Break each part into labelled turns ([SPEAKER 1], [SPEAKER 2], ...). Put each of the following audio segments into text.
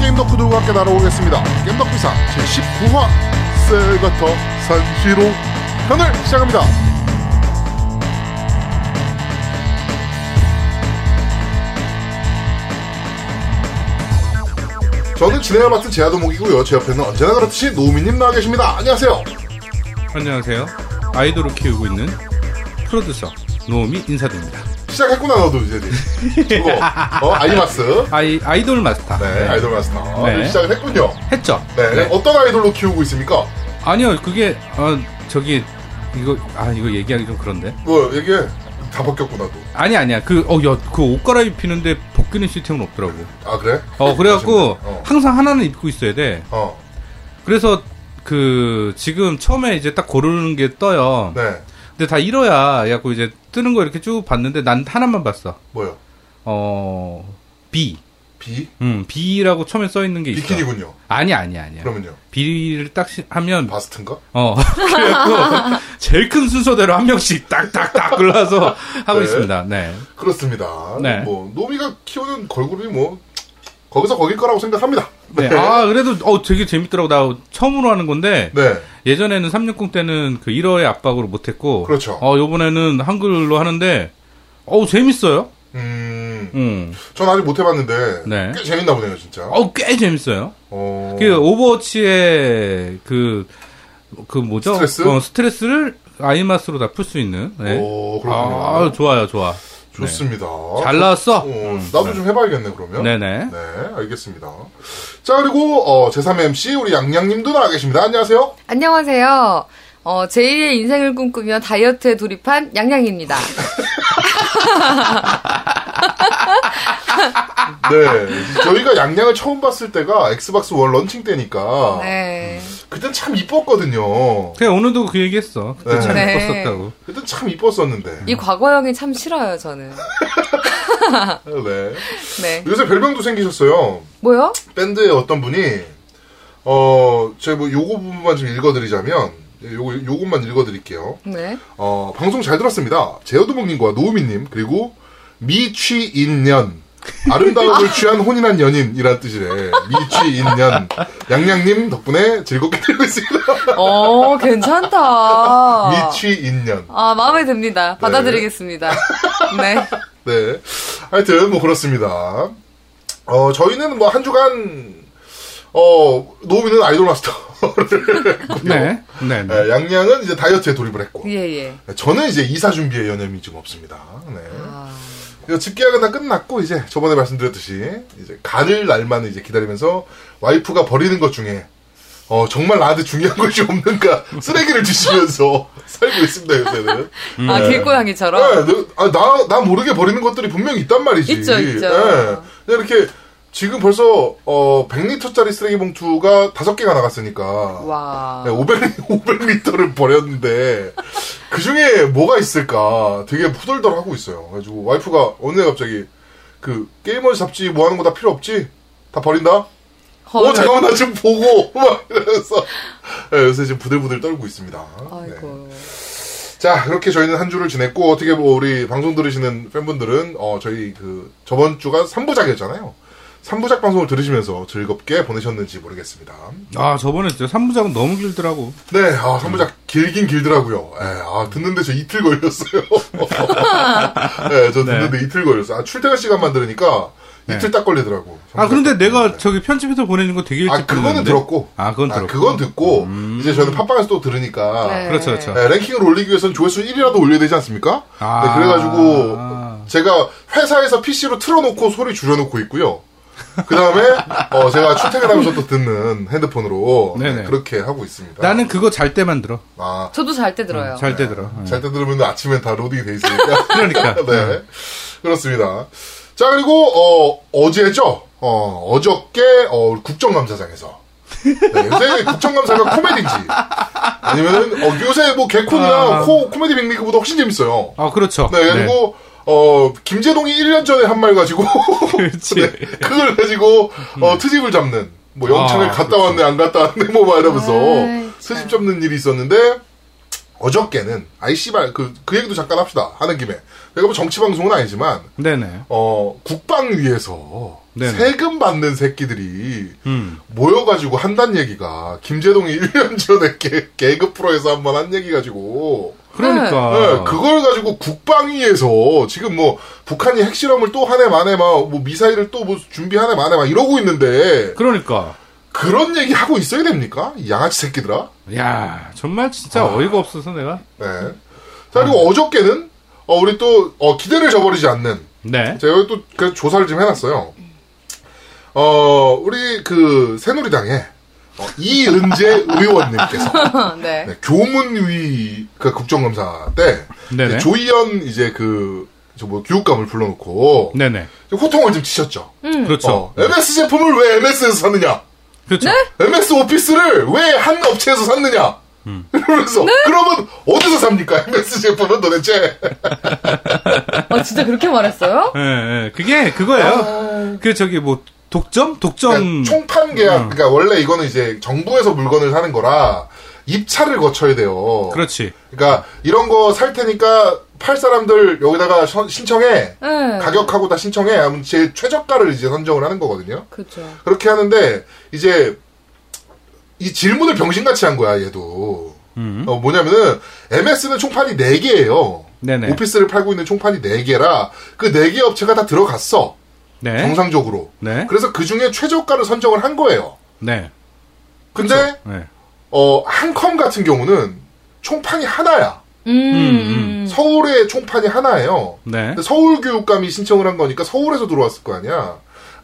[SPEAKER 1] 겜덕후들과 함께 날아오겠습니다. 겜덕비상 제19화 셀가터 산시로 편을 시작합니다. 저는 진행을 맡은 제아도목이고요. 제 옆에는 언제나 그렇듯이 노미님 나와 계십니다. 안녕하세요.
[SPEAKER 2] 안녕하세요. 아이돌을 키우고 있는 프로듀서 노미 인사드립니다.
[SPEAKER 1] 시작했구나 너도 이제 저거 어, 아이마스
[SPEAKER 2] 아이 아이돌 마스터.
[SPEAKER 1] 네,
[SPEAKER 2] 네.
[SPEAKER 1] 아이돌 마스터
[SPEAKER 2] 네.
[SPEAKER 1] 시작을 했군요.
[SPEAKER 2] 했죠.
[SPEAKER 1] 네, 어떤 아이돌로 키우고 있습니까?
[SPEAKER 2] 아니요, 그게 어, 저기 이거 아 이거 얘기하기 좀 그런데.
[SPEAKER 1] 뭐 이게 다 바뀌었구나 또.
[SPEAKER 2] 아니 아니야. 그어야그옷 갈아입히는데 벗기는 시스템은 없더라고.
[SPEAKER 1] 아 그래?
[SPEAKER 2] 어 그래갖고
[SPEAKER 1] 어.
[SPEAKER 2] 항상 하나는 입고 있어야 돼.
[SPEAKER 1] 어,
[SPEAKER 2] 그래서 그 지금 처음에 이제 딱 고르는 게 떠요.
[SPEAKER 1] 네,
[SPEAKER 2] 근데 다 잃어야 약고 이제 뜨는 거 이렇게 쭉 봤는데 난 하나만 봤어.
[SPEAKER 1] 뭐요?
[SPEAKER 2] 어 B.
[SPEAKER 1] 비
[SPEAKER 2] 음 B라고 처음에 써 있는 게 있어. 예.
[SPEAKER 1] 비키니군요.
[SPEAKER 2] 아니 아니 아니야.
[SPEAKER 1] 그러면요,
[SPEAKER 2] 비리를 딱 시- 하면
[SPEAKER 1] 바스트인가?
[SPEAKER 2] 어 그래갖고 제일 큰 순서대로 한 명씩 딱딱딱 골라서 하고
[SPEAKER 1] 네.
[SPEAKER 2] 있습니다. 네.
[SPEAKER 1] 그렇습니다.
[SPEAKER 2] 네.
[SPEAKER 1] 뭐 노미가 키우는 걸그룹이 뭐 거기서 거길 거라고 생각합니다.
[SPEAKER 2] 네. 아 그래도 어 되게 재밌더라고. 나 처음으로 하는 건데
[SPEAKER 1] 네,
[SPEAKER 2] 예전에는 360 때는 그 1어의 압박으로 못했고
[SPEAKER 1] 그렇죠.
[SPEAKER 2] 어 요번에는 한글로 하는데 어 재밌어요.
[SPEAKER 1] 음,
[SPEAKER 2] 음.
[SPEAKER 1] 전 아직 못 해봤는데
[SPEAKER 2] 네.
[SPEAKER 1] 꽤 재밌나 보네요, 진짜.
[SPEAKER 2] 어꽤 재밌어요.
[SPEAKER 1] 어,
[SPEAKER 2] 그 오버워치의 그, 그 뭐죠?
[SPEAKER 1] 스트레스?
[SPEAKER 2] 어, 스트레스를 아이마스로 다 풀 수 있는. 네.
[SPEAKER 1] 오, 그렇군요.
[SPEAKER 2] 아, 좋아요, 좋아.
[SPEAKER 1] 좋습니다.
[SPEAKER 2] 잘 나왔어. 음,
[SPEAKER 1] 어, 나도 좀 해봐야겠네 그러면.
[SPEAKER 2] 네네.
[SPEAKER 1] 네, 알겠습니다. 자, 그리고 어, 제3의 MC 우리 양양님도 나와 계십니다. 안녕하세요.
[SPEAKER 3] 안녕하세요. 어, 제1의 인생을 꿈꾸며 다이어트에 돌입한 양양입니다.
[SPEAKER 1] 네, 저희가 양양을 처음 봤을 때가 엑스박스 원 런칭 때니까
[SPEAKER 3] 네.
[SPEAKER 1] 그땐 참 이뻤거든요.
[SPEAKER 2] 그냥 오늘도 그 얘기했어. 그때
[SPEAKER 1] 네.
[SPEAKER 2] 참
[SPEAKER 3] 네.
[SPEAKER 2] 예뻤었다고.
[SPEAKER 1] 그땐 참 이뻤었는데.
[SPEAKER 3] 이 과거형이 참 싫어요, 저는.
[SPEAKER 1] 네.
[SPEAKER 3] 네.
[SPEAKER 1] 요새 별명도 생기셨어요.
[SPEAKER 3] 뭐요?
[SPEAKER 1] 밴드의 어떤 분이 어, 제가 뭐 요거 부분만 좀 읽어드리자면 예, 요거 요것만 읽어드릴게요.
[SPEAKER 3] 네.
[SPEAKER 1] 어, 방송 잘 들었습니다. 제어두목님과 노우미님 그리고 미취인년 아름다움을 취한 혼인한 연인이란 뜻이래. 미취인년 양양님 덕분에 즐겁게 들고 있습니다.
[SPEAKER 3] 어, 괜찮다.
[SPEAKER 1] 미취인년.
[SPEAKER 3] 아, 마음에 듭니다. 받아들이겠습니다. 네.
[SPEAKER 1] 네. 하여튼 뭐 그렇습니다. 어 저희는 뭐 한 주간 어 노우미는 아이돌 마스터를 했고요.
[SPEAKER 2] 네. 네. 네.
[SPEAKER 1] 네, 양양은 이제 다이어트에 돌입을 했고 네,
[SPEAKER 3] 예, 예.
[SPEAKER 1] 저는 이제 이사 준비에 여념이 좀 없습니다. 네.
[SPEAKER 3] 아,
[SPEAKER 1] 이거 집계약은 다 끝났고 이제 저번에 말씀드렸듯이 이제 가을 날만 이제 기다리면서 와이프가 버리는 것 중에 어 정말 나한테 중요한 것이 없는가 쓰레기를 뒤지면서 살고 있습니다 요새는.
[SPEAKER 3] 아,
[SPEAKER 1] 네. 아,
[SPEAKER 3] 길고양이처럼?
[SPEAKER 1] 나나 나 모르게 버리는 것들이 분명히 있단 말이지.
[SPEAKER 3] 있죠, 있죠.
[SPEAKER 1] 예. 그냥 이렇게 지금 벌써 어 100리터짜리 쓰레기 봉투가 다섯 개가 나갔으니까. 네,
[SPEAKER 3] 와.
[SPEAKER 1] 500, 500리터를 버렸는데 그 중에 뭐가 있을까 되게 후덜덜 하고 있어요. 그래가지고 와이프가 어느 날 갑자기 그 게이머 잡지 뭐 하는 거 다 필요 없지? 다 버린다? 어
[SPEAKER 3] 헐.
[SPEAKER 1] 잠깐만 나 좀 보고 막 이러면서 네, 요새 지금 부들부들 떨고 있습니다. 네.
[SPEAKER 3] 아이고.
[SPEAKER 1] 자 그렇게 저희는 한 주를 지냈고 어떻게 뭐 우리 방송 들으시는 팬분들은 어 저희 그 저번 주가 3부작이었잖아요. 3부작 방송을 들으시면서 즐겁게 보내셨는지 모르겠습니다.
[SPEAKER 2] 아, 저번에 진짜 3부작은 너무 길더라고.
[SPEAKER 1] 네, 아,
[SPEAKER 2] 음.
[SPEAKER 1] 3부작 길긴 길더라고요. 예, 아, 듣는데 저 이틀 걸렸어요. 예, 저
[SPEAKER 2] 네.
[SPEAKER 1] 듣는데 이틀 걸렸어요. 아, 출퇴근 시간만 들으니까 이틀 딱 걸리더라고.
[SPEAKER 2] 아, 그런데 내가 저기 편집해서 보내준 거 되게 일찍
[SPEAKER 1] 아, 그거는
[SPEAKER 2] 들었는데.
[SPEAKER 1] 들었고.
[SPEAKER 2] 아, 그건 들었고. 음.
[SPEAKER 1] 그건 듣고, 이제 저는 팟빵에서 또 들으니까.
[SPEAKER 3] 네.
[SPEAKER 2] 그렇죠, 그렇죠.
[SPEAKER 1] 예, 랭킹을 올리기 위해서는 조회수 1이라도 올려야 되지 않습니까?
[SPEAKER 2] 아.
[SPEAKER 1] 네, 그래가지고, 제가 회사에서 PC로 틀어놓고 소리 줄여놓고 있고요. 그 다음에, 어, 제가 출퇴근하면서 또 듣는 핸드폰으로.
[SPEAKER 2] 네네.
[SPEAKER 1] 그렇게 하고 있습니다.
[SPEAKER 2] 나는 그거 잘 때만 들어.
[SPEAKER 1] 아,
[SPEAKER 3] 저도 잘 때 들어요.
[SPEAKER 2] 잘 때 들어. 네.
[SPEAKER 1] 잘 때 들으면 아침엔 다 로딩이 돼 있으니까.
[SPEAKER 2] 그러니까.
[SPEAKER 1] 네. 그렇습니다. 자, 그리고, 어, 어제죠? 어, 어저께, 어, 국정감사장에서. 네, 요새 국정감사가 코미디인지. 아니면은, 어, 요새 뭐 개콘이나
[SPEAKER 2] 아.
[SPEAKER 1] 코, 코미디 빅리그보다 훨씬 재밌어요.
[SPEAKER 2] 아, 그렇죠.
[SPEAKER 1] 네, 그리고, 어, 김재동이 1년 전에 한 말 가지고.
[SPEAKER 2] 그렇지. 음.
[SPEAKER 1] 네, 그걸 가지고, 어, 트집을 잡는. 뭐, 영창을
[SPEAKER 2] 아,
[SPEAKER 1] 갔다 왔네, 안 갔다 왔네, 뭐, 막 이러면서.
[SPEAKER 3] 아이,
[SPEAKER 1] 트집 잡는 일이 있었는데, 어저께는 아이 씨발 그, 그 얘기도 잠깐 합시다 하는 김에 내가 뭐 정치 방송은 아니지만
[SPEAKER 2] 네네.
[SPEAKER 1] 어 국방위에서
[SPEAKER 2] 네네.
[SPEAKER 1] 세금 받는 새끼들이
[SPEAKER 2] 음.
[SPEAKER 1] 모여가지고 한단 얘기가 김재동이 1년 전에 개, 개그 프로에서 한 번 한 얘기 가지고
[SPEAKER 2] 그러니까.
[SPEAKER 1] 네, 그걸 가지고 국방위에서 지금 뭐 북한이 핵실험을 또 한 해 만에 막 뭐 미사일을 또 뭐 준비하네 만에 막 이러고 있는데
[SPEAKER 2] 러니까
[SPEAKER 1] 그런 얘기 하고 있어야 됩니까? 이 양아치 새끼들아.
[SPEAKER 2] 야, 정말 진짜
[SPEAKER 1] 아.
[SPEAKER 2] 어이가 없어서 내가.
[SPEAKER 1] 네. 자 그리고 어저께는 어, 우리 또 어, 기대를 저버리지 않는
[SPEAKER 2] 네.
[SPEAKER 1] 제가 또 그래서 조사를 좀 해놨어요. 어 우리 그 새누리당의 어, 이은재 의원님께서
[SPEAKER 3] 네.
[SPEAKER 1] 네, 교문위 그 국정감사 때
[SPEAKER 2] 네네.
[SPEAKER 1] 이제 조희연 이제 그 저 뭐 교육감을 불러놓고
[SPEAKER 2] 네네.
[SPEAKER 1] 호통을 좀 치셨죠.
[SPEAKER 3] 음.
[SPEAKER 2] 그렇죠.
[SPEAKER 1] 어, MS 제품을 왜 MS에서 사느냐?
[SPEAKER 3] 네?
[SPEAKER 2] 그렇죠.
[SPEAKER 1] MS 오피스를 왜 한 업체에서 샀느냐?
[SPEAKER 2] 음.
[SPEAKER 1] 그러면서 그러면 어디서 삽니까? MS 제품은 도대체
[SPEAKER 3] 아, 진짜 그렇게 말했어요?
[SPEAKER 2] 예, 예. 그게 그거예요. 그 저기 뭐 독점? 독점.
[SPEAKER 1] 어. 네, 총판 계약
[SPEAKER 2] 음.
[SPEAKER 1] 그러니까 원래 이거는 이제 정부에서 물건을 사는 거라 입찰을 거쳐야 돼요.
[SPEAKER 2] 그렇지.
[SPEAKER 1] 그러니까 이런 거 살 테니까 팔 사람들 여기다가 선- 신청해
[SPEAKER 3] 네.
[SPEAKER 1] 가격하고 다 신청해 하면 제 최저가를 이제 선정을 하는 거거든요.
[SPEAKER 3] 그죠.
[SPEAKER 1] 그렇게 하는데 이제 이 질문을 병신같이 한 거야 얘도
[SPEAKER 2] 음.
[SPEAKER 1] 어, 뭐냐면은 MS는 총판이 4개예요
[SPEAKER 2] 네네.
[SPEAKER 1] 오피스를 팔고 있는 총판이 4개라 그 4개 업체가 다 들어갔어
[SPEAKER 2] 네.
[SPEAKER 1] 정상적으로
[SPEAKER 2] 네.
[SPEAKER 1] 그래서 그 중에 최저가를 선정을 한 거예요
[SPEAKER 2] 네.
[SPEAKER 1] 근데
[SPEAKER 2] 네.
[SPEAKER 1] 어, 한컴 같은 경우는 총판이 하나야
[SPEAKER 3] 음. 음.
[SPEAKER 1] 서울의 총판이 하나예요
[SPEAKER 2] 네.
[SPEAKER 1] 근데 서울 교육감이 신청을 한 거니까 서울에서 들어왔을 거 아니야.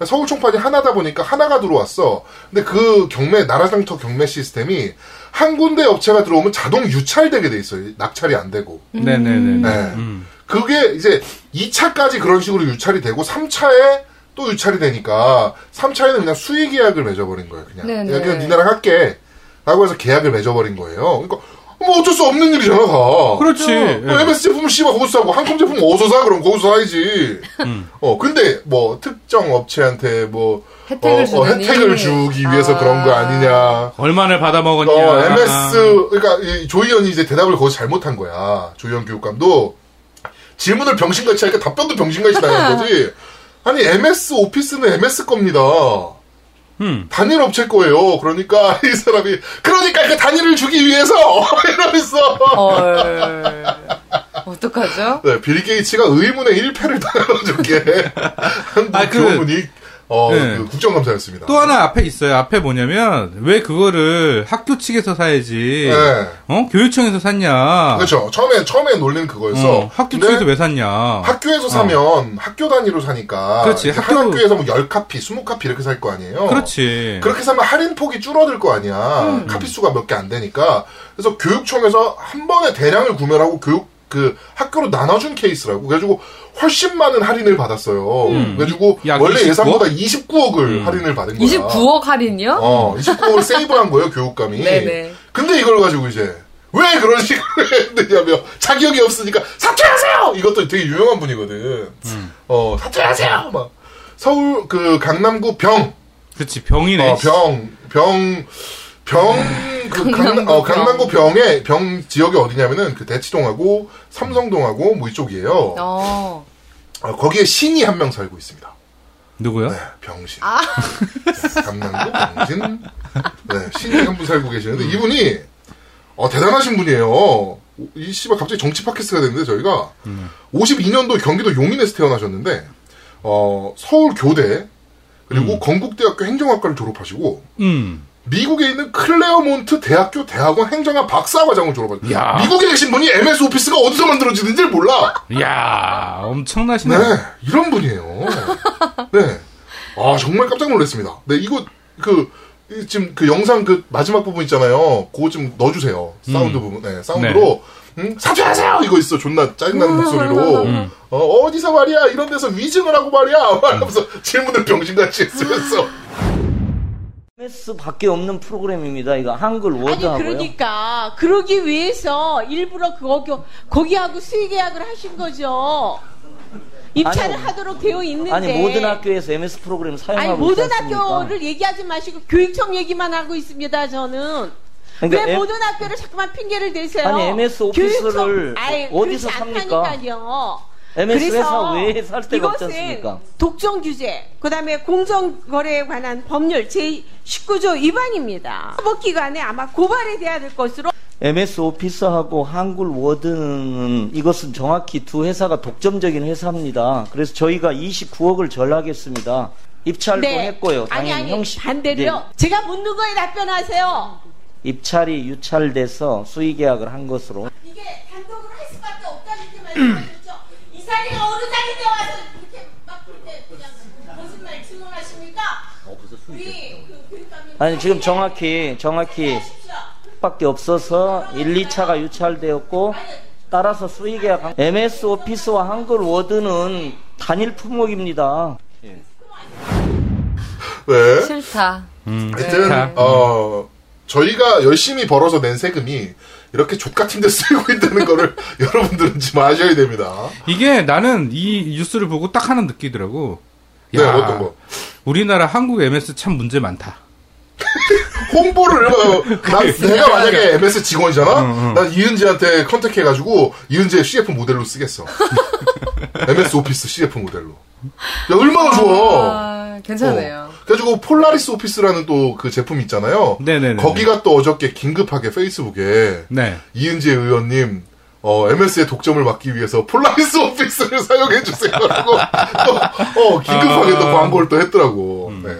[SPEAKER 1] 서울 총판이 하나다 보니까 하나가 들어왔어. 근데 그 경매 나라장터 경매 시스템이 한 군데 업체가 들어오면 자동 유찰되게 돼 있어요. 낙찰이 안 되고.
[SPEAKER 2] 네네네.
[SPEAKER 1] 네.
[SPEAKER 2] 음.
[SPEAKER 1] 그게 이제 2차까지 그런 식으로 유찰이 되고 3차에 또 유찰이 되니까 3차에는 그냥 수의 계약을 맺어버린 거예요. 그냥
[SPEAKER 3] 네네.
[SPEAKER 1] 야, 그냥 니네랑 할게. 라고 해서 계약을 맺어버린 거예요. 그러니까 뭐 어쩔 수 없는 일이잖아 다.
[SPEAKER 2] 그렇지. 예.
[SPEAKER 1] 어, MS 제품은 씨발 거기서 사고 한컴 제품 어디서 사 그럼 거기서 사야지.
[SPEAKER 2] 음.
[SPEAKER 1] 어 근데 뭐 특정 업체한테 뭐
[SPEAKER 3] 혜택을
[SPEAKER 1] 어, 어,
[SPEAKER 3] 주느니.
[SPEAKER 1] 혜택을 주기 위해서
[SPEAKER 3] 아.
[SPEAKER 1] 그런 거 아니냐.
[SPEAKER 2] 얼마를 받아먹었냐.
[SPEAKER 1] 어 MS 그러니까 이 조희연이 이제 대답을 거기서 잘못한 거야. 조희연 교육감도 질문을 병신같이 하니까 답변도 병신같이 나가는 거지. 아니 MS 오피스는 MS 겁니다.
[SPEAKER 2] 음.
[SPEAKER 1] 단일 업체 거예요. 그러니까 이 사람이 그러니까 그 단일을 주기 위해서 이러면서
[SPEAKER 3] 헐. 어떡하죠?
[SPEAKER 1] 네, 빌 게이츠가 의문의 1패를 당해가지게 한국
[SPEAKER 2] 아, 그-
[SPEAKER 1] 교문이 어,
[SPEAKER 2] 네.
[SPEAKER 1] 그 국정감사였습니다.
[SPEAKER 2] 또 하나 앞에 있어요. 앞에 뭐냐면 왜 그거를 학교 측에서 사야지.
[SPEAKER 1] 네.
[SPEAKER 2] 어? 교육청에서 샀냐.
[SPEAKER 1] 그렇죠. 처음에 처음에 논리는 그거였어.
[SPEAKER 2] 아. 어, 학교
[SPEAKER 1] 근데
[SPEAKER 2] 측에서 왜 샀냐.
[SPEAKER 1] 네. 학교에서 사면 학교 단위로 사니까
[SPEAKER 2] 그렇지,
[SPEAKER 1] 이제
[SPEAKER 2] 학교-
[SPEAKER 1] 한 학교에서 뭐 10카피, 20카피 이렇게 살 거 아니에요.
[SPEAKER 2] 그렇지.
[SPEAKER 1] 어. 그렇게 사면 할인 폭이 줄어들 거 아니야.
[SPEAKER 3] 음.
[SPEAKER 1] 카피 수가 몇 개 안 되니까. 그래서 교육청에서 한 번에 대량을 구매하고 를 교육 그 학교로 나눠준 케이스라고. 그래가지고 훨씬 많은 할인을 받았어요. 그래가지고
[SPEAKER 2] 약
[SPEAKER 1] 원래
[SPEAKER 2] 29억?
[SPEAKER 1] 예상보다 29억을 할인을 받은 거야.
[SPEAKER 3] 29억 할인이요?
[SPEAKER 1] 어, 29억을 세이브한 거예요 교육감이.
[SPEAKER 3] 네네.
[SPEAKER 1] 근데 이걸 가지고 이제 왜 그런 식으로 했느냐며 자격이 없으니까 사퇴하세요. 이것도 되게 유명한 분이거든. 어, 사퇴하세요. 막 서울 그 강남구 병
[SPEAKER 2] 그렇지. 병이네.
[SPEAKER 1] 어, 병, 병, 병, 그 강남, 어, 강남구 병의 병 지역이 어디냐면은 그 대치동하고 삼성동하고 뭐 이쪽이에요.
[SPEAKER 3] 어.
[SPEAKER 1] 어, 거기에 신이 한 명 살고 있습니다.
[SPEAKER 2] 누구요?
[SPEAKER 1] 네, 병신. 네, 강남구 병신. 네, 신이 한 분 살고 계시는데 이분이 어, 대단하신 분이에요. 이 씨발 갑자기 정치 팟캐스트가 됐는데 저희가 52년도 경기도 용인에서 태어나셨는데 어, 서울 교대 그리고 건국대학교 행정학과를 졸업하시고
[SPEAKER 2] 음.
[SPEAKER 1] 미국에 있는 클레어몬트 대학교 대학원 행정학 박사과정을
[SPEAKER 2] 야.
[SPEAKER 1] 졸업한 미국에 계신 분이 MS 오피스가 어디서 만들어지는지 를 몰라.
[SPEAKER 2] 야
[SPEAKER 1] 네,
[SPEAKER 2] 엄청나시네.
[SPEAKER 1] 이런 분이에요. 네, 아 정말 깜짝 놀랐습니다. 네, 이거 그 이- 지금 그 영상 그 마지막 부분 있잖아요. 그거 좀 넣어주세요.
[SPEAKER 2] 음.
[SPEAKER 1] 사운드 부분, 네, 사운드로 음, 사퇴하세요 이거 있어. 존나
[SPEAKER 2] 음.
[SPEAKER 1] 짜증나는 목소리로 어, 어디서 말이야 이런 데서 위증을 하고 말이야 말하면서 질문을 병신같이 쓰면서.
[SPEAKER 4] MS 밖에 없는 프로그램입니다. 이거 한글
[SPEAKER 5] 아니
[SPEAKER 4] 워드하고요.
[SPEAKER 5] 그러니까 그러기 위해서 일부러 그거 거기하고 수의 계약을 하신 거죠. 입찰을
[SPEAKER 4] 아니요.
[SPEAKER 5] 하도록 되어 있는데
[SPEAKER 4] 아니 모든 학교에서 MS 프로그램
[SPEAKER 5] 아니,
[SPEAKER 4] 사용하고
[SPEAKER 5] 모든
[SPEAKER 4] 있지 않습니까?
[SPEAKER 5] 학교를 얘기하지 마시고 교육청 얘기만 하고 있습니다. 저는
[SPEAKER 4] 그러니까
[SPEAKER 5] 왜
[SPEAKER 4] M-
[SPEAKER 5] 모든 학교를 자꾸만 핑계를 대세요?
[SPEAKER 4] 아니, MS 오피스를 어디서 삽니까?
[SPEAKER 5] 요
[SPEAKER 4] MS 회사 외에 살 데가 없지
[SPEAKER 5] 이것은
[SPEAKER 4] 않습니까?
[SPEAKER 5] 독점 규제, 그다음에 공정 거래에 관한 법률 제 19조 위반입니다. 사법기관에 아마 고발에 대야 될 것으로
[SPEAKER 4] MS 오피스하고 한글 워드는 이것은 정확히 두 회사가 독점적인 회사입니다. 그래서 저희가 29억을 전락했습니다. 입찰도 했고요.
[SPEAKER 5] 네. 아니
[SPEAKER 4] 당연히
[SPEAKER 5] 아니
[SPEAKER 4] 형식-
[SPEAKER 5] 반대로요. 제가 묻는 거에 답변하세요.
[SPEAKER 4] 네, 입찰이 유찰돼서 수의 계약을 한 것으로.
[SPEAKER 5] 이게 단독으로 할 수밖에 없다는 게
[SPEAKER 4] 음.
[SPEAKER 5] 말씀하셨죠. 이 사리가 어느 자리에 와서 이렇게 막그때 그냥 거짓말 질문하십니까? 우리 그 교육감님
[SPEAKER 4] 아니 지금 정확히 정확히 밖에 없어서 1, 2차가 유찰되었고 따라서 수의 계약 한- MS 오피스와 한글 워드는 단일 품목입니다.
[SPEAKER 1] 네.
[SPEAKER 3] 싫다.
[SPEAKER 1] 하여튼
[SPEAKER 2] 자.
[SPEAKER 1] 어 저희가 열심히 벌어서 낸 세금이 이렇게 족 같은 데 쓰이고 있다는 거를 여러분들은 지금 아셔야 됩니다.
[SPEAKER 2] 이게 나는 이 뉴스를 보고 딱 하나 느끼더라고.
[SPEAKER 1] 네, 어떤 거?
[SPEAKER 2] 우리나라 한국 MS 참 문제 많다.
[SPEAKER 1] 홍보를 어, 난 내가
[SPEAKER 2] 네.
[SPEAKER 1] 만약에 MS 직원이잖아. 난 이은지한테 컨택해가지고 이은지의 CF 모델로 쓰겠어. MS 오피스 CF 모델로. 야 얼마나 좋아.
[SPEAKER 3] 아, 괜찮아요.
[SPEAKER 1] 어. 그래가지고 폴라리스 오피스라는 또 그 제품이 있잖아요.
[SPEAKER 2] 네네네.
[SPEAKER 1] 거기가 또 어저께 긴급하게 페이스북에
[SPEAKER 2] 네.
[SPEAKER 1] 이은재 의원님 어, MS의 독점을 막기 위해서 폴라리스 오피스를 사용해주세요. 라고, 또, 어, 긴급하게 또
[SPEAKER 2] 아. 음.
[SPEAKER 1] 광고를 또 했더라고. 네.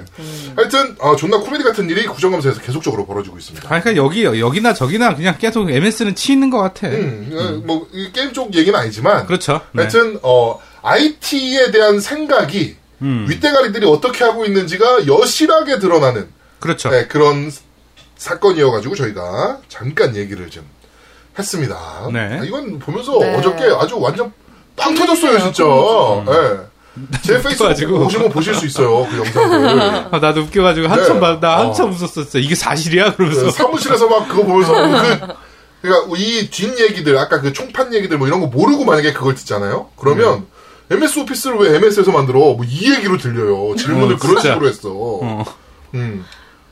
[SPEAKER 1] 하여튼, 아, 존나 코미디 같은 일이 구정감사에서 계속적으로 벌어지고 있습니다.
[SPEAKER 2] 아, 그러니까 여기 여기나 저기나 그냥 계속 MS는 치는 것 같아.
[SPEAKER 1] 음, 어, 뭐, 이 게임 쪽 얘기는 아니지만.
[SPEAKER 2] 그렇죠. 네.
[SPEAKER 1] 하여튼, 어, IT에 대한 생각이
[SPEAKER 2] 음.
[SPEAKER 1] 윗대가리들이 어떻게 하고 있는지가 여실하게 드러나는
[SPEAKER 2] 그렇죠.
[SPEAKER 1] 네, 그런 사- 사건이어가지고 저희가 잠깐 얘기를 좀 했습니다.
[SPEAKER 2] 네.
[SPEAKER 1] 아, 이건 보면서
[SPEAKER 3] 네.
[SPEAKER 1] 어저께 아주 완전 빵 터졌어요, 진짜. 네. 제 페이스북
[SPEAKER 2] 웃겨가지고.
[SPEAKER 1] 보시면 보실 수 있어요, 그 영상을.
[SPEAKER 2] 아, 나도 웃겨가지고 한참
[SPEAKER 1] 네.
[SPEAKER 2] 봐- 나 한참
[SPEAKER 1] 어.
[SPEAKER 2] 웃었었어. 이게 사실이야? 그러면서
[SPEAKER 1] 그 사무실에서 막 그거 보면서 그, 그러니까 이 뒷 얘기들, 아까 그 총판 얘기들 뭐 이런 거 모르고 만약에 그걸 듣잖아요? 그러면
[SPEAKER 2] 네.
[SPEAKER 1] MS 오피스를 왜 MS에서 만들어? 뭐 이 얘기로 들려요. 질문을
[SPEAKER 2] 어,
[SPEAKER 1] 그런
[SPEAKER 2] 진짜.
[SPEAKER 1] 식으로 했어. 음.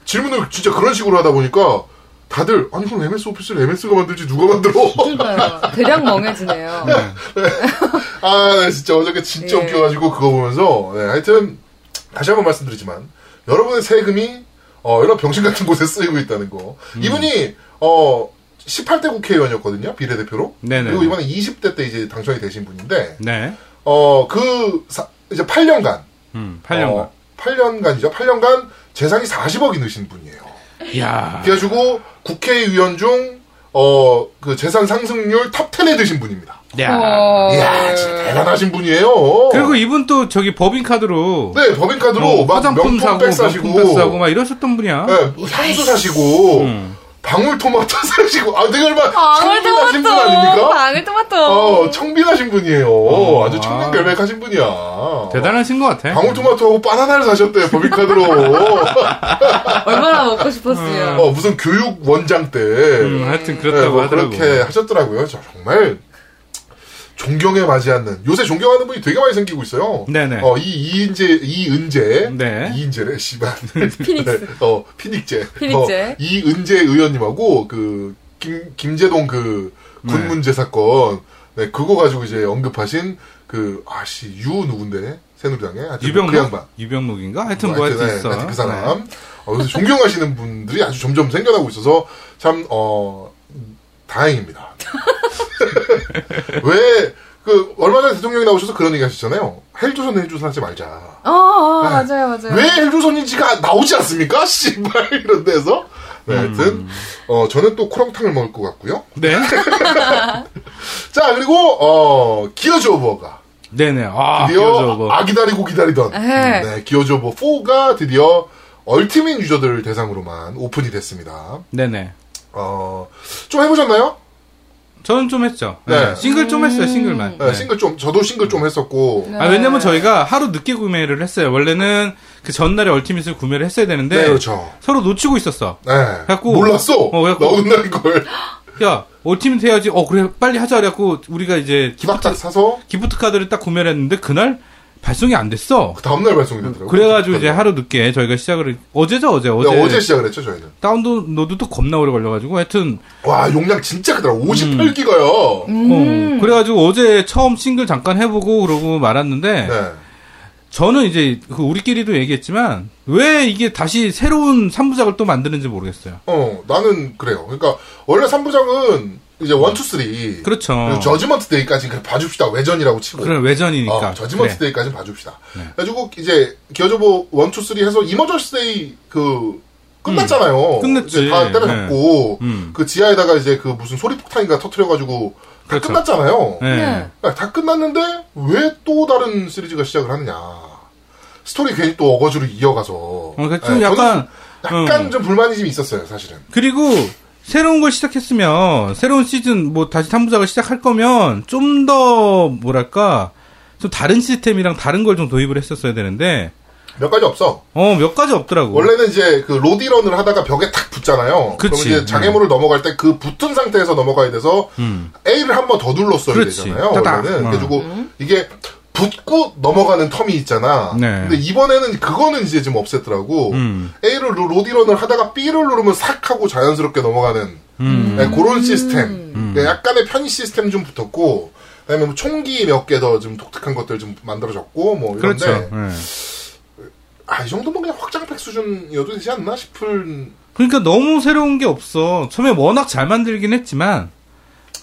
[SPEAKER 1] 질문을 진짜 그런 식으로 하다 보니까 다들 아니 그럼 MS 오피스를 MS가 만들지 누가 만들어?
[SPEAKER 3] 그러니까요. 대략 멍해지네요.
[SPEAKER 1] 아, 네, 진짜 어저께 진짜
[SPEAKER 3] 예.
[SPEAKER 1] 웃겨가지고 그거 보면서 네, 하여튼 다시 한번 말씀드리지만 여러분의 세금이 어, 이런 병신 같은 곳에 쓰이고 있다는 거.
[SPEAKER 2] 음.
[SPEAKER 1] 이분이 어 18대 국회의원이었거든요 비례대표로.
[SPEAKER 2] 네네.
[SPEAKER 1] 그리고 이번에 20대 때 이제 당선이 되신 분인데
[SPEAKER 2] 네.
[SPEAKER 1] 어그 이제 8년간 어,
[SPEAKER 2] 음, 8년간.
[SPEAKER 1] 8년간이죠. 8년간 재산이 40억이 넣으신 분이에요.
[SPEAKER 2] 야.
[SPEAKER 1] 그래가지고 국회의원 중 어 그 재산 상승률 탑 10에 드신 분입니다. 어.
[SPEAKER 2] 야.
[SPEAKER 3] 어.
[SPEAKER 1] 이야, 진짜 대단하신 분이에요.
[SPEAKER 2] 그리고 이분 또 저기 법인 카드로
[SPEAKER 1] 네, 법인카드로 막
[SPEAKER 2] 뭐, 화장품
[SPEAKER 1] 명품
[SPEAKER 2] 사고
[SPEAKER 1] 백
[SPEAKER 2] 명품
[SPEAKER 1] 사시고,
[SPEAKER 2] 백 사고 막 이러셨던 분이야.
[SPEAKER 1] 네, 뭐 향수 사시고,
[SPEAKER 2] 음.
[SPEAKER 1] 방울토마토 사시고, 아, 내가 얼마 청빈하신 분
[SPEAKER 3] 방울토마토.
[SPEAKER 1] 아닙니까?
[SPEAKER 3] 방울토마토.
[SPEAKER 1] 어, 청빈하신 분이에요.
[SPEAKER 2] 어,
[SPEAKER 1] 아주
[SPEAKER 2] 아.
[SPEAKER 1] 청빈결백하신 분이야.
[SPEAKER 2] 대단하신 것 같아.
[SPEAKER 1] 방울토마토하고 바나나를 사셨대, 법인카드로.
[SPEAKER 3] 얼마나 먹고 싶었어요.
[SPEAKER 1] 어, 무슨 교육원장 때.
[SPEAKER 2] 음, 하여튼
[SPEAKER 1] 네,
[SPEAKER 2] 그렇다고
[SPEAKER 1] 뭐
[SPEAKER 2] 하더라고.
[SPEAKER 1] 그렇게 하셨더라고요. 저 정말 존경에 맞지 않는 요새 존경하는 분이 되게 많이 생기고 있어요.
[SPEAKER 2] 네네.
[SPEAKER 1] 어, 이 이인재 이은재
[SPEAKER 2] 네.
[SPEAKER 1] 이인재래 씨발.
[SPEAKER 3] 피닉스.
[SPEAKER 1] 어 피닉재.
[SPEAKER 3] 피닉재.
[SPEAKER 1] 어, 이은재 의원님하고 그 김 김재동 그 군문제 사건. 네 그거 가지고 이제 언급하신 그 아씨 유 누군데 새누리당에 하여튼 그
[SPEAKER 2] 유병록?
[SPEAKER 1] 양반.
[SPEAKER 2] 유병록인가? 하여튼 뭐
[SPEAKER 1] 하여튼,
[SPEAKER 2] 하여튼
[SPEAKER 1] 네,
[SPEAKER 2] 있어.
[SPEAKER 1] 하여튼 그 사람.
[SPEAKER 2] 네.
[SPEAKER 1] 어, 그래서 존경하시는 분들이 아주 점점 생겨나고 있어서 참, 어, 다행입니다. 왜, 그, 얼마 전에 대통령이 나오셔서 그런 얘기 하셨잖아요. 헬조선, 헬조선 하지 말자.
[SPEAKER 3] 어, 어, 맞아요, 맞아요.
[SPEAKER 1] 네. 왜 헬조선인지가 나오지 않습니까? 씨발, 이런 데서. 네, 하여튼, 어, 저는 또 코렁탕을 먹을 것 같고요.
[SPEAKER 2] 네.
[SPEAKER 1] 자, 그리고, 어, 기어즈 오버가.
[SPEAKER 2] 네네. 아,
[SPEAKER 1] 드디어
[SPEAKER 2] 기어져 뭐.
[SPEAKER 1] 아 기다리고 기다리던
[SPEAKER 3] 네.
[SPEAKER 1] 네, 기어즈 오브 4가 드디어 얼티밋 유저들을 대상으로만 오픈이 됐습니다.
[SPEAKER 2] 네네.
[SPEAKER 1] 어, 좀 해보셨나요?
[SPEAKER 2] 저는 좀 했죠.
[SPEAKER 1] 네.
[SPEAKER 2] 네, 싱글 좀 했어요, 싱글만.
[SPEAKER 1] 네,
[SPEAKER 2] 네.
[SPEAKER 1] 싱글 좀 저도 싱글 좀 했었고
[SPEAKER 2] 아, 왜냐면 저희가 하루 늦게 구매를 했어요. 원래는 그 전날에 얼티밋을 구매를 했어야 되는데.
[SPEAKER 1] 네, 그렇죠.
[SPEAKER 2] 서로 놓치고 있었어.
[SPEAKER 1] 네,
[SPEAKER 2] 그래갖고-
[SPEAKER 1] 몰랐어
[SPEAKER 2] 어, 그래갖고-
[SPEAKER 1] 나온다는 걸
[SPEAKER 2] 야, 얼티밋 해야지. 어, 그래, 빨리 하자. 그래갖고, 우리가 이제 기프트,
[SPEAKER 1] 기박딱 사서
[SPEAKER 2] 기프트 카드를 딱 구매를 했는데, 그날 발송이 안 됐어.
[SPEAKER 1] 그 다음날 발송이 되더라고요.
[SPEAKER 2] 그래가지고 이제 하루 늦게 저희가 시작을 어제죠 어제
[SPEAKER 1] 어제,
[SPEAKER 2] 어제
[SPEAKER 1] 네, 어제 시작을 했죠, 저희는.
[SPEAKER 2] 다운로드도 겁나 오래 걸려가지고 하여튼
[SPEAKER 1] 와, 용량 진짜 크더라. 58기가요.
[SPEAKER 2] 어, 그래가지고 어제 처음 싱글 잠깐 해보고 그러고 말았는데
[SPEAKER 1] 네.
[SPEAKER 2] 저는 이제 그 우리끼리도 얘기했지만 왜 이게 다시 새로운 3부작을 또 만드는지 모르겠어요.
[SPEAKER 1] 어, 나는 그래요. 그러니까 원래 3부작은 이제 1, 2, 3.
[SPEAKER 2] 그렇죠.
[SPEAKER 1] 저지먼트 데이까지 그래 봐줍시다. 외전이라고 치고.
[SPEAKER 2] 그런 외전이니까.
[SPEAKER 1] 어, 저지먼트
[SPEAKER 2] 그러니까. 그래. 네.
[SPEAKER 1] 데이까지 봐줍시다. 그래가지고 이제 기어조보 1, 2, 3 해서 이머전스 데이 그 끝났잖아요.
[SPEAKER 2] 음, 끝났지.
[SPEAKER 1] 이제 다 때려잡고
[SPEAKER 2] 음.
[SPEAKER 1] 그 지하에다가 이제 그 무슨 소리폭탄인가 터트려가지고 다
[SPEAKER 2] 그렇죠.
[SPEAKER 1] 끝났잖아요.
[SPEAKER 2] 네.
[SPEAKER 1] 그러니까 다 끝났는데 왜 또 다른 시리즈가 시작을 하느냐. 스토리 괜히 또 어거지로 이어가서.
[SPEAKER 2] 그러니까 좀
[SPEAKER 1] 예, 저는
[SPEAKER 2] 약간,
[SPEAKER 1] 약간
[SPEAKER 2] 음.
[SPEAKER 1] 좀 불만이 좀 있었어요, 사실은.
[SPEAKER 2] 그리고 새로운 걸 시작했으면 새로운 시즌 뭐 다시 3부작을 시작할 거면 좀 더 뭐랄까 좀 다른 시스템이랑 다른 걸 좀 도입을 했었어야 되는데
[SPEAKER 1] 몇 가지 없어.
[SPEAKER 2] 어 몇 가지 없더라고.
[SPEAKER 1] 원래는 이제 그 로디런을 하다가 벽에 탁 붙잖아요. 그럼
[SPEAKER 2] 그치.
[SPEAKER 1] 이제 장애물을 넘어갈 때 그 붙은 상태에서 넘어가야 돼서
[SPEAKER 2] 음.
[SPEAKER 1] A를 한 번 더 눌렀어야
[SPEAKER 2] 그렇지.
[SPEAKER 1] 되잖아요.
[SPEAKER 2] 따닥.
[SPEAKER 1] 원래는
[SPEAKER 2] 어.
[SPEAKER 1] 그래가지고 이게 붙고 넘어가는 텀이 있잖아.
[SPEAKER 2] 네.
[SPEAKER 1] 근데 이번에는 그거는 이제 좀 없앴더라고.
[SPEAKER 2] 음.
[SPEAKER 1] A를 로- 로디런을 하다가 B를 누르면 삭 하고 자연스럽게 넘어가는
[SPEAKER 2] 음.
[SPEAKER 1] 네, 그런 시스템. 네, 약간의 편의 시스템 좀 붙었고. 그다음에 뭐 총기 몇 개 더 좀 독특한 것들 좀 만들어졌고 뭐 이런데
[SPEAKER 2] 그렇죠. 예.
[SPEAKER 1] 아, 이 정도면 그냥 확장팩 수준이어도 되지 않나 싶은.
[SPEAKER 2] 그러니까 너무 새로운 게 없어. 처음에 워낙 잘 만들긴 했지만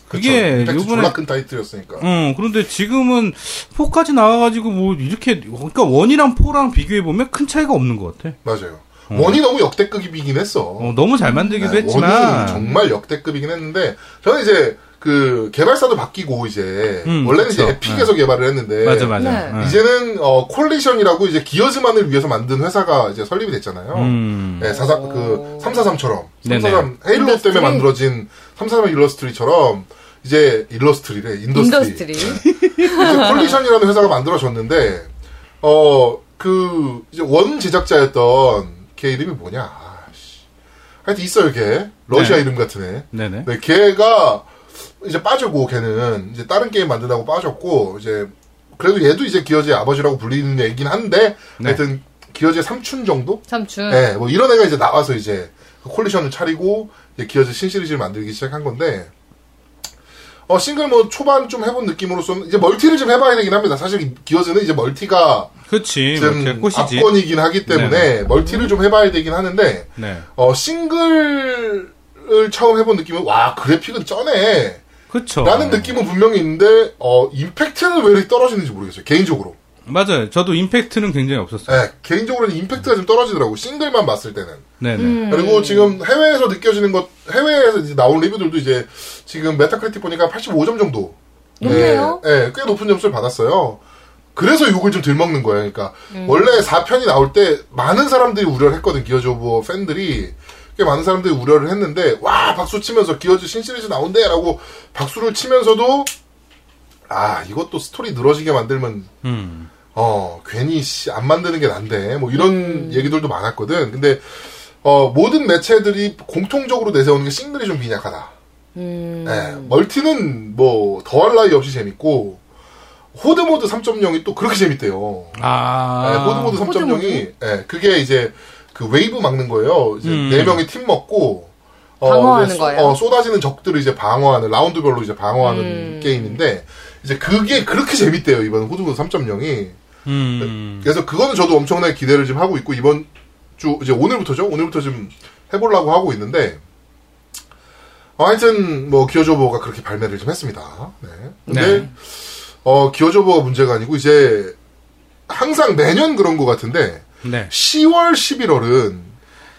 [SPEAKER 2] 그게
[SPEAKER 1] 팩트
[SPEAKER 2] 요번에-
[SPEAKER 1] 졸라 큰 타이틀이었으니까.
[SPEAKER 2] 어, 그런데 지금은 4까지 나와가지고 뭐 이렇게 그러니까 원이랑 4랑 비교해 보면 큰 차이가 없는 것 같아.
[SPEAKER 1] 맞아요. 원이 너무 역대급이긴 했어.
[SPEAKER 2] 어, 너무 잘 만들기도
[SPEAKER 1] 네, 원은
[SPEAKER 2] 했지만
[SPEAKER 1] 정말 역대급이긴 했는데, 저는 이제 그 개발사도 바뀌고 이제,
[SPEAKER 2] 음,
[SPEAKER 1] 원래는 이제
[SPEAKER 2] 그쵸.
[SPEAKER 1] 에픽에서 개발을 했는데,
[SPEAKER 2] 맞아 맞아.
[SPEAKER 3] 네.
[SPEAKER 2] 어.
[SPEAKER 1] 이제는 어, 콜리션이라고 이제 기어즈만을 위해서 만든 회사가 이제 설립이 됐잖아요.
[SPEAKER 2] 음.
[SPEAKER 1] 네, 사사,
[SPEAKER 3] 어.
[SPEAKER 1] 그, 343처럼. 343, 헤일로
[SPEAKER 3] 인더스트리.
[SPEAKER 1] 때문에 만들어진 343 일러스트리처럼, 이제 일러스트리래,
[SPEAKER 3] 인더스트리.
[SPEAKER 1] 이제 콜리션이라는 회사가 만들어졌는데 어 그 이제 원 제작자였던 걔 이름이 뭐냐 아, 씨. 하여튼 있어요 걔 러시아
[SPEAKER 2] 네.
[SPEAKER 1] 이름 같은 애
[SPEAKER 2] 네네.
[SPEAKER 1] 네, 걔가 이제 빠지고 걔는 이제 다른 게임 만든다고 빠졌고 이제 그래도 얘도 이제 기어제 아버지라고 불리는 애긴 한데
[SPEAKER 2] 네.
[SPEAKER 1] 하여튼 기어제 삼촌 정도
[SPEAKER 3] 삼촌.
[SPEAKER 1] 예, 뭐 이런 애가 이제 나와서 이제 그 콜리션을 차리고 이제 기어즈 신시리즈를 만들기 시작한 건데 어 싱글 뭐 초반 좀 해본 느낌으로서는 이제 멀티를 좀 해봐야 되긴 합니다. 사실 기어즈는 이제 멀티가
[SPEAKER 2] 그렇지.
[SPEAKER 1] 지금
[SPEAKER 2] 뭐 이렇게 꽃이지.
[SPEAKER 1] 압권이긴 하기 때문에
[SPEAKER 2] 네네.
[SPEAKER 1] 멀티를 좀 해봐야 되긴 하는데
[SPEAKER 2] 네.
[SPEAKER 1] 어 싱글을 처음 해본 느낌은 와 그래픽은 쩌네
[SPEAKER 2] 그렇죠.
[SPEAKER 1] 라는 느낌은 분명히 있는데 어 임팩트는 왜 이렇게 떨어지는지 모르겠어요 개인적으로.
[SPEAKER 2] 맞아요. 저도 임팩트는 굉장히 없었어요.
[SPEAKER 1] 예, 개인적으로는 임팩트가 좀 떨어지더라고 싱글만 봤을 때는.
[SPEAKER 2] 네네.
[SPEAKER 3] 음.
[SPEAKER 1] 그리고 지금 해외에서 느껴지는 것, 해외에서 이제 나온 리뷰들도 이제 지금 메타크리틱 보니까 85점 정도.
[SPEAKER 3] 높네요.
[SPEAKER 1] 예, 예, 꽤 높은 점수를 받았어요. 그래서 욕을 좀 덜 먹는 거예요. 그러니까
[SPEAKER 3] 음.
[SPEAKER 1] 원래 4편이 나올 때 많은 사람들이 우려를 했거든. 기어즈 오브 팬들이 꽤 많은 사람들이 우려를 했는데 와 박수 치면서 기어즈 신시리즈 나온대라고 박수를 치면서도 아 이것도 스토리 늘어지게 만들면
[SPEAKER 2] 음.
[SPEAKER 1] 어, 괜히 씨, 안 만드는 게 난데, 뭐 이런
[SPEAKER 3] 음,
[SPEAKER 1] 얘기들도 많았거든. 근데, 어, 모든 매체들이 공통적으로 내세우는 게 싱글이 좀 빈약하다.
[SPEAKER 3] 음.
[SPEAKER 1] 예, 멀티는 뭐, 더할 나위 없이 재밌고, 호드모드 3.0이 또 그렇게 재밌대요.
[SPEAKER 2] 아.
[SPEAKER 1] 예, 호드모드 3.0이, 예, 그게 이제, 그 웨이브 막는 거예요. 이제
[SPEAKER 2] 음.
[SPEAKER 1] 네 명이 팀 먹고,
[SPEAKER 3] 방어하는
[SPEAKER 1] 이제 쏘-
[SPEAKER 3] 거예요?
[SPEAKER 1] 어, 쏟아지는 적들을 이제 방어하는, 라운드별로 이제 방어하는
[SPEAKER 3] 음.
[SPEAKER 1] 게임인데, 이제 그게 그렇게 재밌대요, 이번 호드모드 3.0이.
[SPEAKER 2] 음.
[SPEAKER 1] 그래서 그거는 저도 엄청나게 기대를 지금 하고 있고 이번 주 이제 오늘부터죠. 오늘부터 좀 해보려고 하고 있는데 어, 하여튼 뭐 기어조보가 그렇게 발매를 좀 했습니다. 네. 근데
[SPEAKER 2] 네.
[SPEAKER 1] 어 기어조보가 문제가 아니고 이제 항상 매년 그런 것 같은데
[SPEAKER 2] 네.
[SPEAKER 1] 10월 11월은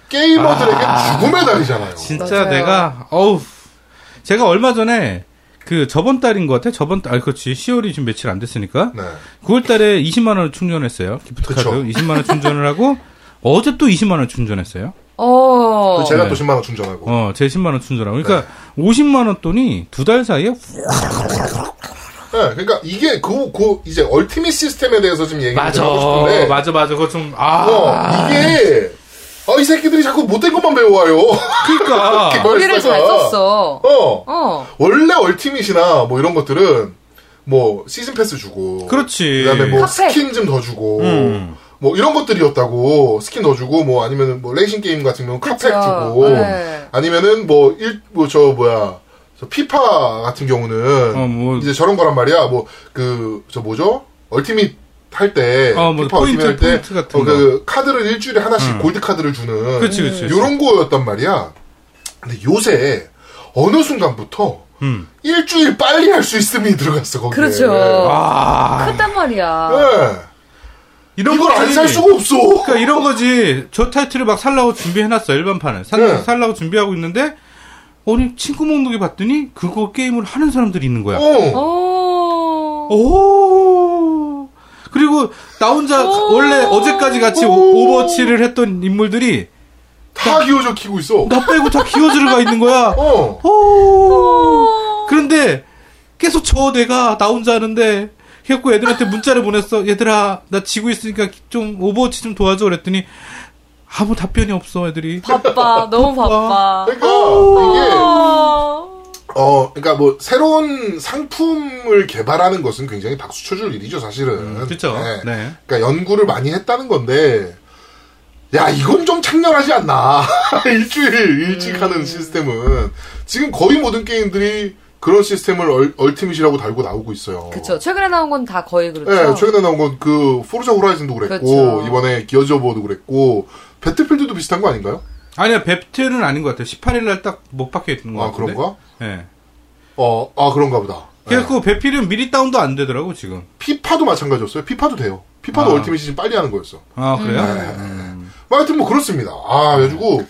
[SPEAKER 1] 게이머들에게 죽음의 달이잖아요.
[SPEAKER 2] 아. 진짜
[SPEAKER 3] 맞아요.
[SPEAKER 2] 내가 어우 제가 얼마 전에 그 저번 달인 것 같아 저번 달 아, 그렇지 10월이 지금 며칠 안 됐으니까
[SPEAKER 1] 네.
[SPEAKER 2] 9월달에 20만 원을 충전했어요 기프트 카드
[SPEAKER 1] 그쵸.
[SPEAKER 2] 20만 원 충전을 하고 어제 또 20만 원 충전했어요
[SPEAKER 3] 어.
[SPEAKER 1] 제가
[SPEAKER 2] 네.
[SPEAKER 1] 또 10만 원 충전하고
[SPEAKER 2] 어제 10만 원 충전하고 그러니까 50만 원 돈이 두 달 사이에
[SPEAKER 1] 네, 그러니까 이게 그, 그 이제 얼티밋 시스템에 대해서 지금 얘기를
[SPEAKER 2] 맞아
[SPEAKER 1] 하고 싶은데
[SPEAKER 2] 맞아 맞아 그거 좀아
[SPEAKER 1] 네. 어, 이게, 어, 이 새끼들이 자꾸 못된 것만 배워와요.
[SPEAKER 2] 그러니까
[SPEAKER 1] 개발사가.
[SPEAKER 3] 우리를 잘 썼어.
[SPEAKER 1] 어.
[SPEAKER 3] 어.
[SPEAKER 1] 원래 얼티밋이나 뭐 이런 것들은 뭐 시즌 패스 주고
[SPEAKER 2] 그렇지.
[SPEAKER 1] 그다음에 뭐
[SPEAKER 3] 카페.
[SPEAKER 1] 스킨 좀 더 주고
[SPEAKER 2] 음.
[SPEAKER 1] 뭐 이런 것들이었다고 스킨 더 주고 뭐 아니면 뭐 레이싱 게임 같은 경우 카팩
[SPEAKER 3] 그쵸.
[SPEAKER 1] 주고
[SPEAKER 3] 네.
[SPEAKER 1] 아니면은 뭐 일 뭐 저 뭐야 저 피파 같은 경우는
[SPEAKER 2] 어, 뭐.
[SPEAKER 1] 이제 저런 거란 말이야 뭐 그 저 뭐죠 얼티밋 할 때
[SPEAKER 2] 어, 뭐
[SPEAKER 1] 피파
[SPEAKER 2] 포인트,
[SPEAKER 1] 얼티밋 할
[SPEAKER 2] 포인트
[SPEAKER 1] 때
[SPEAKER 2] 같은 음.
[SPEAKER 1] 어, 그 카드를 일주일에 하나씩 골드 카드를 주는
[SPEAKER 2] 그치, 그치, 그치.
[SPEAKER 1] 요런 거였단 말이야 근데 요새 어느 순간부터
[SPEAKER 2] 음.
[SPEAKER 1] 일주일 빨리 할 수 있음이 들어갔어 거기에
[SPEAKER 3] 그렇죠.
[SPEAKER 1] 네.
[SPEAKER 3] 아.
[SPEAKER 2] 와.
[SPEAKER 3] 컸단 말이야.
[SPEAKER 1] 예.
[SPEAKER 2] 아, 이런
[SPEAKER 1] 이걸 안
[SPEAKER 2] 거지.
[SPEAKER 1] 살 수가 없어.
[SPEAKER 2] 그러니까 이런 거지. 저 타이틀을 막 살라고 준비해놨어 일반판을. 살,
[SPEAKER 1] 네.
[SPEAKER 2] 살라고 준비하고 있는데 어니 친구 목록에 봤더니 그거 게임을 하는 사람들이 있는 거야.
[SPEAKER 1] 어.
[SPEAKER 3] 오.
[SPEAKER 2] 오. 그리고 나 혼자 가-
[SPEAKER 3] 오.
[SPEAKER 2] 원래 어제까지 같이
[SPEAKER 1] 오.
[SPEAKER 2] 오, 버워치를 했던 인물들이
[SPEAKER 1] 다 기어져 키고 있어.
[SPEAKER 2] 나 빼고 다 기어즈를 가 있는 거야.
[SPEAKER 1] 어.
[SPEAKER 2] 오. 그런데 계속 저 내가 나 혼자 하는데 그래갖고 애들한테 문자를 보냈어. 얘들아 나 지고 있으니까 좀 오버워치 좀 도와줘 그랬더니 아무 답변이 없어 애들이.
[SPEAKER 3] 바빠. 너무 바빠.
[SPEAKER 1] 그러니까
[SPEAKER 3] 아.
[SPEAKER 1] 이게
[SPEAKER 3] 어.
[SPEAKER 1] 어 그러니까 뭐 새로운 상품을 개발하는 것은 굉장히 박수 쳐줄 일이죠 사실은.
[SPEAKER 2] 그렇죠.
[SPEAKER 1] 예.
[SPEAKER 2] 네.
[SPEAKER 1] 그러니까 연구를 많이 했다는 건데 야 이건 좀 창렬하지 않나 일주일 일찍
[SPEAKER 2] 음.
[SPEAKER 1] 하는 시스템은 지금 거의 모든 게임들이 그런 시스템을 얼, 얼티밋이라고 달고 나오고 있어요.
[SPEAKER 3] 그쵸. 최근에 나온 건 다 거의 그렇죠.
[SPEAKER 1] 예, 최근에 나온 건 그 포르자 호라이즌도 그랬고
[SPEAKER 3] 그렇죠.
[SPEAKER 1] 이번에 기어즈 오버도 그랬고 배틀필드도 비슷한 거 아닌가요?
[SPEAKER 2] 아니야, 배틀은 아닌 것 같아요. 18일 날 딱 목 박혀 있는 것
[SPEAKER 1] 아
[SPEAKER 2] 같은데.
[SPEAKER 1] 그런가?
[SPEAKER 2] 예.
[SPEAKER 1] 어, 아 그런가 보다. 예.
[SPEAKER 2] 그래서 배필은 미리 다운도 안 되더라고 지금.
[SPEAKER 1] 피파도 마찬가지였어요. 피파도 돼요. 피파도
[SPEAKER 2] 아.
[SPEAKER 1] 얼티밋이 지금 빨리 하는 거였어.
[SPEAKER 2] 아 그래요?
[SPEAKER 1] 음. 뭐 하여튼 뭐 그렇습니다. 아 가지고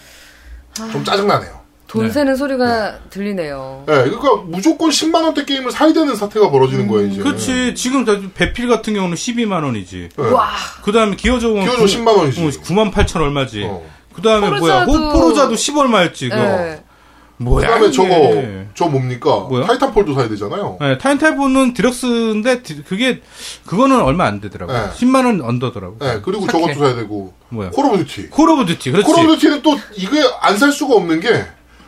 [SPEAKER 3] 아.
[SPEAKER 1] 좀 짜증나네요.
[SPEAKER 3] 돈
[SPEAKER 2] 네.
[SPEAKER 3] 세는 소리가 들리네요.
[SPEAKER 1] 예, 그러니까 무조건 10만 원대 게임을 사야 되는 사태가
[SPEAKER 3] 음,
[SPEAKER 1] 벌어지는 거예요 이제.
[SPEAKER 2] 그렇지. 지금 다 배필 같은 경우는 12만 원이지.
[SPEAKER 1] 예.
[SPEAKER 3] 와.
[SPEAKER 2] 그 다음에 기어조는
[SPEAKER 1] 기어조 10만 원이지.
[SPEAKER 2] 9만 8천 얼마지.
[SPEAKER 1] 어.
[SPEAKER 2] 그 다음에 뭐야?
[SPEAKER 3] 포르자도-
[SPEAKER 2] 호- 포르자도 10 얼마였지. 그거.
[SPEAKER 3] 예.
[SPEAKER 2] 뭐야?
[SPEAKER 1] 그다음에
[SPEAKER 2] 이게.
[SPEAKER 1] 저거 저 뭡니까?
[SPEAKER 2] 뭐야?
[SPEAKER 1] 타이탄폴도 사야 되잖아요.
[SPEAKER 2] 예, 타임타이포는 디럭스인데 디- 그게 그거는 얼마 안 되더라고.
[SPEAKER 1] 네.
[SPEAKER 2] 10만 원 언더더라고.
[SPEAKER 1] 예, 그리고
[SPEAKER 3] 착해.
[SPEAKER 1] 저것도 사야 되고
[SPEAKER 2] 네. 뭐야?
[SPEAKER 1] 콜 오브 듀티.
[SPEAKER 2] 콜 오브 듀티. 그렇지.
[SPEAKER 1] 콜 오브 듀티는 또 이게 안 살 수가 없는 게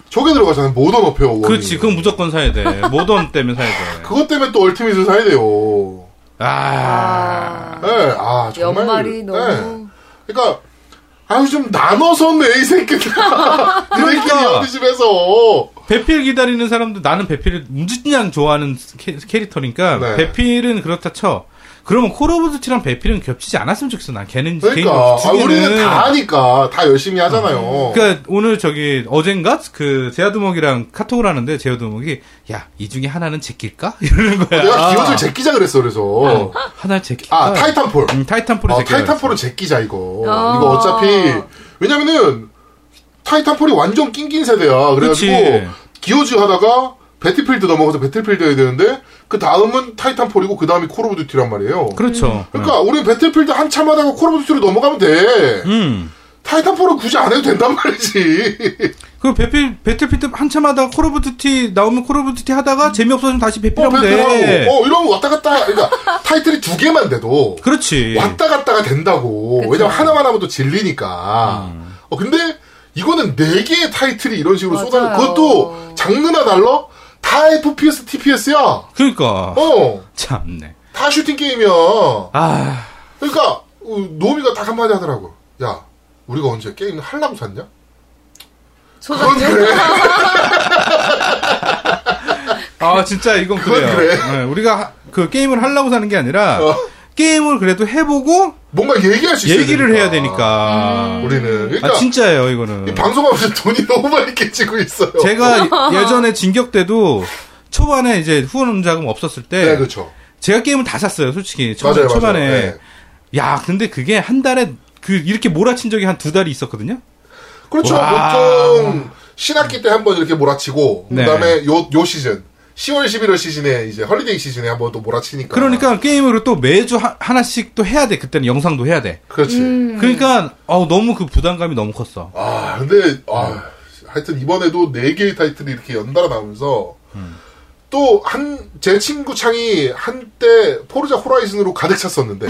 [SPEAKER 1] 저게 들어가잖아요. 모던 어페어 원.
[SPEAKER 2] 그렇지. 그건 무조건 사야 돼. 모던 때문에 사야 돼.
[SPEAKER 1] 그것 때문에 또 얼티밋을 사야 돼요.
[SPEAKER 2] 아.
[SPEAKER 1] 예, 아, 정말.
[SPEAKER 3] 연말이 너무.
[SPEAKER 1] 그러니까, 아유, 좀 나눠서 내, 이 새끼들아. 너희끼리
[SPEAKER 2] 그러니까.
[SPEAKER 1] 어디 집에서.
[SPEAKER 2] 배필 기다리는 사람들 나는 배필을 무진장 좋아하는 캐- 캐릭터니까
[SPEAKER 1] 네.
[SPEAKER 2] 배필은 그렇다 쳐. 그러면 콜 오브 듀티랑 배필은 겹치지 않았으면 좋겠어. 난 걔는
[SPEAKER 1] 그러니까.
[SPEAKER 2] 개인적으로
[SPEAKER 1] 아,
[SPEAKER 2] 두 개는
[SPEAKER 1] 우리는 다 하니까. 다 열심히 하잖아요.
[SPEAKER 2] 그러니까 오늘 저기 어젠가 그 제아두목이랑 카톡을 하는데 제아두목이 야 이 중에 하나는 제낄까 이러는 거야. 아,
[SPEAKER 1] 내가 기어을 제끼자 그랬어, 그래서.
[SPEAKER 2] 하나 제낄까.
[SPEAKER 1] 아, 타이탄폴.
[SPEAKER 2] 음, 타이탄폴을
[SPEAKER 1] 아,
[SPEAKER 2] 제끼자
[SPEAKER 1] 타이탄폴은 제끼자, 이거.
[SPEAKER 3] 아.
[SPEAKER 1] 이거 어차피. 왜냐면은, 타이탄폴이 완전 낑긴 세대야. 그래가지고,
[SPEAKER 2] 그치.
[SPEAKER 1] 기어즈 하다가, 배틀필드 넘어가서 배틀필드 해야 되는데, 그 다음은 타이탄폴이고, 그 다음이 콜 오브 듀티란 말이에요.
[SPEAKER 2] 그랬어. 그렇죠.
[SPEAKER 1] 그러니까 우리 배틀필드 한참 하다가 콜 오브 듀티로 넘어가면 돼.
[SPEAKER 2] 음.
[SPEAKER 1] 타이탄폴은 굳이 안 해도 된단 말이지.
[SPEAKER 2] 그 배필 배틀필드 한참 하다가 콜 오브 듀티 나오면 콜 오브 듀티 하다가 재미없어지면 다시
[SPEAKER 1] 어,
[SPEAKER 2] 배필하면 돼.
[SPEAKER 1] 배틀하고. 어, 이러면 왔다 갔다. 그러니까 타이틀이 두 개만 돼도
[SPEAKER 2] 그렇지.
[SPEAKER 1] 왔다 갔다가 된다고.
[SPEAKER 3] 그쵸.
[SPEAKER 1] 왜냐면 하나만 하면 또 질리니까.
[SPEAKER 2] 음.
[SPEAKER 1] 어, 근데 이거는 네 개의 타이틀이 이런 식으로
[SPEAKER 3] 맞아요.
[SPEAKER 1] 쏟아. 그것도 장르나 달라? 다 FPS, TPS야.
[SPEAKER 2] 그러니까
[SPEAKER 1] 어,
[SPEAKER 2] 참네.
[SPEAKER 1] 다 슈팅 게임이야.
[SPEAKER 2] 아.
[SPEAKER 1] 그러니까 어, 노미가 딱 한마디 하더라고. 야, 우리가 언제 게임 하려고 샀냐?
[SPEAKER 3] 소장님.
[SPEAKER 2] 아 진짜 이건
[SPEAKER 1] 그건
[SPEAKER 2] 그래요.
[SPEAKER 1] 그래.
[SPEAKER 2] 네, 우리가 하- 그 게임을 하려고 사는 게 아니라
[SPEAKER 1] 어.
[SPEAKER 2] 게임을 그래도 해보고
[SPEAKER 1] 뭔가 얘기할 수 있어야
[SPEAKER 2] 얘기를 해야 되니까.
[SPEAKER 1] 우리는 그러니까
[SPEAKER 2] 아 진짜예요
[SPEAKER 1] 이
[SPEAKER 2] 이거는.
[SPEAKER 1] 방송하면서 돈이 너무 많이 깨지고 있어요.
[SPEAKER 2] 제가 예전에 진격 때도 초반에 이제 후원 자금 없었을 때
[SPEAKER 1] 네, 그렇죠.
[SPEAKER 2] 제가 게임을 다 샀어요 솔직히 초,
[SPEAKER 1] 맞아요,
[SPEAKER 2] 초반에.
[SPEAKER 1] 맞아요. 네.
[SPEAKER 2] 야 근데 그게 한 달에 그 이렇게 몰아친 적이 한 두 달이 있었거든요.
[SPEAKER 1] 그렇죠.
[SPEAKER 2] 와.
[SPEAKER 1] 보통 신학기 때 한 번 이렇게 몰아치고
[SPEAKER 2] 네.
[SPEAKER 1] 그다음에 요 요 시즌 10월 11월 시즌에 이제 헐리데이 시즌에 한 번 또 몰아치니까.
[SPEAKER 2] 그러니까 게임으로 또 매주 하, 하나씩 또 해야 돼. 그때는 영상도 해야 돼.
[SPEAKER 1] 그렇지.
[SPEAKER 3] 음.
[SPEAKER 2] 그러니까 어 너무 그 부담감이 너무 컸어.
[SPEAKER 1] 아 근데 아 하여튼 이번에도 네 개의 타이틀이 이렇게 연달아 나오면서 또 한 제 친구 창이 한때 포르자 호라이즌으로 가득 찼었는데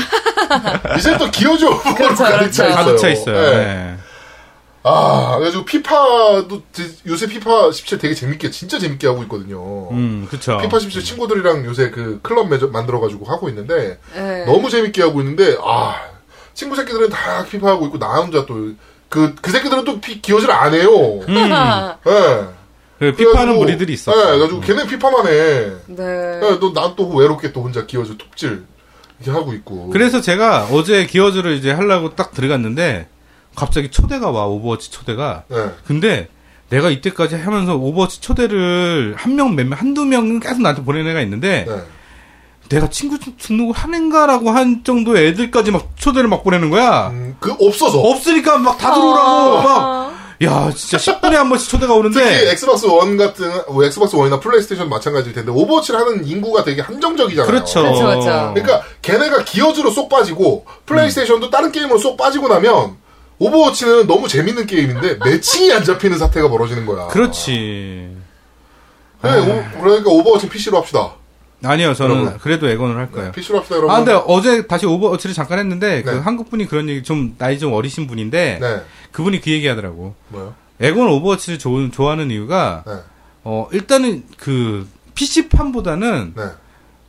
[SPEAKER 1] 이제 또 기어즈 오버로
[SPEAKER 3] 그렇죠,
[SPEAKER 1] 가득 차
[SPEAKER 3] 그렇죠.
[SPEAKER 1] 있어요.
[SPEAKER 2] 가득 차 있어요.
[SPEAKER 1] 네.
[SPEAKER 2] 네.
[SPEAKER 1] 아, 그래가지고 피파도 제- 요새 피파 17 되게 재밌게 진짜 재밌게 하고 있거든요.
[SPEAKER 2] 음, 그쵸.
[SPEAKER 1] 피파 17 친구들이랑 요새 그 클럽 매저, 만들어가지고 하고 있는데
[SPEAKER 3] 네.
[SPEAKER 1] 너무 재밌게 하고 있는데 아 친구 새끼들은 다 피파 하고 있고 나 혼자 또 그 그 새끼들은 또 피, 기어질 안 해요. 예.
[SPEAKER 2] 그
[SPEAKER 1] 그래가지고-
[SPEAKER 2] 피파는 무리들이 있어. 음.
[SPEAKER 1] 예, 그래가지고 걔네 피파만 해.
[SPEAKER 3] 네.
[SPEAKER 1] 예, 너난또 외롭게 또 혼자 기어져 톱질 이렇게 하고 있고.
[SPEAKER 2] 그래서 제가 어제 기어즈를 이제 하려고 딱 들어갔는데 갑자기 초대가 와 오버워치 초대가
[SPEAKER 1] 예.
[SPEAKER 2] 근데 내가 이때까지 하면서 오버워치 초대를 한 명 몇 명 한두 명은 계속 나한테 보낸 애가 있는데
[SPEAKER 1] 네.
[SPEAKER 2] 내가 친구 등록을 하는가라고 한 정도의 애들까지 막 초대를 막 보내는 거야
[SPEAKER 1] 음, 그 없어서.
[SPEAKER 2] 없으니까 막 다 들어오라고 막 야 진짜 10분에 한 번씩 초대가
[SPEAKER 1] 특히
[SPEAKER 2] 오는데
[SPEAKER 1] 엑스박스 원 같은 뭐 엑스박스 원이나 플레이스테이션 마찬가지일 텐데 오버워치를 하는 인구가 되게 한정적이잖아요.
[SPEAKER 2] 그렇죠
[SPEAKER 3] 그렇죠, 그렇죠.
[SPEAKER 1] 그러니까 걔네가 기어즈로 쏙 빠지고
[SPEAKER 2] 음.
[SPEAKER 1] 플레이스테이션도 다른 게임으로 쏙 빠지고 나면 오버워치는 너무 재밌는 게임인데 매칭이 안 잡히는 사태가 벌어지는 거야.
[SPEAKER 2] 그렇지 아.
[SPEAKER 1] 네, 오- 그러니까 오버워치 PC로 합시다.
[SPEAKER 2] 아니요 저는
[SPEAKER 1] 여러분.
[SPEAKER 2] 그래도 애건을 할 거예요
[SPEAKER 1] PC로 합시다 여러분.
[SPEAKER 2] 아, 근데 어제 다시 오버워치를 잠깐 했는데, 그
[SPEAKER 1] 네.
[SPEAKER 2] 한국 분이 그런 얘기, 좀, 나이 좀 어리신 분인데,
[SPEAKER 1] 네.
[SPEAKER 2] 그분이 그 얘기 하더라고.
[SPEAKER 1] 뭐요?
[SPEAKER 2] 에곤 오버워치를 좋은- 좋아하는 이유가,
[SPEAKER 1] 네.
[SPEAKER 2] 어, 일단은 그, PC판보다는
[SPEAKER 1] 네.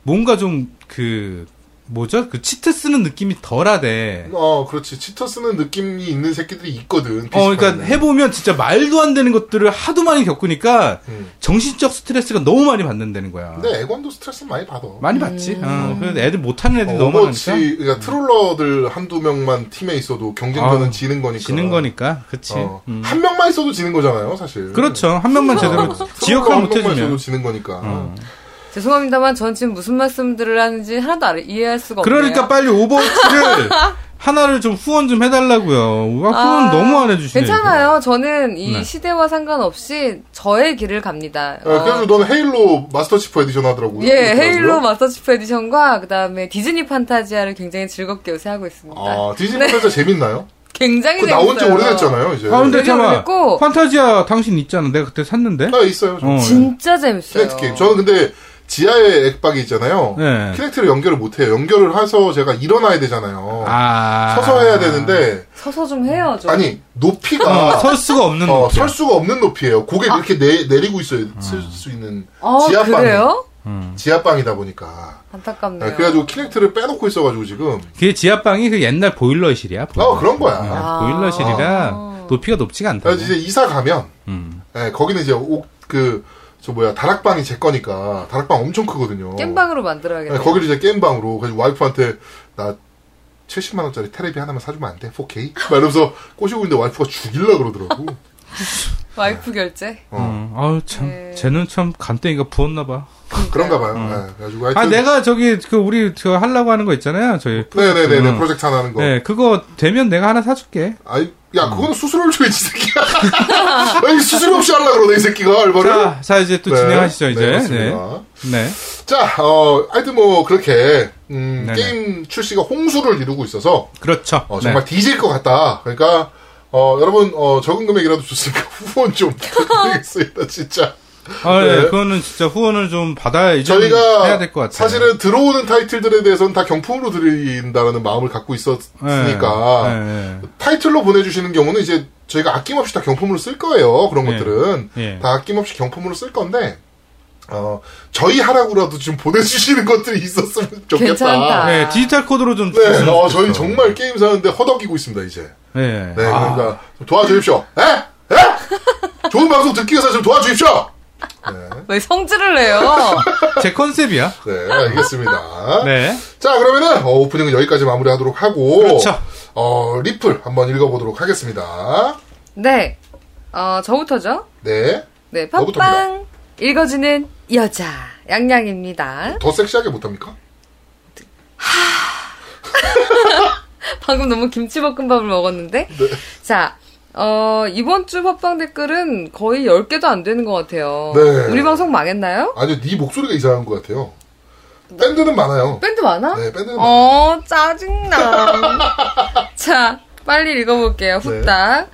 [SPEAKER 2] 뭔가 좀 그, 뭐죠? 그 치트 쓰는 느낌이 덜하대.
[SPEAKER 1] 어, 그렇지. 치터 쓰는 느낌이 있는 새끼들이 있거든.
[SPEAKER 2] 어, 그러니까
[SPEAKER 1] PC판에는.
[SPEAKER 2] 해보면 진짜 말도 안 되는 것들을 하도 많이 겪으니까,
[SPEAKER 1] 음.
[SPEAKER 2] 정신적 스트레스가 너무 많이 받는다는 거야.
[SPEAKER 1] 근데 에건도 스트레스 많이 받아.
[SPEAKER 2] 많이 받지?
[SPEAKER 3] 음.
[SPEAKER 2] 어, 그래서 애들 못하는 애들이
[SPEAKER 1] 어,
[SPEAKER 2] 너무
[SPEAKER 1] 오버워치
[SPEAKER 2] 많으니까.
[SPEAKER 1] 그러니까 트롤러들 한두 명만 팀에 있어도 경쟁전은
[SPEAKER 2] 아유,
[SPEAKER 1] 지는 거니까.
[SPEAKER 2] 지는 거니까, 그치.
[SPEAKER 1] 어.
[SPEAKER 2] 음.
[SPEAKER 1] 한 명만 있어도 지는 거잖아요, 사실.
[SPEAKER 2] 그렇죠. 한 명만 제대로 지역화
[SPEAKER 1] 지역화 한
[SPEAKER 2] 못
[SPEAKER 1] 명만 있어도
[SPEAKER 2] 해주면.
[SPEAKER 1] 지는 거니까.
[SPEAKER 3] 죄송합니다만 전 지금 무슨 말씀들을 하는지 하나도 알- 이해할 수가 없네요.
[SPEAKER 2] 그러니까 빨리 오버워치를 하나를 좀 후원 좀 해달라고요. 와, 후원
[SPEAKER 3] 아,
[SPEAKER 2] 너무 안 해주시네.
[SPEAKER 3] 괜찮아요. 저는 이
[SPEAKER 2] 네.
[SPEAKER 3] 시대와 상관없이 저의 길을 갑니다.
[SPEAKER 1] 어, 그래서 너는 헤일로 마스터 치프 에디션 하더라고. 요
[SPEAKER 3] 아. 예, 헤일로 마스터치프 에디션과 그다음에 디즈니 판타지아를 굉장히 즐겁게 요새 하고 있습니다.
[SPEAKER 1] 아, 디즈니 판타지 재밌나요?
[SPEAKER 3] 굉장히
[SPEAKER 1] 그 나온 지
[SPEAKER 3] 네. 재밌어요.
[SPEAKER 1] 오래됐잖아요, 이제.
[SPEAKER 2] 아, 근데
[SPEAKER 3] 되게
[SPEAKER 2] 잠깐만.
[SPEAKER 3] 어렵고.
[SPEAKER 2] 판타지아 당신 있잖아. 내가 그때 샀는데.
[SPEAKER 1] 나 있어요, 저.
[SPEAKER 2] 어,
[SPEAKER 3] 진짜 재밌어요.
[SPEAKER 1] 스 게임. 저는 네. 근데 지하에 액박이 있잖아요.
[SPEAKER 2] 네.
[SPEAKER 1] 키넥트를 연결을 못 해요. 연결을 해서 제가 일어나야 되잖아요.
[SPEAKER 2] 아.
[SPEAKER 1] 서서 해야 되는데
[SPEAKER 3] 서서 좀 해요, 좀.
[SPEAKER 1] 아니
[SPEAKER 2] 어,
[SPEAKER 1] 높이가
[SPEAKER 2] 설 수가 없는. 음.
[SPEAKER 1] 어,
[SPEAKER 2] 느낌.
[SPEAKER 1] 설 수가 없는 높이에요. 고개 이렇게 내, 내리고 있어야 쓸 수 있는
[SPEAKER 3] 어,
[SPEAKER 1] 지하방
[SPEAKER 3] 아. 그래요?
[SPEAKER 2] 음.
[SPEAKER 1] 지하방이다 보니까
[SPEAKER 3] 안타깝네요.
[SPEAKER 1] 네, 그래가지고 키넥트를 빼놓고 있어가지고 지금
[SPEAKER 2] 그게 지하방이 그 옛날 보일러실이야.
[SPEAKER 1] 어 그런
[SPEAKER 2] 네,
[SPEAKER 1] 거야.
[SPEAKER 3] 아.
[SPEAKER 1] 아,
[SPEAKER 2] 보일러실이라 높이가 높지가 않다.
[SPEAKER 1] 그래서 이제 이사 가면
[SPEAKER 2] 음.
[SPEAKER 1] 네, 거기는 이제 옥그저 뭐야 다락방이 제 거니까 다락방 엄청 크거든요.
[SPEAKER 3] 겜방으로
[SPEAKER 1] 네,
[SPEAKER 3] 만들어야겠다.
[SPEAKER 1] 거기를 이제 게임방으로 그래서 와이프한테 나 70만 원짜리 테레비 하나만 사주면 안 돼? 4K? 막 이러면서 꼬시고 있는데 와이프가 죽일라 그러더라고.
[SPEAKER 3] 와이프 결제.
[SPEAKER 2] 음, 아우 참,
[SPEAKER 3] 네.
[SPEAKER 2] 쟤는 참 간땡이가 부었나 봐.
[SPEAKER 1] 그런가 봐요. 네, 그래가지고 하여튼
[SPEAKER 2] 아, 내가 저기 그 우리 저 하려고 하는 거 있잖아요. 저희
[SPEAKER 1] 네네네 네,
[SPEAKER 2] 음.
[SPEAKER 1] 프로젝트 하나 하는 거.
[SPEAKER 2] 네, 그거 되면 내가 하나 사줄게.
[SPEAKER 1] 아이,
[SPEAKER 2] 음.
[SPEAKER 1] 야, 그거는 수수료를 줘야지, 이 새끼야. 아니, 수수료 없이 하려고 그러네, 이 새끼가, 알바를.
[SPEAKER 2] 자, 자 이제 또
[SPEAKER 1] 네.
[SPEAKER 2] 진행하시죠 이제.
[SPEAKER 1] 네,
[SPEAKER 2] 네.
[SPEAKER 1] 맞습니다.
[SPEAKER 2] 네.
[SPEAKER 1] 자, 어, 하여튼 뭐, 그렇게, 음,
[SPEAKER 2] 네네.
[SPEAKER 1] 게임 출시가 홍수를 이루고 있어서,
[SPEAKER 2] 그렇죠.
[SPEAKER 1] 어, 정말 뒤질 것 같다. 그러니까, 어, 여러분, 어, 적은 금액이라도 줬으니까 후원 좀 부탁드리겠습니다, 진짜.
[SPEAKER 2] 네. 아, 네.
[SPEAKER 1] 네.
[SPEAKER 2] 그거는 진짜 후원을 좀 받아야 이제
[SPEAKER 1] 저희가
[SPEAKER 2] 해야 될 것 같아요.
[SPEAKER 1] 사실은 들어오는 타이틀들에 대해서는 다 경품으로 드린다라는 마음을 갖고 있었으니까
[SPEAKER 2] 네, 네, 네.
[SPEAKER 1] 타이틀로 보내주시는 경우는 이제 저희가 아낌없이 다 경품으로 쓸 거예요. 그런
[SPEAKER 2] 예.
[SPEAKER 1] 것들은
[SPEAKER 2] 예.
[SPEAKER 1] 다 아낌없이 경품으로 쓸 건데 어 저희 하라고라도 좀 보내주시는 것들이 있었으면 좋겠다.
[SPEAKER 3] 괜찮다.
[SPEAKER 2] 네, 디지털 코드로 좀.
[SPEAKER 1] 네,
[SPEAKER 2] 주셨으면
[SPEAKER 1] 어,
[SPEAKER 2] 좋겠어요.
[SPEAKER 1] 저희 정말 게임 사는데 허덕이고 있습니다 이제.
[SPEAKER 2] 네.
[SPEAKER 1] 네,
[SPEAKER 2] 그렇죠. 아,
[SPEAKER 1] 그러니까 좀 도와주십시오. 에? 에? 좋은 방송 듣기 위해서 좀 도와주십시오.
[SPEAKER 3] 왜 성질을 내요?
[SPEAKER 2] 제 컨셉이야.
[SPEAKER 1] 네, 알겠습니다.
[SPEAKER 2] 네.
[SPEAKER 1] 자, 그러면은 어, 오프닝은 여기까지 마무리하도록 하고
[SPEAKER 2] 그렇죠.
[SPEAKER 1] 어 리플 한번 읽어보도록 하겠습니다.
[SPEAKER 3] 네. 어, 저부터죠?
[SPEAKER 1] 네,
[SPEAKER 3] 네,
[SPEAKER 1] 너부터입니다.
[SPEAKER 3] 팝빵. 읽어주는 여자. 양양입니다.
[SPEAKER 1] 더 섹시하게 못합니까?
[SPEAKER 3] 방금 너무 김치볶음밥을 먹었는데.
[SPEAKER 1] 네.
[SPEAKER 3] 자, 어, 이번 주 팝빵 댓글은 거의 10개도 안 되는 것 같아요.
[SPEAKER 1] 네.
[SPEAKER 3] 우리 방송 망했나요?
[SPEAKER 1] 아니요, 네 목소리가 이상한 것 같아요. 밴드는 많아요.
[SPEAKER 3] 밴드 많아?
[SPEAKER 1] 네, 밴드는 많아요.
[SPEAKER 3] 어, 짜증나. 자, 빨리
[SPEAKER 1] 네.
[SPEAKER 3] 읽어볼게요. 후딱.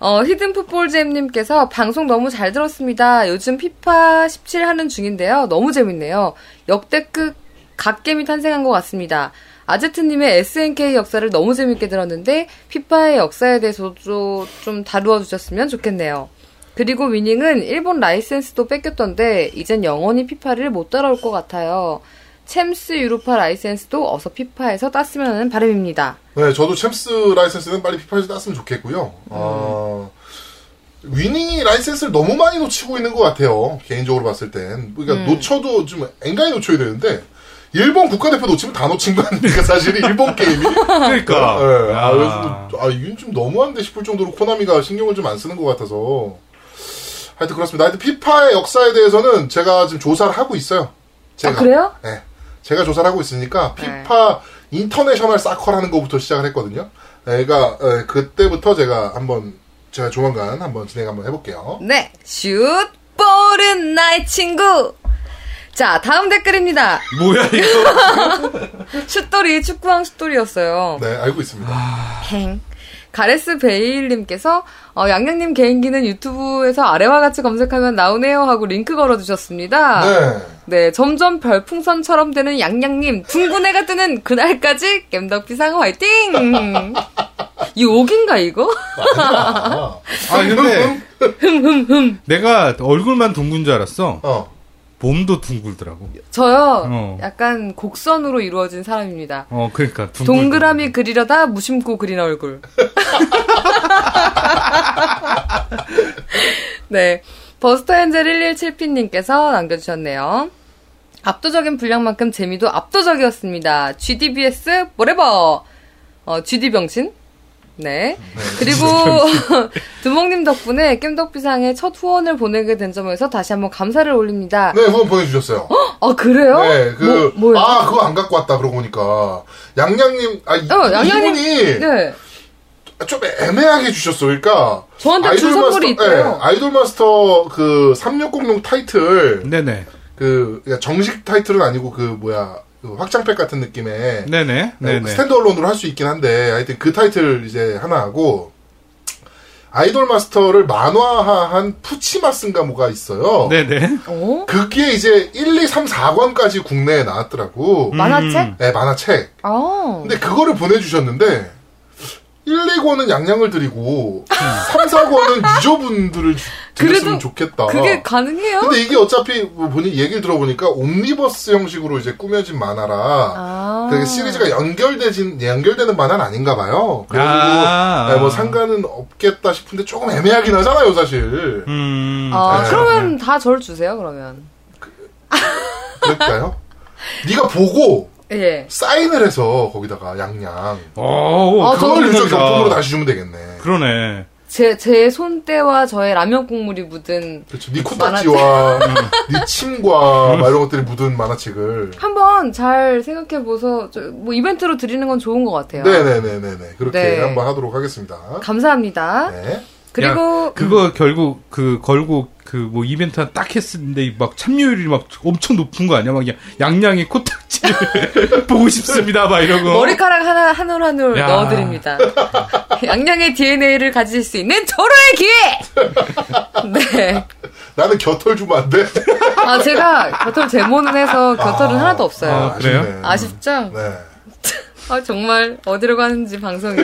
[SPEAKER 3] 어, 히든 풋볼잼님께서 방송 너무 잘 들었습니다. 요즘 피파 17 하는 중인데요. 너무 재밌네요. 역대급 갓겜이 탄생한 것 같습니다. 아제트님의 SNK 역사를 너무 재밌게 들었는데 피파의 역사에 대해서도 좀 다루어 주셨으면 좋겠네요. 그리고 위닝은 일본 라이센스도 뺏겼던데 이젠 영원히 피파를 못 따라올 것 같아요. 챔스 유로파 라이센스도 어서 피파에서 땄으면 하는 바람입니다. 아,
[SPEAKER 1] 네, 저도 챔스 라이센스는 빨리 피파에서 땄으면 좋겠고요.
[SPEAKER 3] 음.
[SPEAKER 1] 아, 위닝이 라이센스를 너무 많이 놓치고 있는 것 같아요. 개인적으로 봤을 땐.
[SPEAKER 3] 음.
[SPEAKER 1] 그러니까 놓쳐도 좀 앵간히 놓쳐야 되는데, 일본 국가대표 놓치면 다 놓친 거 아닙니까? 사실이 일본 게임이.
[SPEAKER 2] 그러니까.
[SPEAKER 1] 예, 아,
[SPEAKER 2] 아.
[SPEAKER 1] 그래서, 아, 이건 좀 너무한데 싶을 정도로 코나미가 신경을 좀 안 쓰는 것 같아서. 하여튼 그렇습니다. 하여튼 피파의 역사에 대해서는 제가 지금 조사를 하고 있어요. 제가.
[SPEAKER 3] 아, 그래요?
[SPEAKER 1] 네. 제가 조사를 하고 있으니까
[SPEAKER 3] 네.
[SPEAKER 1] 피파 인터내셔널 사커라는 것부터 시작을 했거든요. 네, 그러니까 예, 그때부터 제가 한번 제가 조만간 한번 진행 한번 해볼게요.
[SPEAKER 3] 네, 슛 볼은 나의 친구. 자, 다음 댓글입니다.
[SPEAKER 2] 뭐야, 이거.
[SPEAKER 3] 슛돌이 축구왕 슛돌이었어요.
[SPEAKER 1] 네, 알고
[SPEAKER 3] 아.
[SPEAKER 1] 있습니다.
[SPEAKER 3] 행. 가레스 베일님께서 어, 양양님 개인기는 유튜브에서 아래와 같이 검색하면 나오네요 하고 링크 걸어주셨습니다.
[SPEAKER 1] 네.
[SPEAKER 3] 네, 점점 별풍선처럼 되는 양양님 둥근 해가 뜨는 그날까지 겜덕비상 화이팅! 이 옥인가 이거?
[SPEAKER 1] 아,
[SPEAKER 2] 아, 근데 내가 얼굴만 둥근 줄 알았어.
[SPEAKER 1] 어.
[SPEAKER 2] 몸도 둥글더라고.
[SPEAKER 3] 저요
[SPEAKER 2] 어.
[SPEAKER 3] 약간 곡선으로 이루어진 사람입니다.
[SPEAKER 2] 어, 그러니까. 둥글
[SPEAKER 3] 동그라미 그리려다 무심코 그린 얼굴. 네. 버스터엔젤 117P님께서 남겨주셨네요. 압도적인 분량만큼 재미도 압도적이었습니다. GDBS, 뭐래버! 어, GD병신? 네. 그리고 두목님 덕분에 겜덕비상의 첫 후원을 보내게 된 점에서 다시 한번 감사를 올립니다.
[SPEAKER 1] 네, 후원 보내주셨어요.
[SPEAKER 3] 아, 그래요?
[SPEAKER 1] 네, 그,
[SPEAKER 3] 뭐, 뭐예요?
[SPEAKER 1] 아, 그거 안 갖고 왔다, 그러고 보니까. 양양님, 아, 이,
[SPEAKER 3] 어, 양양님.
[SPEAKER 1] 이분이
[SPEAKER 3] 네.
[SPEAKER 1] 좀 애매하게 주셨어. 그러니까. 네,
[SPEAKER 3] 저한테 준 선물이 있대요.
[SPEAKER 1] 아이돌 마스터 그 3600 타이틀,
[SPEAKER 2] 네네.
[SPEAKER 1] 그, 그러니까 정식 타이틀은 아니고 그, 뭐야, 그 확장팩 같은 느낌의
[SPEAKER 2] 네네. 네네.
[SPEAKER 1] 스탠드 언론으로 할 수 있긴 한데, 하여튼 그 타이틀 이제 하나 하고, 아이돌 마스터를 만화화한 푸치마스인가 뭐가 있어요.
[SPEAKER 2] 네네.
[SPEAKER 3] 어?
[SPEAKER 1] 그게 이제 1, 2, 3, 4권까지 국내에 나왔더라고.
[SPEAKER 3] 만화책?
[SPEAKER 1] 네, 만화책.
[SPEAKER 3] 아.
[SPEAKER 1] 근데 그거를 보내주셨는데 1, 2권은 양양을 드리고 3, 4권은 유저분들을 주- 드렸으면
[SPEAKER 3] 그래도
[SPEAKER 1] 좋겠다.
[SPEAKER 3] 그게 가능해요?
[SPEAKER 1] 근데 이게 어차피 뭐 본인 얘기를 들어보니까 옴니버스 형식으로 이제 꾸며진 만화라
[SPEAKER 3] 아.
[SPEAKER 1] 그 시리즈가 연결되진 연결되는 만화는 아닌가 봐요. 그리고
[SPEAKER 2] 아.
[SPEAKER 1] 네, 뭐 상관은 없겠다 싶은데 조금 애매하긴 하잖아요, 사실.
[SPEAKER 2] 음.
[SPEAKER 3] 아,
[SPEAKER 1] 네.
[SPEAKER 3] 그러면 다 저를 주세요, 그러면.
[SPEAKER 1] 그럴까요? 네가 보고
[SPEAKER 3] 예.
[SPEAKER 1] 사인을 해서 거기다가 양양
[SPEAKER 2] 어,
[SPEAKER 3] 아,
[SPEAKER 1] 그걸
[SPEAKER 2] 그건
[SPEAKER 1] 유저
[SPEAKER 2] 그러니까.
[SPEAKER 1] 경품으로 다시 주면 되겠네.
[SPEAKER 2] 그러네.
[SPEAKER 3] 제, 제 손때와 저의 라면 국물이 묻은.
[SPEAKER 1] 그렇죠. 네 코딱지와 네 침과 막 이런 것들이 묻은 만화책을.
[SPEAKER 3] 한번 잘 생각해보서, 저- 뭐, 이벤트로 드리는 건 좋은 것 같아요.
[SPEAKER 1] 네네네네네. 그렇게
[SPEAKER 3] 네.
[SPEAKER 1] 한번 하도록 하겠습니다.
[SPEAKER 3] 감사합니다.
[SPEAKER 1] 네.
[SPEAKER 3] 그리고, 음.
[SPEAKER 2] 그거 결국 그 걸고 그 뭐 이벤트 하나 딱 했는데 막 참여율이 막 엄청 높은 거 아니야? 막 야- 양양이 코딱지 보고 싶습니다. 막 이러고.
[SPEAKER 3] 머리카락 하나, 한 올 한 올
[SPEAKER 2] 야.
[SPEAKER 3] 넣어드립니다. 양양의 DNA를 가질 수 있는 절호의 기회! 네.
[SPEAKER 1] 나는 겨털 주면 안 돼?
[SPEAKER 3] 아, 제가 겨털 제모는 해서 겨털은 하나도 없어요.
[SPEAKER 2] 아, 그래요?
[SPEAKER 1] 아쉽네.
[SPEAKER 3] 아쉽죠?
[SPEAKER 1] 네.
[SPEAKER 3] 아, 정말 어디로 가는지 방송이.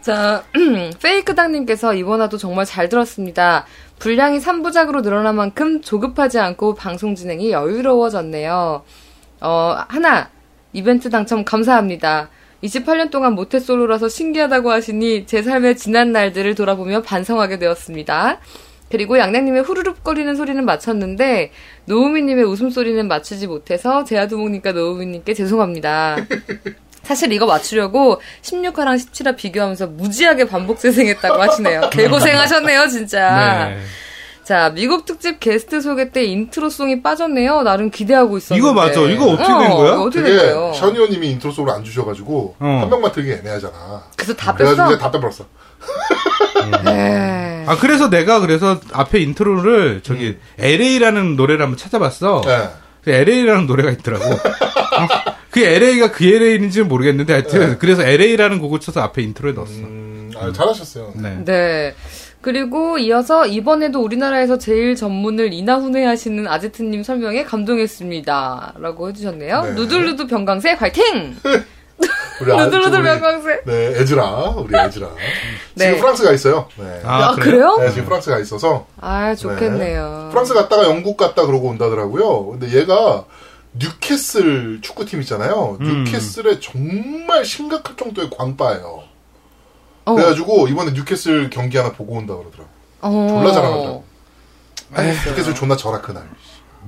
[SPEAKER 3] 자, 페이크당님께서 이번화도 정말 잘 들었습니다. 분량이 3부작으로 늘어난 만큼 조급하지 않고 방송 진행이 여유로워졌네요. 어, 하나, 이벤트 당첨 감사합니다. 28년 동안 모태솔로라서 신기하다고 하시니 제 삶의 지난 날들을 돌아보며 반성하게 되었습니다. 그리고 양양님의 후루룩거리는 소리는 맞췄는데 노우미님의 웃음소리는 맞추지 못해서 제아두목님과 노우미님께 죄송합니다. 사실 이거 맞추려고 16화랑 17화 비교하면서 무지하게 반복 재생했다고 하시네요. 개고생하셨네요, 진짜.
[SPEAKER 2] 네.
[SPEAKER 3] 자, 미국 특집 게스트 소개 때 인트로송이 빠졌네요. 나름 기대하고 있었는데.
[SPEAKER 2] 이거 맞아. 이거 어떻게 된
[SPEAKER 3] 어,
[SPEAKER 2] 거야?
[SPEAKER 3] 이거 어떻게 된
[SPEAKER 1] 되게
[SPEAKER 3] 거예요?
[SPEAKER 1] 션이오님이 인트로 속으로 안 주셔가지고
[SPEAKER 2] 어.
[SPEAKER 1] 한 명만 들기 애매하잖아.
[SPEAKER 3] 그래서 다
[SPEAKER 1] 그래가지고
[SPEAKER 3] 뺐어?
[SPEAKER 1] 이제 다 빼버렸어.
[SPEAKER 3] 네.
[SPEAKER 2] 아 그래서 내가 그래서 앞에 인트로를 저기
[SPEAKER 3] 음.
[SPEAKER 2] LA라는 노래를 한번 찾아봤어.
[SPEAKER 1] 네.
[SPEAKER 2] LA라는 노래가 있더라고. 어? 그 LA가 그 LA인지는 모르겠는데 하여튼
[SPEAKER 3] 네.
[SPEAKER 2] 그래서 LA라는 곡을 쳐서 앞에 인트로에 넣었어.
[SPEAKER 1] 음, 아, 잘하셨어요.
[SPEAKER 2] 네.
[SPEAKER 3] 네. 그리고 이어서 이번에도 우리나라에서 제일 전문을 이나훈에 하시는 아제트님 설명에 감동했습니다. 라고 해주셨네요.
[SPEAKER 1] 네.
[SPEAKER 3] 누들누드 병강세 화이팅!
[SPEAKER 1] 우리 아-
[SPEAKER 3] 루들루들
[SPEAKER 1] 우리-
[SPEAKER 3] 명광세.
[SPEAKER 1] 네, 에즈라. 우리 에즈라.
[SPEAKER 3] 네.
[SPEAKER 1] 지금 프랑스가 있어요. 네.
[SPEAKER 3] 아, 그래요?
[SPEAKER 1] 네, 지금 프랑스가 있어서.
[SPEAKER 3] 아,
[SPEAKER 1] 네.
[SPEAKER 3] 좋겠네요.
[SPEAKER 1] 프랑스 갔다가 영국 갔다 그러고 온다더라고요. 근데 얘가 뉴캐슬 축구팀 있잖아요.
[SPEAKER 2] 음.
[SPEAKER 1] 뉴캐슬에 정말 심각할 정도의 광빠예요.
[SPEAKER 3] 어.
[SPEAKER 1] 그래가지고 이번에 뉴캐슬 경기 하나 보고 온다 그러더라고.
[SPEAKER 3] 어.
[SPEAKER 1] 졸라 잘하더라고. 뉴캐슬 존나 절하 그날.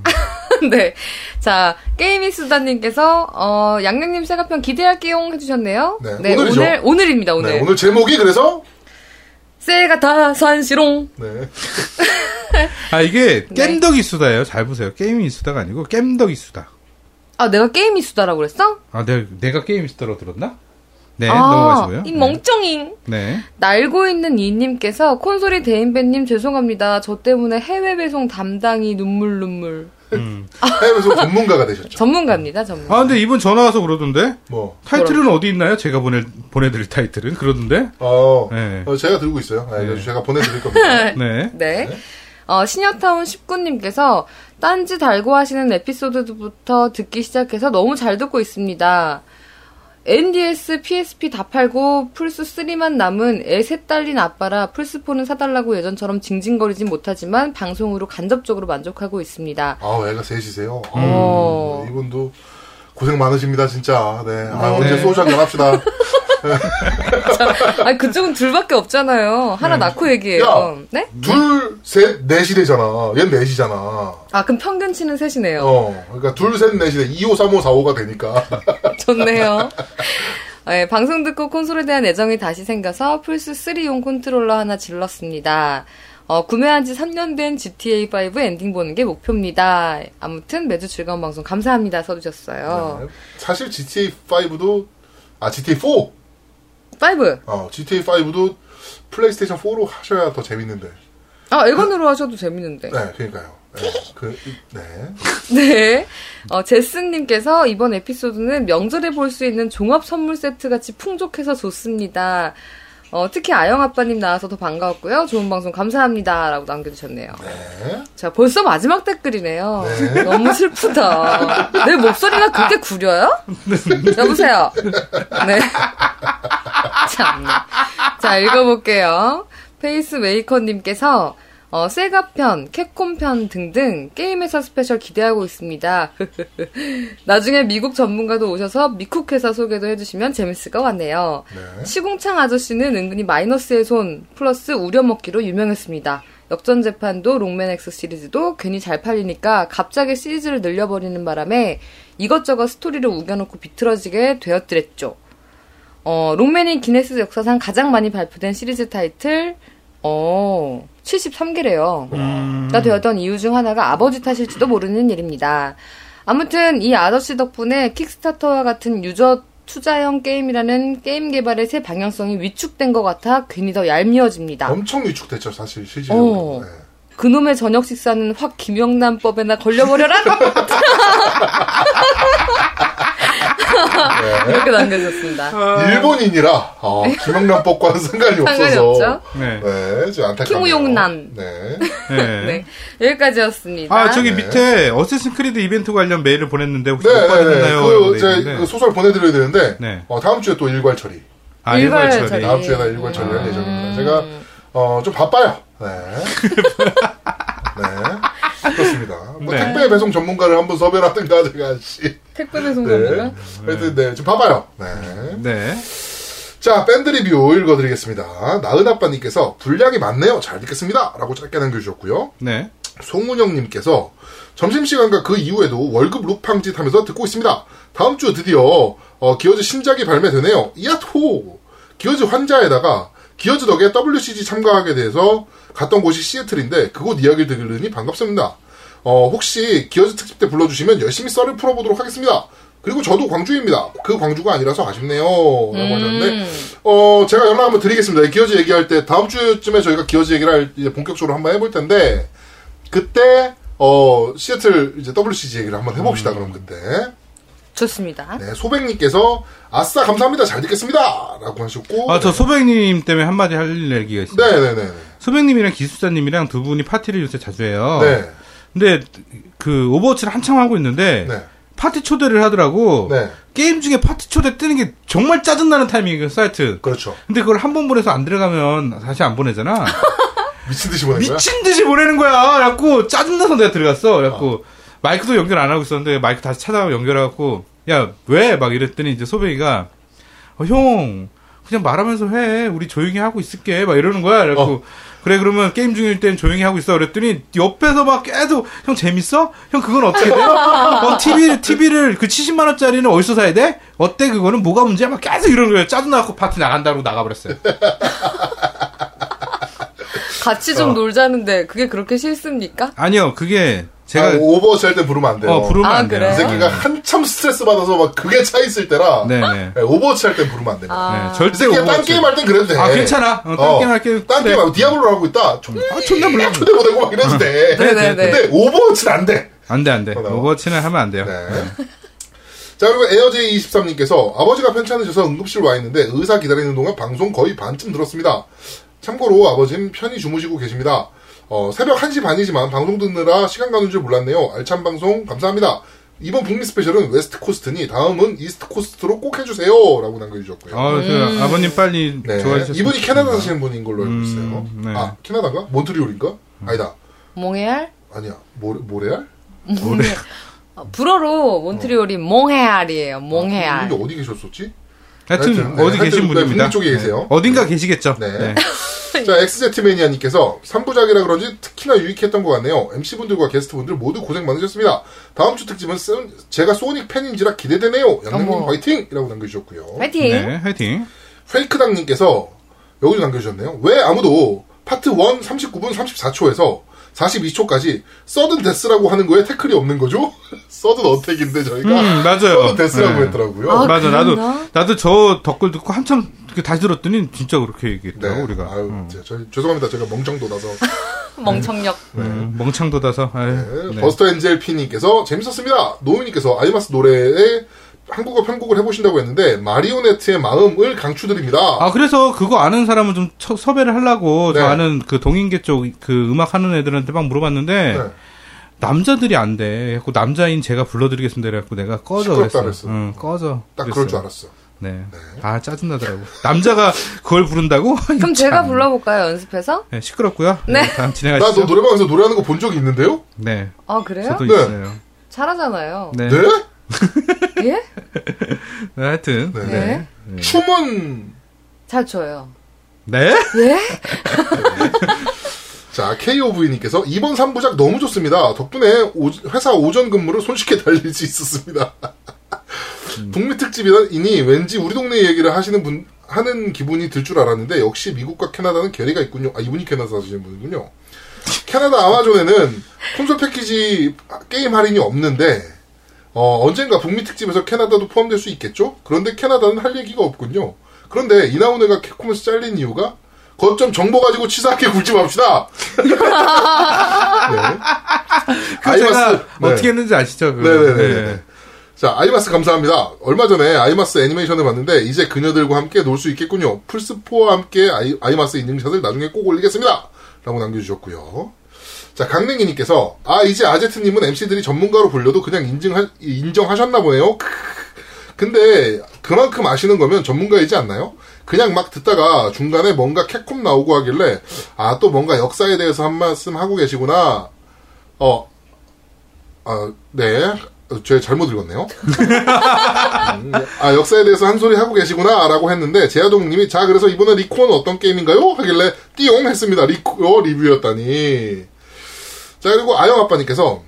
[SPEAKER 3] 네. 자, 게이밍 수다님께서, 어, 양양님 세가편 기대할게용 해주셨네요.
[SPEAKER 1] 네, 오늘이죠.
[SPEAKER 3] 오늘, 아, 오늘입니다, 오늘.
[SPEAKER 1] 네, 오늘 제목이 그래서
[SPEAKER 3] 세가 다 산시롱.
[SPEAKER 1] 네.
[SPEAKER 2] 아 이게
[SPEAKER 3] 네.
[SPEAKER 2] 겜덕이 수다예요. 잘 보세요. 게임이 수다가 아니고 겜덕이 수다.
[SPEAKER 3] 아, 내가 게이밍 수다라고 그랬어?
[SPEAKER 2] 아 내가 내가 게임이 수다로 들었나? 네
[SPEAKER 3] 아,
[SPEAKER 2] 넘어가시고요.
[SPEAKER 3] 이 멍청잉.
[SPEAKER 2] 네.
[SPEAKER 3] 날고 있는 이님께서 콘솔이 대인배님 죄송합니다. 저 때문에 해외 배송 담당이 눈물 눈물. 아.
[SPEAKER 1] 해외에서 전문가가 되셨죠.
[SPEAKER 3] 전문가입니다, 전문.
[SPEAKER 2] 아 근데 이분 전화 와서 그러던데
[SPEAKER 1] 뭐,
[SPEAKER 2] 타이틀은 어디 있나요? 제가 보내 보내드릴 타이틀은 그러던데.
[SPEAKER 1] 어,
[SPEAKER 2] 네.
[SPEAKER 1] 어, 제가 들고 있어요. 아,
[SPEAKER 2] 네.
[SPEAKER 1] 제가 보내드릴 겁니다.
[SPEAKER 2] 네.
[SPEAKER 3] 네. 어, 신여타운 19님께서 딴지 달고 하시는 에피소드부터 듣기 시작해서 너무 잘 듣고 있습니다. NDS, PSP 다 팔고 플스3만 남은 애셋 딸린 아빠라 플스4는 사달라고 예전처럼 징징거리진 못하지만 방송으로 간접적으로 만족하고 있습니다.
[SPEAKER 1] 아, 애가 셋이세요. 아,
[SPEAKER 3] 어.
[SPEAKER 1] 이분도 고생 많으십니다, 진짜. 네. 아,
[SPEAKER 2] 네.
[SPEAKER 1] 언제 소주 한잔 합시다.
[SPEAKER 3] 아니, 그쪽은 둘밖에 없잖아요. 하나 낳고 얘기해요.
[SPEAKER 1] 야.
[SPEAKER 3] 네?
[SPEAKER 1] 둘, 셋, 넷이 되잖아. 얘는 넷이잖아. 어,
[SPEAKER 3] 아, 그럼 평균치는 셋이네요.
[SPEAKER 1] 그러니까 둘, 셋, 넷이 돼. 2, 5, 3, 5, 4, 5가 되니까.
[SPEAKER 3] 좋네요. 네, 방송 듣고 콘솔에 대한 애정이 다시 생겨서 플스3용 컨트롤러 하나 질렀습니다. 어, 구매한 지 3년 된 GTA5 엔딩 보는 게 목표입니다. 아무튼 매주 즐거운 방송 감사합니다. 써주셨어요.
[SPEAKER 1] 사실 GTA5도, 아, GTA4!
[SPEAKER 3] 파이브.
[SPEAKER 1] 어, GTA5도 플레이스테이션 4로 하셔야 더 재밌는데.
[SPEAKER 3] 아, 일본으로 하셔도 재밌는데.
[SPEAKER 1] 네, 그러니까요. 네. 그, 네.
[SPEAKER 3] 네. 어, 제스님께서 이번 에피소드는 명절에 볼 수 있는 종합 선물 세트 같이 풍족해서 좋습니다. 어, 특히 아영 아빠님 나와서 더 반가웠고요. 좋은 방송 감사합니다. 라고 남겨주셨네요.
[SPEAKER 1] 네.
[SPEAKER 3] 자, 벌써 마지막 댓글이네요.
[SPEAKER 1] 네.
[SPEAKER 3] 너무 슬프다. 내 목소리가 그렇게 구려요? 여보세요. 네. 참. 자, 읽어볼게요. 페이스메이커님께서 어, 세가편, 캡콤편 등등 게임회사 스페셜 기대하고 있습니다. 나중에 미국 전문가도 오셔서 미국 회사 소개도 해주시면 재밌을 것 같네요.
[SPEAKER 1] 네.
[SPEAKER 3] 시궁창 아저씨는 은근히 마이너스의 손 플러스 우려먹기로 유명했습니다. 역전 재판도 롱맨 X 시리즈도 괜히 잘 팔리니까 갑자기 시리즈를 늘려버리는 바람에 이것저것 스토리를 우겨놓고 비틀어지게 되었더랬죠. 어, 롱맨이 기네스 역사상 가장 많이 발표된 시리즈 타이틀, 어, 73개래요. 가 되었던 이유 중 하나가 아버지 탓일지도 모르는 일입니다. 아무튼 이 아저씨 덕분에 킥스타터와 같은 유저 투자형 게임이라는 게임 개발의 새 방향성이 위축된 것 같아 괜히 더 얄미워집니다.
[SPEAKER 1] 엄청 위축됐죠, 사실, 실질적으로.
[SPEAKER 3] 어.
[SPEAKER 1] 네.
[SPEAKER 3] 그놈의 저녁 식사는 확 김영란법에나 걸려버려라! 이렇게 남겨졌습니다.
[SPEAKER 1] 일본인이라, 아, 김영란법과는 상관이 없어서.
[SPEAKER 3] 상관이 없죠?
[SPEAKER 2] 네.
[SPEAKER 1] 네, 좀 안타깝네요.
[SPEAKER 3] 키무용난.
[SPEAKER 1] 네.
[SPEAKER 2] 네.
[SPEAKER 3] 네. 여기까지였습니다.
[SPEAKER 2] 아 저기
[SPEAKER 1] 네.
[SPEAKER 2] 밑에 어쌔신 크리드 이벤트 관련 메일을 보냈는데 혹시 못 받으셨나요? 라고
[SPEAKER 1] 그,
[SPEAKER 2] 돼
[SPEAKER 1] 제,
[SPEAKER 2] 있는데.
[SPEAKER 1] 그 소설 보내드려야 되는데,
[SPEAKER 2] 네.
[SPEAKER 1] 어, 다음 주에 또 일괄 처리.
[SPEAKER 2] 아,
[SPEAKER 3] 일괄
[SPEAKER 2] 일괄 처리.
[SPEAKER 3] 처리.
[SPEAKER 1] 다음 주에다 일괄 처리할 예정입니다. 제가, 어, 좀 바빠요. 네. 네. 그렇습니다. 뭐
[SPEAKER 2] 네.
[SPEAKER 1] 택배 배송 전문가를 한번 섭외라든가, 제가, 씨.
[SPEAKER 3] 택배 배송
[SPEAKER 1] 네.
[SPEAKER 3] 전문가?
[SPEAKER 1] 하여튼, 네, 좀 바빠요. 네.
[SPEAKER 2] 네.
[SPEAKER 1] 자, 밴드 리뷰 읽어드리겠습니다. 나은아빠님께서, 분량이 많네요. 잘 읽겠습니다. 라고 짧게 남겨주셨고요.
[SPEAKER 2] 네.
[SPEAKER 1] 송은영님께서 점심시간과 그 이후에도 월급 루팡짓 하면서 듣고 있습니다. 다음 주 드디어 어, 기어즈 신작이 발매되네요. 이야토! 기어즈 환자에다가 기어즈 덕에 WCG 참가하게 돼서 갔던 곳이 시애틀인데 그곳 이야기를 들으니 반갑습니다. 어, 혹시 기어즈 특집 때 불러주시면 열심히 썰을 풀어보도록 하겠습니다. 그리고 저도 광주입니다. 그 광주가 아니라서 아쉽네요. 라고 하셨는데, 어, 제가 연락 한번 드리겠습니다. 이 기어즈 얘기할 때, 다음 주쯤에 저희가 기어즈 얘기를 할- 이제 본격적으로 한번 해볼 텐데, 그때 어 시애틀 이제 WCG 얘기를 한번
[SPEAKER 2] 음.
[SPEAKER 1] 해봅시다 그럼 그때
[SPEAKER 3] 좋습니다.
[SPEAKER 1] 네 소백님께서 아싸 감사합니다 잘 듣겠습니다라고 하셨고
[SPEAKER 2] 아 저 소백님 때문에 한마디 할 얘기가 있어요.
[SPEAKER 1] 네네네
[SPEAKER 2] 소백님이랑 기숙사님이랑 아. 두 분이 파티를 요새 자주 해요.
[SPEAKER 1] 네
[SPEAKER 2] 근데 그 오버워치를 한참 하고 있는데
[SPEAKER 1] 네.
[SPEAKER 2] 파티 초대를 하더라고.
[SPEAKER 1] 네.
[SPEAKER 2] 게임 중에 파티 초대 뜨는 게 정말 짜증나는 타이밍이에요, 사이트.
[SPEAKER 1] 그렇죠.
[SPEAKER 2] 근데 그걸 한 번 보내서 안 들어가면 다시 안 보내잖아.
[SPEAKER 1] 미친 듯이 보낸 거야?
[SPEAKER 2] 미친 듯이 보내는 거야. 그래갖고 짜증나서 내가 들어갔어. 그래갖고 마이크도 연결 안 하고 있었는데 마이크 다시 찾아가 연결해갖고 야 왜 막 이랬더니 이제 소배이가 어, 형 그냥 말하면서 해. 우리 조용히 하고 있을게. 막 이러는 거야. 그래갖고
[SPEAKER 1] 어.
[SPEAKER 2] 그래 그러면 게임 중일 땐 조용히 하고 있어. 그랬더니 옆에서 막 계속 형 재밌어? 형 그건 어떻게 돼요? 어 TV TV를 그 70만 원짜리는 어디서 사야 돼? 어때 그거는 뭐가 문제야? 막 계속 이러는 거예요. 짜증나갖고 파티 나간다고 나가버렸어요.
[SPEAKER 3] 같이 좀 놀자는데 그게 그렇게 싫습니까?
[SPEAKER 2] 아니요 그게 제가
[SPEAKER 1] 아, 오버워치 할 땐 부르면 안 돼요.
[SPEAKER 2] 어, 부르면
[SPEAKER 3] 아,
[SPEAKER 2] 안 돼요.
[SPEAKER 3] 그래요?
[SPEAKER 1] 이 새끼가 한참 스트레스 받아서 막 그게 차 있을 때라
[SPEAKER 2] 네, 네.
[SPEAKER 1] 네, 오버워치 할 땐 부르면 안 됩니다.
[SPEAKER 3] 아.
[SPEAKER 2] 네,
[SPEAKER 1] 이
[SPEAKER 2] 절대
[SPEAKER 1] 새끼가 딴
[SPEAKER 2] 오버워치.
[SPEAKER 1] 게임 할 땐 그래도 돼.
[SPEAKER 2] 아, 괜찮아. 어, 딴 게임 할 게임
[SPEAKER 1] 딴
[SPEAKER 2] 그래.
[SPEAKER 1] 게임 하고 디아블로 하고 있다. 좀
[SPEAKER 2] 아, 존나 몰라.
[SPEAKER 1] 초대 못하고 막 이래도 돼.
[SPEAKER 3] 네네네.
[SPEAKER 1] 근데 오버워치는 안 돼.
[SPEAKER 2] 안 돼, 안 돼.
[SPEAKER 1] 어, 나와.
[SPEAKER 2] 오버워치는 하면 안 돼요.
[SPEAKER 1] 네. 자, 그리고 에어제이23님께서 아버지가 편찮으셔서 응급실 와 있는데 의사 기다리는 동안 방송 거의 반쯤 들었습니다. 참고로 아버지는 편히 주무시고 계십니다. 어, 새벽 1시 반이지만 방송 듣느라 시간 가는 줄 몰랐네요. 알찬 방송 감사합니다. 이번 북미 스페셜은 웨스트 코스트니 다음은 이스트 코스트로 꼭 해주세요. 라고 남겨주셨고요.
[SPEAKER 2] 아, 그
[SPEAKER 3] 음.
[SPEAKER 2] 아버님 빨리
[SPEAKER 1] 네.
[SPEAKER 2] 좋아지셨어요.
[SPEAKER 1] 이분이 캐나다 사시는 분인 걸로 알고 있어요.
[SPEAKER 2] 음, 네. 음.
[SPEAKER 1] 아, 캐나다인가? 몬트리올인가? 아니다.
[SPEAKER 3] 몽헤알?
[SPEAKER 1] 아니야. 모레, 모레알?
[SPEAKER 3] 아, 불어로 몬트리올이 몽헤알이에요. 몽헤알.
[SPEAKER 1] 이분이 어디 계셨었지?
[SPEAKER 2] 하여튼
[SPEAKER 1] 하여튼, 네,
[SPEAKER 2] 어디
[SPEAKER 1] 하여튼
[SPEAKER 2] 계신
[SPEAKER 1] 네,
[SPEAKER 2] 분입니다.
[SPEAKER 1] 북미 쪽에 계세요.
[SPEAKER 2] 네. 어딘가 계시겠죠.
[SPEAKER 1] 네.
[SPEAKER 2] 네.
[SPEAKER 1] 자, 엑스제트매니아님께서 3부작이라 그런지 특히나 유익했던 것 같네요. MC분들과 게스트분들 모두 고생 많으셨습니다. 다음 주 특집은 쌤- 제가 소닉 팬인지라 기대되네요. 양양님
[SPEAKER 3] 어머.
[SPEAKER 1] 화이팅! 이라고 남겨주셨고요.
[SPEAKER 3] 화이팅!
[SPEAKER 2] 네, 화이팅.
[SPEAKER 1] 페이크당님께서 여기도 남겨주셨네요. 왜 아무도 파트 1 39분 34초에서 42초까지 서든 데스라고 하는 거에 태클이 없는 거죠? 서든 어택인데 저희가
[SPEAKER 2] 음, 맞아요.
[SPEAKER 1] 서든 데스라고
[SPEAKER 2] 네.
[SPEAKER 1] 했더라고요.
[SPEAKER 3] 아,
[SPEAKER 2] 맞아, 나도,
[SPEAKER 3] 그랬나?
[SPEAKER 2] 나도 저 덧글 듣고 한참 이렇게 다시 들었더니 진짜 그렇게 얘기했더라고, 우리가.
[SPEAKER 1] 네. 아유,
[SPEAKER 2] 음.
[SPEAKER 1] 제- 저- 죄송합니다. 제가 멍청도라서.
[SPEAKER 3] 멍청력.
[SPEAKER 2] 음, 멍창 돋아서. 아유,
[SPEAKER 1] 네,
[SPEAKER 2] 네.
[SPEAKER 1] 버스터 엔젤피님께서 재밌었습니다. 노우님께서 아이마스 노래에 한국어 편곡을 해보신다고 했는데 마리오네트의 마음을 강추드립니다.
[SPEAKER 2] 아, 그래서 그거 아는 사람은 좀 처- 섭외를 하려고
[SPEAKER 1] 네.
[SPEAKER 2] 저 아는 그 동인계 쪽 그 음악 하는 애들한테 막 물어봤는데
[SPEAKER 1] 네.
[SPEAKER 2] 남자들이 안 돼. 그래갖고 남자인 제가 불러드리겠습니다. 그래갖고 내가 꺼져
[SPEAKER 1] 시끄럽다
[SPEAKER 2] 그랬어.
[SPEAKER 1] 그랬어.
[SPEAKER 2] 응, 꺼져.
[SPEAKER 1] 딱
[SPEAKER 2] 그랬어요.
[SPEAKER 1] 그럴 줄 알았어.
[SPEAKER 2] 네. 아 짜증나더라고. 남자가 그걸 부른다고?
[SPEAKER 3] 그럼 제가 불러볼까요? 연습해서?
[SPEAKER 2] 네, 시끄럽고요. 네. 다음
[SPEAKER 1] 나
[SPEAKER 2] 진행하시죠.
[SPEAKER 1] 너 노래방에서 노래하는 거 본 적이 있는데요?
[SPEAKER 2] 네.
[SPEAKER 3] 아, 그래요?
[SPEAKER 2] 저도
[SPEAKER 1] 네.
[SPEAKER 2] 있어요.
[SPEAKER 3] 잘하잖아요.
[SPEAKER 2] 네.
[SPEAKER 1] 네?
[SPEAKER 3] 예?
[SPEAKER 2] 네, 하여튼.
[SPEAKER 1] 네.
[SPEAKER 2] 네.
[SPEAKER 3] 네.
[SPEAKER 1] 춤은
[SPEAKER 3] 잘 쳐요.
[SPEAKER 2] 네?
[SPEAKER 3] 예?
[SPEAKER 1] 자 KOV님께서 이번 3부작 너무 좋습니다. 덕분에 오- 회사 오전 근무를 손쉽게 달릴 수 있었습니다. 북미 특집이니 왠지 우리 동네 얘기를 하시는 분 하는 기분이 들 줄 알았는데 역시 미국과 캐나다는 결의가 있군요. 아 이분이 캐나다 사시는 분이군요. 캐나다 아마존에는 콘솔 패키지 게임 할인이 없는데 어, 언젠가 북미 특집에서 캐나다도 포함될 수 있겠죠? 그런데 캐나다는 할 얘기가 없군요. 그런데 이나오네가 캡콤에서 잘린 이유가 거점 정보 가지고 치사하게 굴지 맙시다. 네.
[SPEAKER 2] 그 제가 어떻게 했는지 아시죠? 그거?
[SPEAKER 1] 네네네.
[SPEAKER 2] 네.
[SPEAKER 1] 자, 아이마스 감사합니다. 얼마 전에 아이마스 애니메이션을 봤는데 이제 그녀들과 함께 놀 수 있겠군요. 플스4와 함께 아이, 아이마스 인증샷을 나중에 꼭 올리겠습니다. 라고 남겨주셨고요. 자, 강냉이님께서 아, 이제 아제트님은 MC들이 전문가로 불려도 그냥 인증하, 인정하셨나 보네요. 크으. 근데 그만큼 아시는 거면 전문가이지 않나요? 그냥 막 듣다가 중간에 뭔가 캡콤 나오고 하길래 아 또 뭔가 역사에 대해서 한 말씀 하고 계시구나 어, 아, 네. 어, 제가 잘못 읽었네요. 음, 아, 역사에 대해서 한 소리 하고 계시구나, 라고 했는데, 제아동님이, 자, 그래서 이번에 리코어는 어떤 게임인가요? 하길래, 띠용! 했습니다. 리코어 리뷰였다니. 자, 그리고 아영아빠님께서,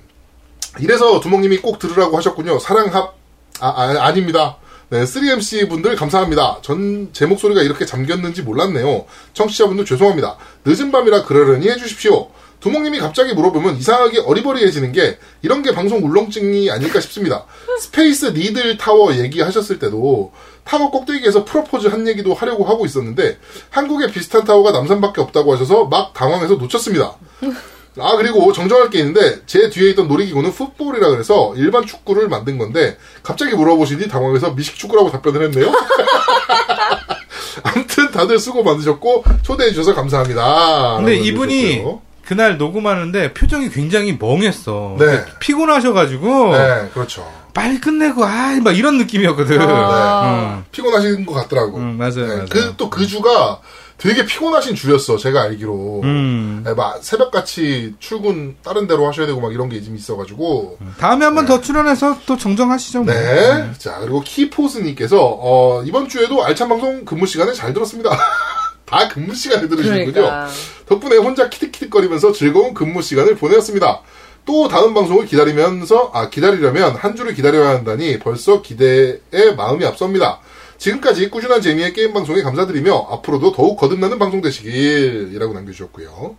[SPEAKER 1] 이래서 두목님이 꼭 들으라고 하셨군요. 사랑합, 아, 아 아닙니다. 네, 3MC 분들 감사합니다. 전 제 목소리가 이렇게 잠겼는지 몰랐네요. 청취자분들 죄송합니다. 늦은 밤이라 그러려니 해주십시오. 두목님이 갑자기 물어보면 이상하게 어리버리해지는 게 이런 게 방송 울렁증이 아닐까 싶습니다. 스페이스 니들 타워 얘기하셨을 때도 타워 꼭대기에서 프로포즈 한 얘기도 하려고 하고 있었는데 한국에 비슷한 타워가 남산밖에 없다고 하셔서 막 당황해서 놓쳤습니다. 아 그리고 정정할 게 있는데 제 뒤에 있던 놀이기구는 풋볼이라 그래서 일반 축구를 만든 건데 갑자기 물어보시니 당황해서 미식축구라고 답변을 했네요. 아무튼 다들 수고 많으셨고 초대해 주셔서 감사합니다.
[SPEAKER 2] 근데
[SPEAKER 1] 라고
[SPEAKER 2] 이분이
[SPEAKER 1] 해주셨고요.
[SPEAKER 2] 그날 녹음하는데 표정이 굉장히 멍했어.
[SPEAKER 1] 네.
[SPEAKER 2] 피곤하셔가지고
[SPEAKER 1] 네 그렇죠.
[SPEAKER 2] 빨리 끝내고 아막 이런 느낌이었거든.
[SPEAKER 3] 아.
[SPEAKER 2] 음.
[SPEAKER 1] 피곤하신 것 같더라고.
[SPEAKER 2] 음, 맞아요, 맞아요.
[SPEAKER 1] 그또 그 주가 되게 피곤하신 주였어. 제가 알기로.
[SPEAKER 2] 음.
[SPEAKER 1] 네, 막 새벽같이 출근 다른 데로 하셔야 되고 막 이런 게 좀 있어가지고.
[SPEAKER 2] 다음에 한 번 더 출연해서 또
[SPEAKER 3] 그렇죠,
[SPEAKER 2] 정정하시죠. 뭐.
[SPEAKER 1] 네. 자, 그리고 키포스님께서, 어, 이번 주에도 알찬 방송 근무 시간에 잘 들었습니다. 다 근무 시간에 들으시는군요.
[SPEAKER 3] 그러니까.
[SPEAKER 1] 덕분에 혼자 키득키득거리면서 즐거운 근무 시간을 보내었습니다. 또 다음 방송을 기다리면서, 아, 기다리려면 한 주를 기다려야 한다니 벌써 기대에 마음이 앞섭니다. 지금까지 꾸준한 재미의 게임 방송에 감사드리며 앞으로도 더욱 거듭나는 방송 되시길이라고 남겨주셨고요.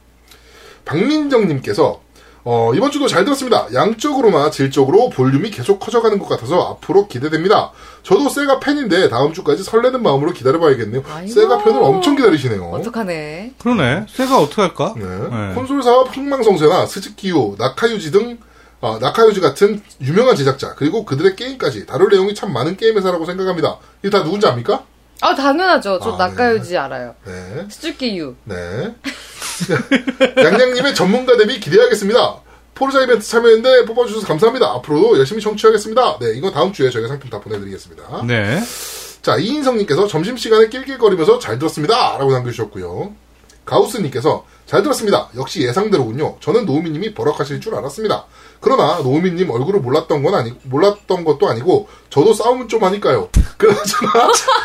[SPEAKER 1] 박민정님께서 어, 이번 주도 잘 들었습니다. 양적으로나 질적으로 볼륨이 계속 커져가는 것 같아서 앞으로 기대됩니다. 저도 세가 팬인데 다음 주까지 설레는 마음으로 기다려봐야겠네요.
[SPEAKER 3] 아이고.
[SPEAKER 1] 세가 팬을 엄청 기다리시네요.
[SPEAKER 3] 어떡하네.
[SPEAKER 2] 그러네. 쇠가 어떻게 할까?
[SPEAKER 1] 네.
[SPEAKER 2] 네.
[SPEAKER 1] 콘솔 사업 흥망성쇠나 스즈키요, 나카유지 등 아, 나카유지 같은 유명한 제작자 그리고 그들의 게임까지 다룰 내용이 참 많은 게임 회사라고 생각합니다. 이게 다 누군지 압니까?
[SPEAKER 3] 아, 당연하죠. 저
[SPEAKER 1] 아,
[SPEAKER 3] 낙가요지 알아요.
[SPEAKER 1] 네.
[SPEAKER 3] 수줍기 유.
[SPEAKER 1] 네. 양양님의 전문가 대비 기대하겠습니다. 포르자 이벤트 참여했는데 뽑아주셔서 감사합니다. 앞으로도 열심히 청취하겠습니다. 네, 이건 다음 주에 저희가 상품 다 보내드리겠습니다.
[SPEAKER 2] 네.
[SPEAKER 1] 자, 이인성님께서 점심시간에 낄낄거리면서 잘 들었습니다. 라고 남겨주셨고요. 가우스님께서 잘 들었습니다. 역시 예상대로군요. 저는 노우미님이 버럭하실 줄 알았습니다. 그러나 노우미님 얼굴을 몰랐던 건 아니 몰랐던 것도 아니고 저도 싸움은 좀 하니까요. 그러나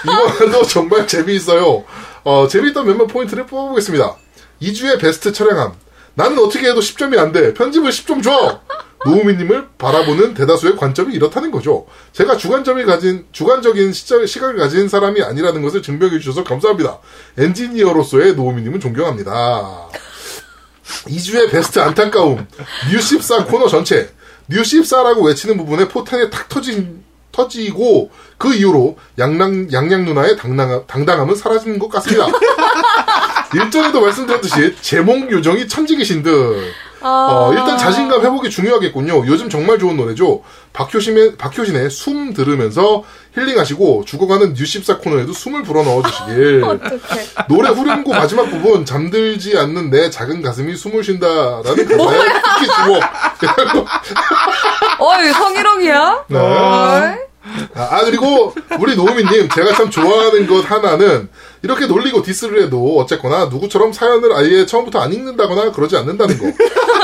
[SPEAKER 1] 이번에도 정말 재미있어요. 어, 재미있던 몇몇 포인트를 뽑아보겠습니다. 2주의 베스트 촬영함. 나는 어떻게 해도 10점이 안 돼. 편집을 10점 줘. 노우미님을 바라보는 대다수의 관점이 이렇다는 거죠. 제가 주관점이 가진 주관적인 시절, 시각을 가진 사람이 아니라는 것을 증명해 주셔서 감사합니다. 엔지니어로서의 노우미님은 존경합니다. 2주의 베스트 안타까움. 뉴14 코너 전체. 뉴14라고 외치는 부분에 포탄이 탁 터진, 터지고, 그 이후로 양양, 양양 누나의 당당, 당당함은 사라진 것 같습니다. 일전에도 말씀드렸듯이, 제목 요정이 천직이신 듯.
[SPEAKER 3] 아.
[SPEAKER 1] 어, 일단 자신감 회복이 중요하겠군요. 요즘 정말 좋은 노래죠. 박효신의, 박효신의 숨 들으면서 힐링하시고, 죽어가는 뉴14 코너에도 숨을 불어 넣어주시길.
[SPEAKER 3] 어떡해.
[SPEAKER 1] 노래 후렴구 마지막 부분 잠들지 않는 내 작은 가슴이 숨을 쉰다라는 가사에 특히 주목.
[SPEAKER 3] 어이, 성희롱이야?
[SPEAKER 1] 네.
[SPEAKER 3] 어이?
[SPEAKER 1] 아 그리고 우리 노우미님 제가 참 좋아하는 것 하나는 이렇게 놀리고 디스를 해도 어쨌거나 누구처럼 사연을 아예 처음부터 안 읽는다거나 그러지 않는다는 거.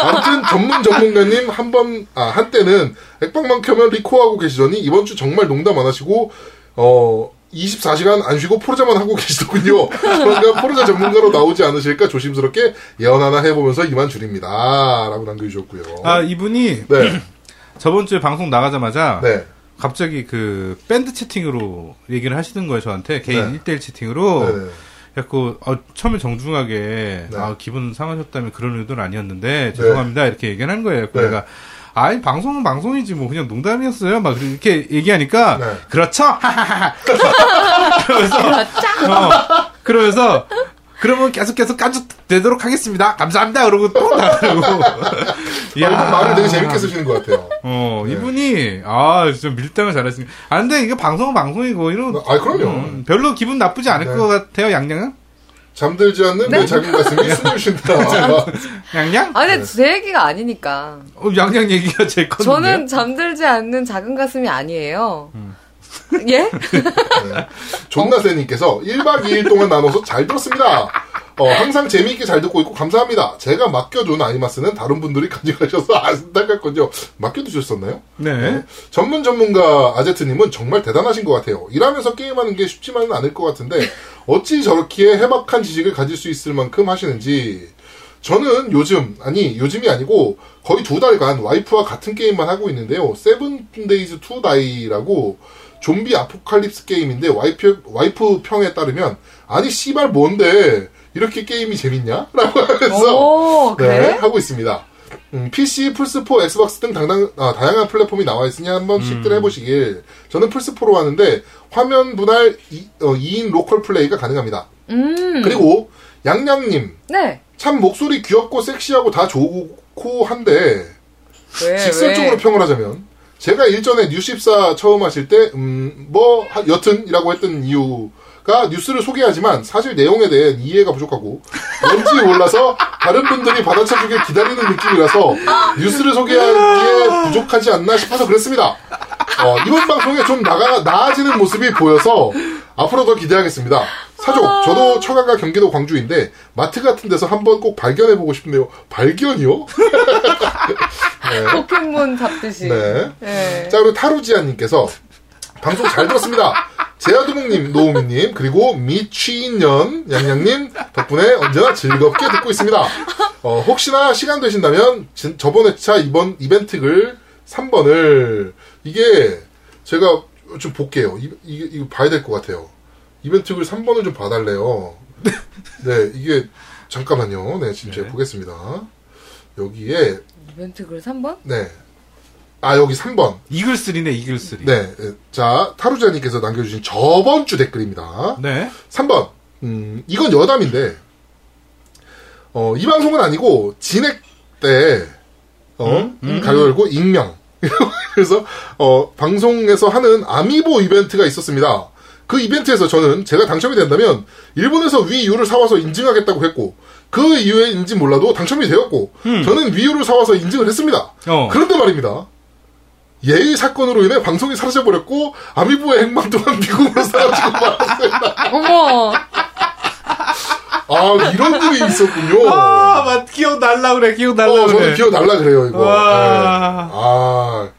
[SPEAKER 1] 아무튼 전문 전문가님 한번 아 한때는 액박만 켜면 리코하고 계시더니 이번 주 정말 농담 안 하시고 어. 24시간 안 쉬고 포르자만 하고 계시더군요. 그러니까 포르자 전문가로 나오지 않으실까 조심스럽게 예언 하나 해보면서 이만 줄입니다. 라고 남겨주셨고요.
[SPEAKER 2] 아 이분이
[SPEAKER 1] 네.
[SPEAKER 2] 저번 주에 방송 나가자마자
[SPEAKER 1] 네.
[SPEAKER 2] 갑자기 그 밴드 채팅으로 얘기를 하시는 거예요 저한테 개인
[SPEAKER 1] 네.
[SPEAKER 2] 일 1대1 채팅으로
[SPEAKER 1] 네.
[SPEAKER 2] 그래갖고 어, 처음에 정중하게
[SPEAKER 1] 네.
[SPEAKER 2] 아, 기분 상하셨다면 그런 의도는 아니었는데 죄송합니다 이렇게 얘기를 한 거예요.
[SPEAKER 1] 네.
[SPEAKER 2] 그래서 내가 아니 방송은 방송이지 뭐 그냥 농담이었어요 막 이렇게 얘기하니까
[SPEAKER 1] 네.
[SPEAKER 2] 그렇죠 하하하하. 그러면서
[SPEAKER 3] 아,
[SPEAKER 2] 어, 그러면서 그러면 계속 계속 까죽되도록 하겠습니다 감사합니다 그러고 또 나가고
[SPEAKER 1] 아, 이분 말을 되게 재밌게 쓰시는 것 같아요.
[SPEAKER 2] 어,
[SPEAKER 1] 네.
[SPEAKER 2] 이분이, 아, 좀 밀당을 잘했습니다. 아, 근데 이게 방송은 방송이고, 이런.
[SPEAKER 1] 아, 그럼요.
[SPEAKER 2] 음, 별로 기분 나쁘지 않을
[SPEAKER 1] 네.
[SPEAKER 2] 것 같아요, 양양은?
[SPEAKER 1] 잠들지 않는 내 작은 가슴이 숨을 쉰다.
[SPEAKER 2] 양양?
[SPEAKER 3] 아, 근데 제 얘기가 아니니까.
[SPEAKER 2] 어, 양양 얘기가 제 건데.
[SPEAKER 3] 저는 잠들지 않는 작은 가슴이 아니에요.
[SPEAKER 1] 음.
[SPEAKER 3] 예?
[SPEAKER 1] 존나세님께서 1박 2일 동안 나눠서 잘 들었습니다. 어, 항상 재미있게 잘 듣고 있고 감사합니다. 제가 맡겨둔 아니마스는 다른 분들이 간직하셔서 안타깝군요. 맡겨두셨었나요?
[SPEAKER 2] 네.
[SPEAKER 1] 전문 전문가 아제트님은 정말 대단하신 것 같아요. 일하면서 게임하는 게 쉽지만은 않을 것 같은데 어찌 저렇게 해박한 지식을 가질 수 있을 만큼 하시는지 저는 요즘 아니 요즘이 아니고 거의 두 달간 와이프와 같은 게임만 하고 있는데요. 세븐데이즈 투 다이라고 좀비 아포칼립스 게임인데 와이프 와이프 평에 따르면 아니 씨발 뭔데 이렇게 게임이 재밌냐라고 하면서 네,
[SPEAKER 3] 오, 어, 그래?
[SPEAKER 1] 하고 있습니다. 음, PC, 플스4, 엑스박스 등 당당, 아, 다양한 플랫폼이 나와 있으니 한
[SPEAKER 3] 음.
[SPEAKER 1] 번씩들 해보시길. 저는 플스4로 하는데, 화면 분할 2, 인 로컬 플레이가 가능합니다.
[SPEAKER 3] 음.
[SPEAKER 1] 그리고, 양양님.
[SPEAKER 3] 네.
[SPEAKER 1] 참 목소리 귀엽고 섹시하고 다 좋고 한데,
[SPEAKER 3] 왜,
[SPEAKER 1] 직설적으로
[SPEAKER 3] 예, 왜?
[SPEAKER 1] 평을 하자면, 제가 일전에 뉴14 처음 하실 때, 음, 뭐, 하- 여튼이라고 했던 이유가 뉴스를 소개하지만 사실 내용에 대해 이해가 부족하고, 뭔지 몰라서 다른 분들이 받아쳐주길 기다리는 느낌이라서 뉴스를 소개하기에 부족하지 않나 싶어서 그랬습니다. 어, 이번 방송에 좀 나가, 나아지는 모습이 보여서 앞으로 더 기대하겠습니다. 사족, 저도 처가가 경기도 광주인데 마트 같은 데서 한번 꼭 발견해보고 싶네요. 발견이요?
[SPEAKER 3] 포켓몬 잡듯이.
[SPEAKER 1] 네.
[SPEAKER 3] 네.
[SPEAKER 1] 자, 그리고 타루지아님께서 방송 잘 들었습니다. 제아두목님, 노우미님, 그리고 미취인년 양양님 덕분에 언제나 즐겁게 듣고 있습니다. 어, 혹시나 시간 되신다면 진- 저번 회차 이번 이벤트 글 3번을 이게 제가 좀 볼게요. 이, 이, 이거 봐야 될 것 같아요. 이벤트 글 3번을 좀 봐달래요. 네, 이게 잠깐만요. 네, 지금 제가 보겠습니다. 여기에
[SPEAKER 3] 이벤트 글 3번?
[SPEAKER 1] 네. 아, 여기 3번.
[SPEAKER 2] 이글스리네 이글스리.
[SPEAKER 1] 네. 에, 자, 타루자님께서 남겨주신 저번 주 댓글입니다.
[SPEAKER 2] 네.
[SPEAKER 1] 3번. 음, 이건 여담인데, 어, 이 방송은 아니고, 진액 때, 어, 가로 열고, 익명. 그래서, 어, 방송에서 하는 아미보 이벤트가 있었습니다. 그 이벤트에서 저는 제가 당첨이 된다면, 일본에서 위유를 사와서 인증하겠다고 했고, 그 이후에인지 몰라도 당첨이 되었고, 저는 위유를 사와서 인증을 했습니다.
[SPEAKER 2] 어.
[SPEAKER 1] 그런데 말입니다. 예의 사건으로 인해 방송이 사라져버렸고, 아미보의 행방 또한 미국으로 사라지고 말았어요.
[SPEAKER 3] 어머!
[SPEAKER 1] 아 이런 분이 있었군요.
[SPEAKER 2] 아, 맞 기억 날라 그래. 기억 날라
[SPEAKER 1] 어,
[SPEAKER 2] 그래.
[SPEAKER 1] 저는 기억 날라 그래요 이거.
[SPEAKER 2] 와.
[SPEAKER 1] 네. 아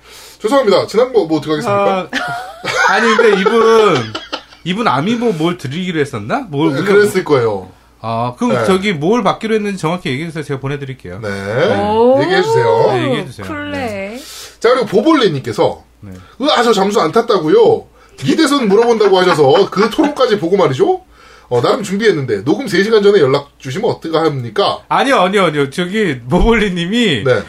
[SPEAKER 1] 죄송합니다. 지난번 뭐 어떻게 하겠습니까?
[SPEAKER 2] 아, 아니 근데 이분 이분 아미보 뭐 뭘 드리기로 했었나? 뭘
[SPEAKER 1] 네,
[SPEAKER 2] 우리가
[SPEAKER 1] 그랬을 거예요.
[SPEAKER 2] 아, 그럼
[SPEAKER 1] 네.
[SPEAKER 2] 저기 뭘 받기로 했는지 정확히 얘기해 주세요. 제가 보내 드릴게요.
[SPEAKER 1] 네.
[SPEAKER 3] 오.
[SPEAKER 1] 얘기해 주세요.
[SPEAKER 2] 네, 얘기해 주세요.
[SPEAKER 3] 쿨레.
[SPEAKER 1] 자 그리고 보볼레님께서
[SPEAKER 2] 네.
[SPEAKER 1] 으아 저 잠수 안 탔다고요. 이대선 물어본다고 하셔서 그 토론까지 보고 말이죠. 어, 나름 준비했는데 녹음 3시간 전에 연락 주시면 어떡합니까?
[SPEAKER 2] 아니요, 아니요, 아니요. 저기 모볼리 님이
[SPEAKER 1] 네.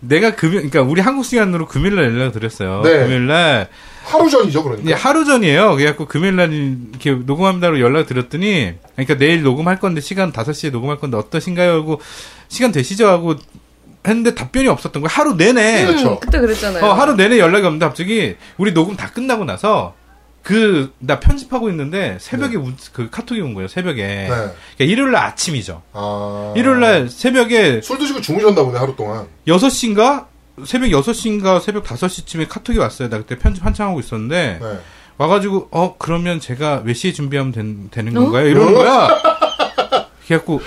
[SPEAKER 2] 내가 금요 그러니까 우리 한국 시간으로 금요일 날 연락 드렸어요.
[SPEAKER 1] 네.
[SPEAKER 2] 금요일 날
[SPEAKER 1] 하루 전이죠 그러니까.
[SPEAKER 2] 이제 하루 전이에요. 그래갖고 금요일 날 이렇게 녹음합니다로 연락 드렸더니 그러니까 내일 녹음할 건데 시간 5시에 녹음할 건데 어떠신가요? 하고 시간 되시죠? 하고 했는데 답변이 없었던 거예요. 하루 내내.
[SPEAKER 1] 그렇죠.
[SPEAKER 3] 그때 그랬잖아요.
[SPEAKER 2] 어, 하루 내내 연락이 없는데 갑자기 우리 녹음 다 끝나고 나서 그 나 편집하고 있는데 새벽에 문- 그 카톡이 온 거예요. 새벽에. 그러니까 일요일 날 아침이죠.
[SPEAKER 1] 네. 아.
[SPEAKER 2] 일요일 날 새벽에
[SPEAKER 1] 술 드시고 주무셨나 보네 하루 동안.
[SPEAKER 2] 6시인가 새벽 6시인가 새벽 5시쯤에 카톡이 왔어요. 나 그때 편집 한창 하고 있었는데
[SPEAKER 1] 네.
[SPEAKER 2] 와가지고 어 그러면 제가 몇 시에 준비하면 된- 되는
[SPEAKER 3] 어?
[SPEAKER 2] 건가요?
[SPEAKER 1] 어?
[SPEAKER 2] 이러는 거야. 그래갖고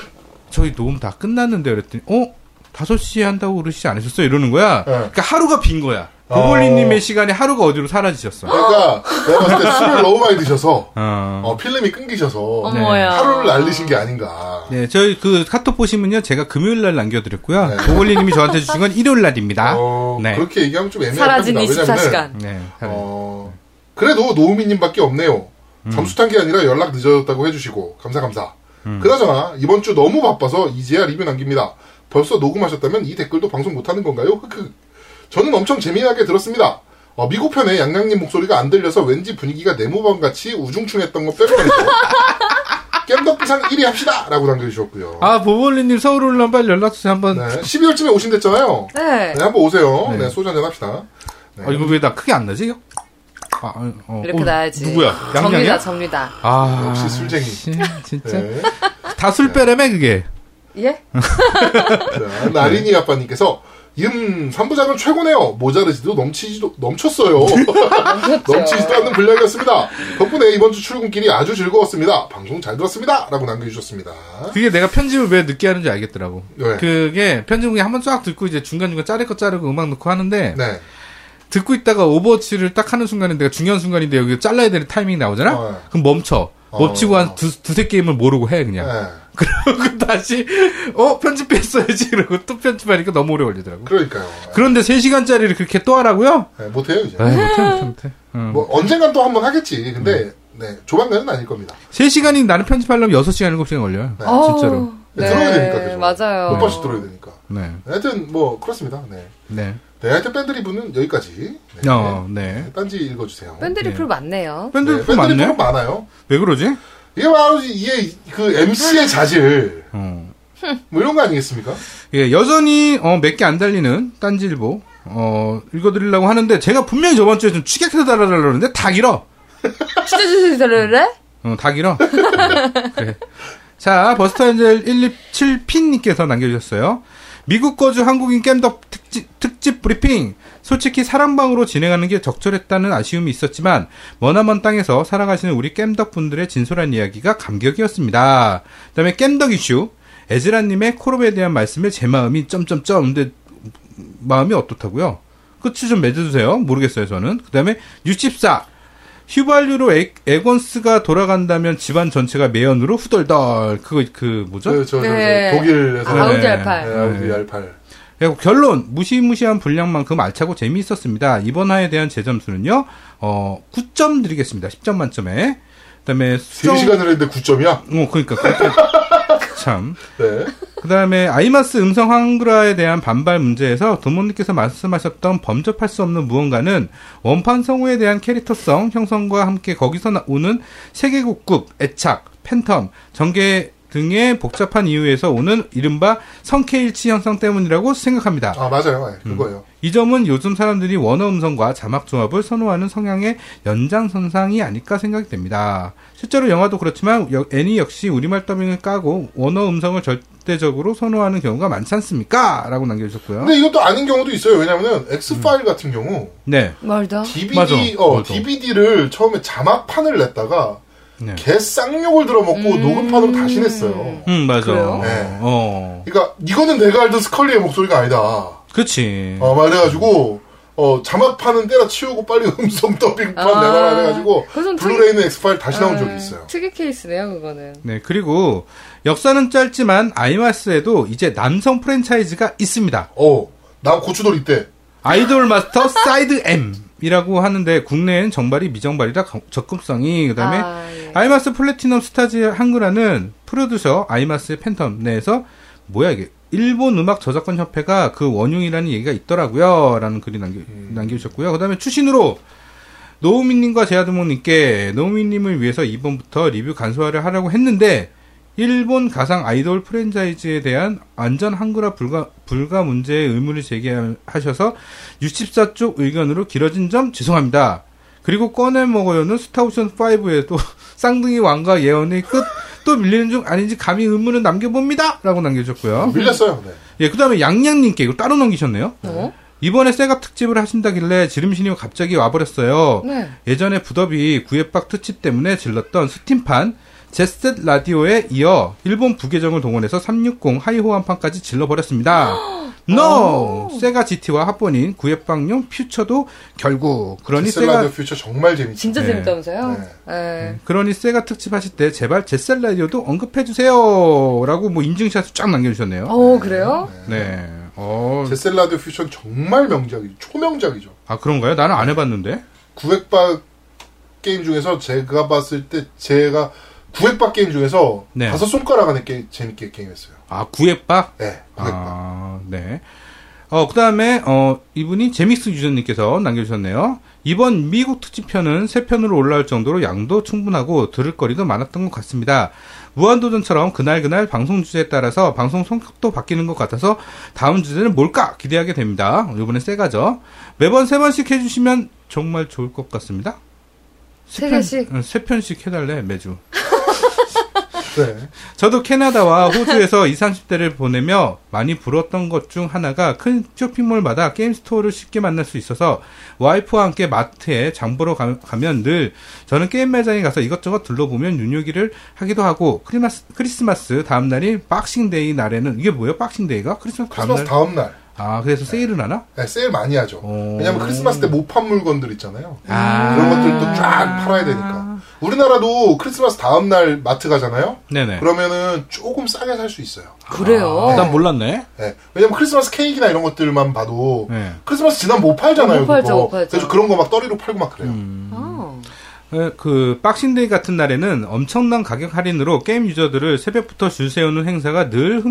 [SPEAKER 2] 저희 녹음 다 끝났는데 그랬더니 어 5시에 한다고 그러시지 않으셨어요? 이러는 거야. 그러니까 하루가 빈 거야. 보볼리님의
[SPEAKER 1] 네. 어.
[SPEAKER 2] 시간에 하루가 어디로 사라지셨어.
[SPEAKER 1] 그러니까 내가 봤을 때 술을 너무 많이 드셔서
[SPEAKER 2] 어.
[SPEAKER 1] 어, 필름이 끊기셔서
[SPEAKER 3] 어머야.
[SPEAKER 1] 네. 하루를 날리신 게 아닌가.
[SPEAKER 2] 네, 저희 그 카톡 보시면요. 제가 금요일 날 남겨드렸고요.
[SPEAKER 1] 네.
[SPEAKER 2] 보볼리님이 저한테 주신 건 일요일 날입니다.
[SPEAKER 1] 어,
[SPEAKER 2] 네.
[SPEAKER 1] 그렇게 얘기하면 좀
[SPEAKER 3] 사라진
[SPEAKER 1] 애매합니다. 왜냐면
[SPEAKER 3] 24시간.
[SPEAKER 2] 네.
[SPEAKER 1] 어, 그래도 노우미님밖에 없네요.
[SPEAKER 2] 음.
[SPEAKER 1] 잠수 탄 게 아니라 연락 늦어졌다고 해주시고 감사 감사.
[SPEAKER 2] 음.
[SPEAKER 1] 그나저나 이번 주 너무 바빠서 이제야 리뷰 남깁니다. 벌써 녹음하셨다면 이 댓글도 방송 못하는 건가요? 흑흑. 저는 엄청 재미나게 들었습니다. 어, 미국 편에 양양님 목소리가 안 들려서 왠지 분위기가 네모방 같이 우중충했던 거 빼고는 겜덕비상 1위 합시다! 라고 남겨주셨고요.
[SPEAKER 2] 아, 보볼리님 서울 올라면 빨리 연락 주세요. 한번.
[SPEAKER 1] 네, 12월쯤에 오신댔잖아요.
[SPEAKER 3] 네.
[SPEAKER 1] 네, 한번 오세요.
[SPEAKER 2] 네.
[SPEAKER 1] 네, 소주 한잔 합시다. 네.
[SPEAKER 2] 아, 이거 왜 나 크게 안 나지? 아, 아, 어,
[SPEAKER 3] 이렇게
[SPEAKER 2] 어,
[SPEAKER 3] 나야지.
[SPEAKER 2] 누구야?
[SPEAKER 3] 접니다,
[SPEAKER 2] 양양이야?
[SPEAKER 3] 접니다.
[SPEAKER 2] 아,
[SPEAKER 1] 역시 술쟁이.
[SPEAKER 2] 씨, 진짜.
[SPEAKER 1] 네.
[SPEAKER 2] 다 술 빼라며 그게.
[SPEAKER 3] 예?
[SPEAKER 1] 자, 나린이 아빠님께서 음, 3부작은 최고네요. 모자르지도 넘치지도, 넘쳤어요. 넘치지도 않는 분량이었습니다. 덕분에 이번 주 출근길이 아주 즐거웠습니다. 방송 잘 들었습니다. 라고 남겨주셨습니다.
[SPEAKER 2] 그게 내가 편집을 왜 늦게 하는지 알겠더라고.
[SPEAKER 1] 왜?
[SPEAKER 2] 그게 편집을 그냥 한번 쫙 듣고 이제 중간중간 자를 거 자르고 음악 넣고 하는데
[SPEAKER 1] 네.
[SPEAKER 2] 듣고 있다가 오버워치를 딱 하는 순간에 내가 중요한 순간인데 여기 잘라야 되는 타이밍이 나오잖아?
[SPEAKER 1] 어.
[SPEAKER 2] 그럼 멈춰.
[SPEAKER 1] 어.
[SPEAKER 2] 멈추고 한 두, 두세 게임을 모르고 해, 그냥.
[SPEAKER 1] 네.
[SPEAKER 2] 그러고 다시, 어, 편집했어야지. 이러고 또 편집하니까 너무 오래 걸리더라고.
[SPEAKER 1] 네. 그러니까요.
[SPEAKER 2] 그런데 세시간짜리를 그렇게 음. 또 하라고요?
[SPEAKER 1] 네, 못해요, 이제.
[SPEAKER 2] 에이, 못해, 못해, 못해. 응.
[SPEAKER 1] 뭐, 언젠간 또 한 번 하겠지.
[SPEAKER 2] 음.
[SPEAKER 1] 근데, 네, 조만간은 아닐 겁니다.
[SPEAKER 2] 3시간이 나는 편집하려면 6시간, 7시간 걸려요.
[SPEAKER 1] 네.
[SPEAKER 3] 어우,
[SPEAKER 2] 진짜로.
[SPEAKER 1] 네, 들어야 되니까, 계속.
[SPEAKER 3] 맞아요.
[SPEAKER 1] 몇 번씩 들어야 되니까.
[SPEAKER 2] 네.
[SPEAKER 1] 하여튼, 뭐, 그렇습니다. 네.
[SPEAKER 2] 네.
[SPEAKER 1] 네, 하여튼 밴드리뷰는 여기까지. 네.
[SPEAKER 2] 어, 네.
[SPEAKER 1] 네, 딴지 읽어주세요.
[SPEAKER 3] 밴드
[SPEAKER 2] 네.
[SPEAKER 3] 리플 맞네요.
[SPEAKER 2] 밴드
[SPEAKER 1] 네,
[SPEAKER 2] 네, 맞네?
[SPEAKER 1] 밴드리뷰는 많아요.
[SPEAKER 2] 왜 그러지?
[SPEAKER 1] 이게 바로 이게 그 MC의 자질
[SPEAKER 2] 어.
[SPEAKER 1] 뭐 이런 거 아니겠습니까?
[SPEAKER 2] 예, 여전히 몇 개 안 달리는 딴지일보 어, 읽어드리려고 하는데 제가 분명히 저번 주에 좀 취객해서 달아달라 그러는데 다 길어.
[SPEAKER 1] 네.
[SPEAKER 3] 추추추추 들을래?
[SPEAKER 2] 어, 다 길어. 그래. 자, 버스터 엔젤 127핀님께서 남겨주셨어요. 미국 거주 한국인 겜덕 특집, 특집 브리핑. 솔직히 사랑방으로 진행하는 게 적절했다는 아쉬움이 있었지만, 머나먼 땅에서 살아가시는 우리 겜덕 분들의 진솔한 이야기가 감격이었습니다. 그 다음에 겜덕 이슈. 에즈라님의 코롬에 대한 말씀에 제 마음이 점점점, 근데 마음이 어떻다고요? 끝을 좀 맺어주세요. 모르겠어요, 저는. 그 다음에, 64. 휘발유로 에, 에곤스가 돌아간다면 집안 전체가 매연으로 후덜덜. 그거, 그, 뭐죠?
[SPEAKER 1] 저, 저, 저,
[SPEAKER 3] 네.
[SPEAKER 1] 저 독일에서
[SPEAKER 2] 아,
[SPEAKER 3] 아우디
[SPEAKER 2] 네.
[SPEAKER 1] 네,
[SPEAKER 3] R8.
[SPEAKER 1] 아우디 R8.
[SPEAKER 2] 그리고 결론 무시무시한 분량만큼 알차고 재미있었습니다. 이번 화에 대한 제 점수는요. 어 9점 드리겠습니다. 10점 만점에. 그다음에 수정
[SPEAKER 1] 3시간을 했는데 9점이야?
[SPEAKER 2] 어 그러니까 그것도- 참.
[SPEAKER 1] 네.
[SPEAKER 2] 그다음에 아이마스 음성 한글화에 대한 반발 문제에서 도모님께서 말씀하셨던 범접할 수 없는 무언가는 원판 성우에 대한 캐릭터성 형성과 함께 거기서 나- 오는 세계국급 애착 팬텀 전개 등의 복잡한 이유에서 오는 이른바 성케일치 현상 때문이라고 생각합니다.
[SPEAKER 1] 아, 맞아요. 네, 그거예요.
[SPEAKER 2] 이 점은 요즘 사람들이 원어 음성과 자막 조합을 선호하는 성향의 연장선상이 아닐까 생각이 됩니다. 실제로 영화도 그렇지만 여- 애니 역시 우리말 더빙을 까고 원어 음성을 절대적으로 선호하는 경우가 많지 않습니까? 라고 남겨주셨고요.
[SPEAKER 3] 네.
[SPEAKER 1] 근데 이것도 아닌 경우도 있어요. 왜냐면은 엑스파일 같은 경우
[SPEAKER 2] 네.
[SPEAKER 3] 뭘 더?
[SPEAKER 1] DVD
[SPEAKER 2] 음. 맞아.
[SPEAKER 1] 어,
[SPEAKER 2] 맞아.
[SPEAKER 1] DVD를 처음에 자막판을 냈다가
[SPEAKER 2] 네.
[SPEAKER 1] 개 쌍욕을 들어먹고 녹음판으로 다시 냈어요.
[SPEAKER 2] 음, 맞아.
[SPEAKER 3] 그래요?
[SPEAKER 1] 네.
[SPEAKER 2] 어.
[SPEAKER 1] 그러니까 이거는 내가 알던 스컬리의 목소리가 아니다.
[SPEAKER 2] 그치.
[SPEAKER 1] 어, 막 그래가지고, 어, 자막판은 때려치우고 빨리 음성 더빙판
[SPEAKER 3] 아.
[SPEAKER 1] 내놔라 해가지고,
[SPEAKER 3] 그건 좀-
[SPEAKER 1] 블루레이는 엑스파일 다시 나온
[SPEAKER 3] 아,
[SPEAKER 1] 적이 있어요.
[SPEAKER 3] 특이 케이스네요, 그거는.
[SPEAKER 2] 네, 그리고 역사는 짧지만 아이마스에도 이제 남성 프랜차이즈가 있습니다.
[SPEAKER 1] 어, 나 고추돌 이때.
[SPEAKER 2] 아이돌 마스터 사이드 M. 이라고 하는데 국내엔 정발이 미정발이라 거- 접근성이 그다음에
[SPEAKER 3] 아, 예.
[SPEAKER 2] 아이마스 플래티넘 스타즈 한글화는 프로듀서 아이마스 팬텀 내에서 뭐야 이게 일본 음악 저작권 협회가 그 원흉이라는 얘기가 있더라고요라는 글이 남겨
[SPEAKER 3] 음.
[SPEAKER 2] 남겨주셨고요. 그다음에 추신으로 노우미님과 제아드모님께 노우미님을 위해서 이번부터 리뷰 간소화를 하려고 했는데 일본 가상 아이돌 프랜차이즈에 대한 완전 한글화 불가, 불가 문제의 의문을 제기하셔서 64쪽 의견으로 길어진 점 죄송합니다. 그리고 꺼내 먹어요는 스타옵션 5에도 쌍둥이 왕과 예언의 끝 또 밀리는 중 아닌지 감히 의문을 남겨봅니다. 라고 남겨주셨고요.
[SPEAKER 1] 밀렸어요. 네.
[SPEAKER 2] 예, 그 다음에 양양님께 이거 따로 넘기셨네요.
[SPEAKER 3] 어?
[SPEAKER 2] 이번에 세가 특집을 하신다길래 지름신이 갑자기 와버렸어요.
[SPEAKER 3] 네.
[SPEAKER 2] 예전에 부더비 구애박 특집 때문에 질렀던 스팀판 제셋 라디오에 이어 일본 부계정을 동원해서 360 하이호환판까지 질러버렸습니다. NO! 세가 GT와 합본인 구애박용 퓨처도 결국 그러니 세가
[SPEAKER 1] 디셀라디오 퓨처 정말 재밌죠.
[SPEAKER 3] 진짜
[SPEAKER 2] 네.
[SPEAKER 3] 재밌다면서요?
[SPEAKER 1] 네.
[SPEAKER 3] 네.
[SPEAKER 2] 그러니 세가 특집 하실 때 제발 제셋 라디오도 언급해 주세요라고 뭐 인증샷을 쫙 남겨주셨네요.
[SPEAKER 3] 어, 그래요?
[SPEAKER 2] 네. 어,
[SPEAKER 1] 제셀라디오 퓨처는 정말 명작이죠. 초명작이죠.
[SPEAKER 2] 아 그런가요? 나는 안 해봤는데.
[SPEAKER 1] 구획박 게임 중에서 제가 봤을 때, 제가 구획박 게임 중에서
[SPEAKER 2] 네.
[SPEAKER 1] 다섯 손가락 안에 게, 재밌게 게임했어요.
[SPEAKER 2] 아 구애박
[SPEAKER 1] 네, 구획박.
[SPEAKER 2] 아, 네. 어, 그 다음에, 어, 이분이 제믹스 유저님께서 남겨주셨네요. 이번 미국 특집편은 세 편으로 올라올 정도로 양도 충분하고 들을 거리도 많았던 것 같습니다. 무한도전처럼 그날그날 방송 주제에 따라서 방송 성격도 바뀌는 것 같아서 다음 주제는 뭘까 기대하게 됩니다. 이번에 세가죠. 매번 세 번씩 해주시면 정말 좋을 것 같습니다.
[SPEAKER 3] 세 개씩?
[SPEAKER 2] 응, 세 편씩 해달래, 매주.
[SPEAKER 1] 네.
[SPEAKER 2] 저도 캐나다와 호주에서 20, 30대를 보내며 많이 부러웠던 것 중 하나가 큰 쇼핑몰마다 게임 스토어를 쉽게 만날 수 있어서 와이프와 함께 마트에 장 보러 가, 면늘 저는 게임 매장에 가서 이것저것 둘러보면 눈요기를 하기도 하고 크리마스, 크리스마스 다음 날인 박싱데이 날에는 이게 뭐예요? 박싱데이가? 크리스마스 다음
[SPEAKER 1] 크리스마스
[SPEAKER 2] 날?
[SPEAKER 1] 다음날.
[SPEAKER 2] 아, 그래서 세일을 하나?
[SPEAKER 1] 네, 세일 많이 하죠.
[SPEAKER 2] 오.
[SPEAKER 1] 왜냐면 크리스마스 때 못 판 물건들 있잖아요.
[SPEAKER 2] 아.
[SPEAKER 1] 그런 것들도 쫙 팔아야 되니까. 우리나라도 크리스마스 다음날 마트 가잖아요?
[SPEAKER 2] 네네.
[SPEAKER 1] 그러면은 조금 싸게 살 수 있어요.
[SPEAKER 3] 그래요?
[SPEAKER 2] 아, 난 몰랐네.
[SPEAKER 1] 예. 왜냐면 크리스마스 케이크나 이런 것들만 봐도
[SPEAKER 2] 네.
[SPEAKER 1] 크리스마스 지난 못 팔잖아요.
[SPEAKER 3] 못 팔죠, 그렇죠.
[SPEAKER 1] 그거.
[SPEAKER 3] 못 팔죠.
[SPEAKER 1] 그래서 그런 거 막 떠리로 팔고 막 그래요.
[SPEAKER 2] 음.
[SPEAKER 3] 아.
[SPEAKER 2] 에, 그 박싱데이 같은 날에는 엄청난 가격 할인으로 게임 유저들을 새벽부터 줄 세우는 행사가 늘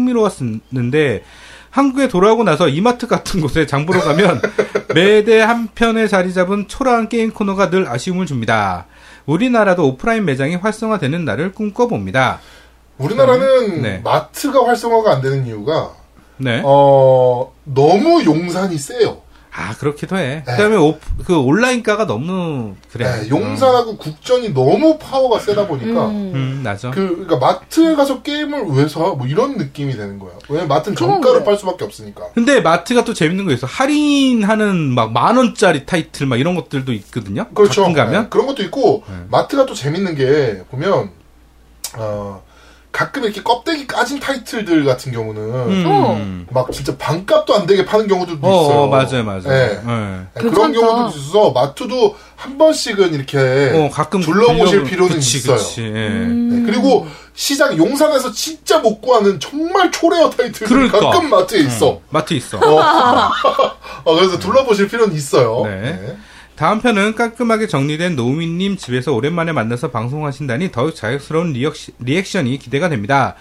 [SPEAKER 2] 흥미로웠는데 한국에 돌아오고 나서 이마트 같은 곳에 장보러 가면 매대 한 편에 자리 잡은 초라한 게임 코너가 늘 아쉬움을 줍니다. 우리나라도 오프라인 매장이 활성화되는 날을 꿈꿔봅니다.
[SPEAKER 1] 우리나라는
[SPEAKER 2] 네.
[SPEAKER 1] 마트가 활성화가 안 되는 이유가
[SPEAKER 2] 네.
[SPEAKER 1] 어 너무 용산이 세요.
[SPEAKER 2] 아 그렇기도 해. 그다음에 오프- 그 온라인가가 너무 그래.
[SPEAKER 1] 네, 용산하고 국전이 너무 파워가 세다 보니까
[SPEAKER 2] 음, 음, 맞아.
[SPEAKER 1] 그 그러니까 마트에 가서 게임을 왜 사? 뭐 이런 느낌이 되는 거야. 왜냐면 마트는
[SPEAKER 3] 그건
[SPEAKER 1] 정가로
[SPEAKER 3] 그래.
[SPEAKER 1] 팔 수밖에 없으니까.
[SPEAKER 2] 근데 마트가 또 재밌는 거 있어. 할인하는 막 만 원짜리 타이틀 막 이런 것들도 있거든요.
[SPEAKER 1] 그렇죠.
[SPEAKER 2] 가끔 가면
[SPEAKER 1] 네, 그런 것도 있고 마트가 또 재밌는 게 보면 어 가끔 이렇게 껍데기 까진 타이틀들 같은 경우는
[SPEAKER 2] 음.
[SPEAKER 1] 막 진짜 반값도 안 되게 파는 경우도
[SPEAKER 2] 어,
[SPEAKER 1] 있어요.
[SPEAKER 2] 어, 맞아요, 맞아요.
[SPEAKER 1] 네.
[SPEAKER 2] 예.
[SPEAKER 1] 네, 그런
[SPEAKER 3] 괜찮다.
[SPEAKER 1] 경우도 있어서 마트도 한 번씩은 이렇게
[SPEAKER 2] 어, 가끔
[SPEAKER 1] 둘러보실
[SPEAKER 2] 들려보-
[SPEAKER 1] 네. 필요는
[SPEAKER 2] 그치,
[SPEAKER 1] 있어요.
[SPEAKER 2] 그치, 예.
[SPEAKER 1] 네, 그리고 시장 용산에서 진짜 못 구하는 정말 초레어 타이틀이
[SPEAKER 2] 그러니까.
[SPEAKER 1] 가끔 마트에 있어.
[SPEAKER 2] 마트 있어.
[SPEAKER 1] 어, 그래서 둘러보실 필요는 있어요.
[SPEAKER 2] 네. 다음 편은 깔끔하게 정리된 노우미님 집에서 오랜만에 만나서 방송하신다니 더욱 자연스러운 리액시, 리액션이 기대가 됩니다.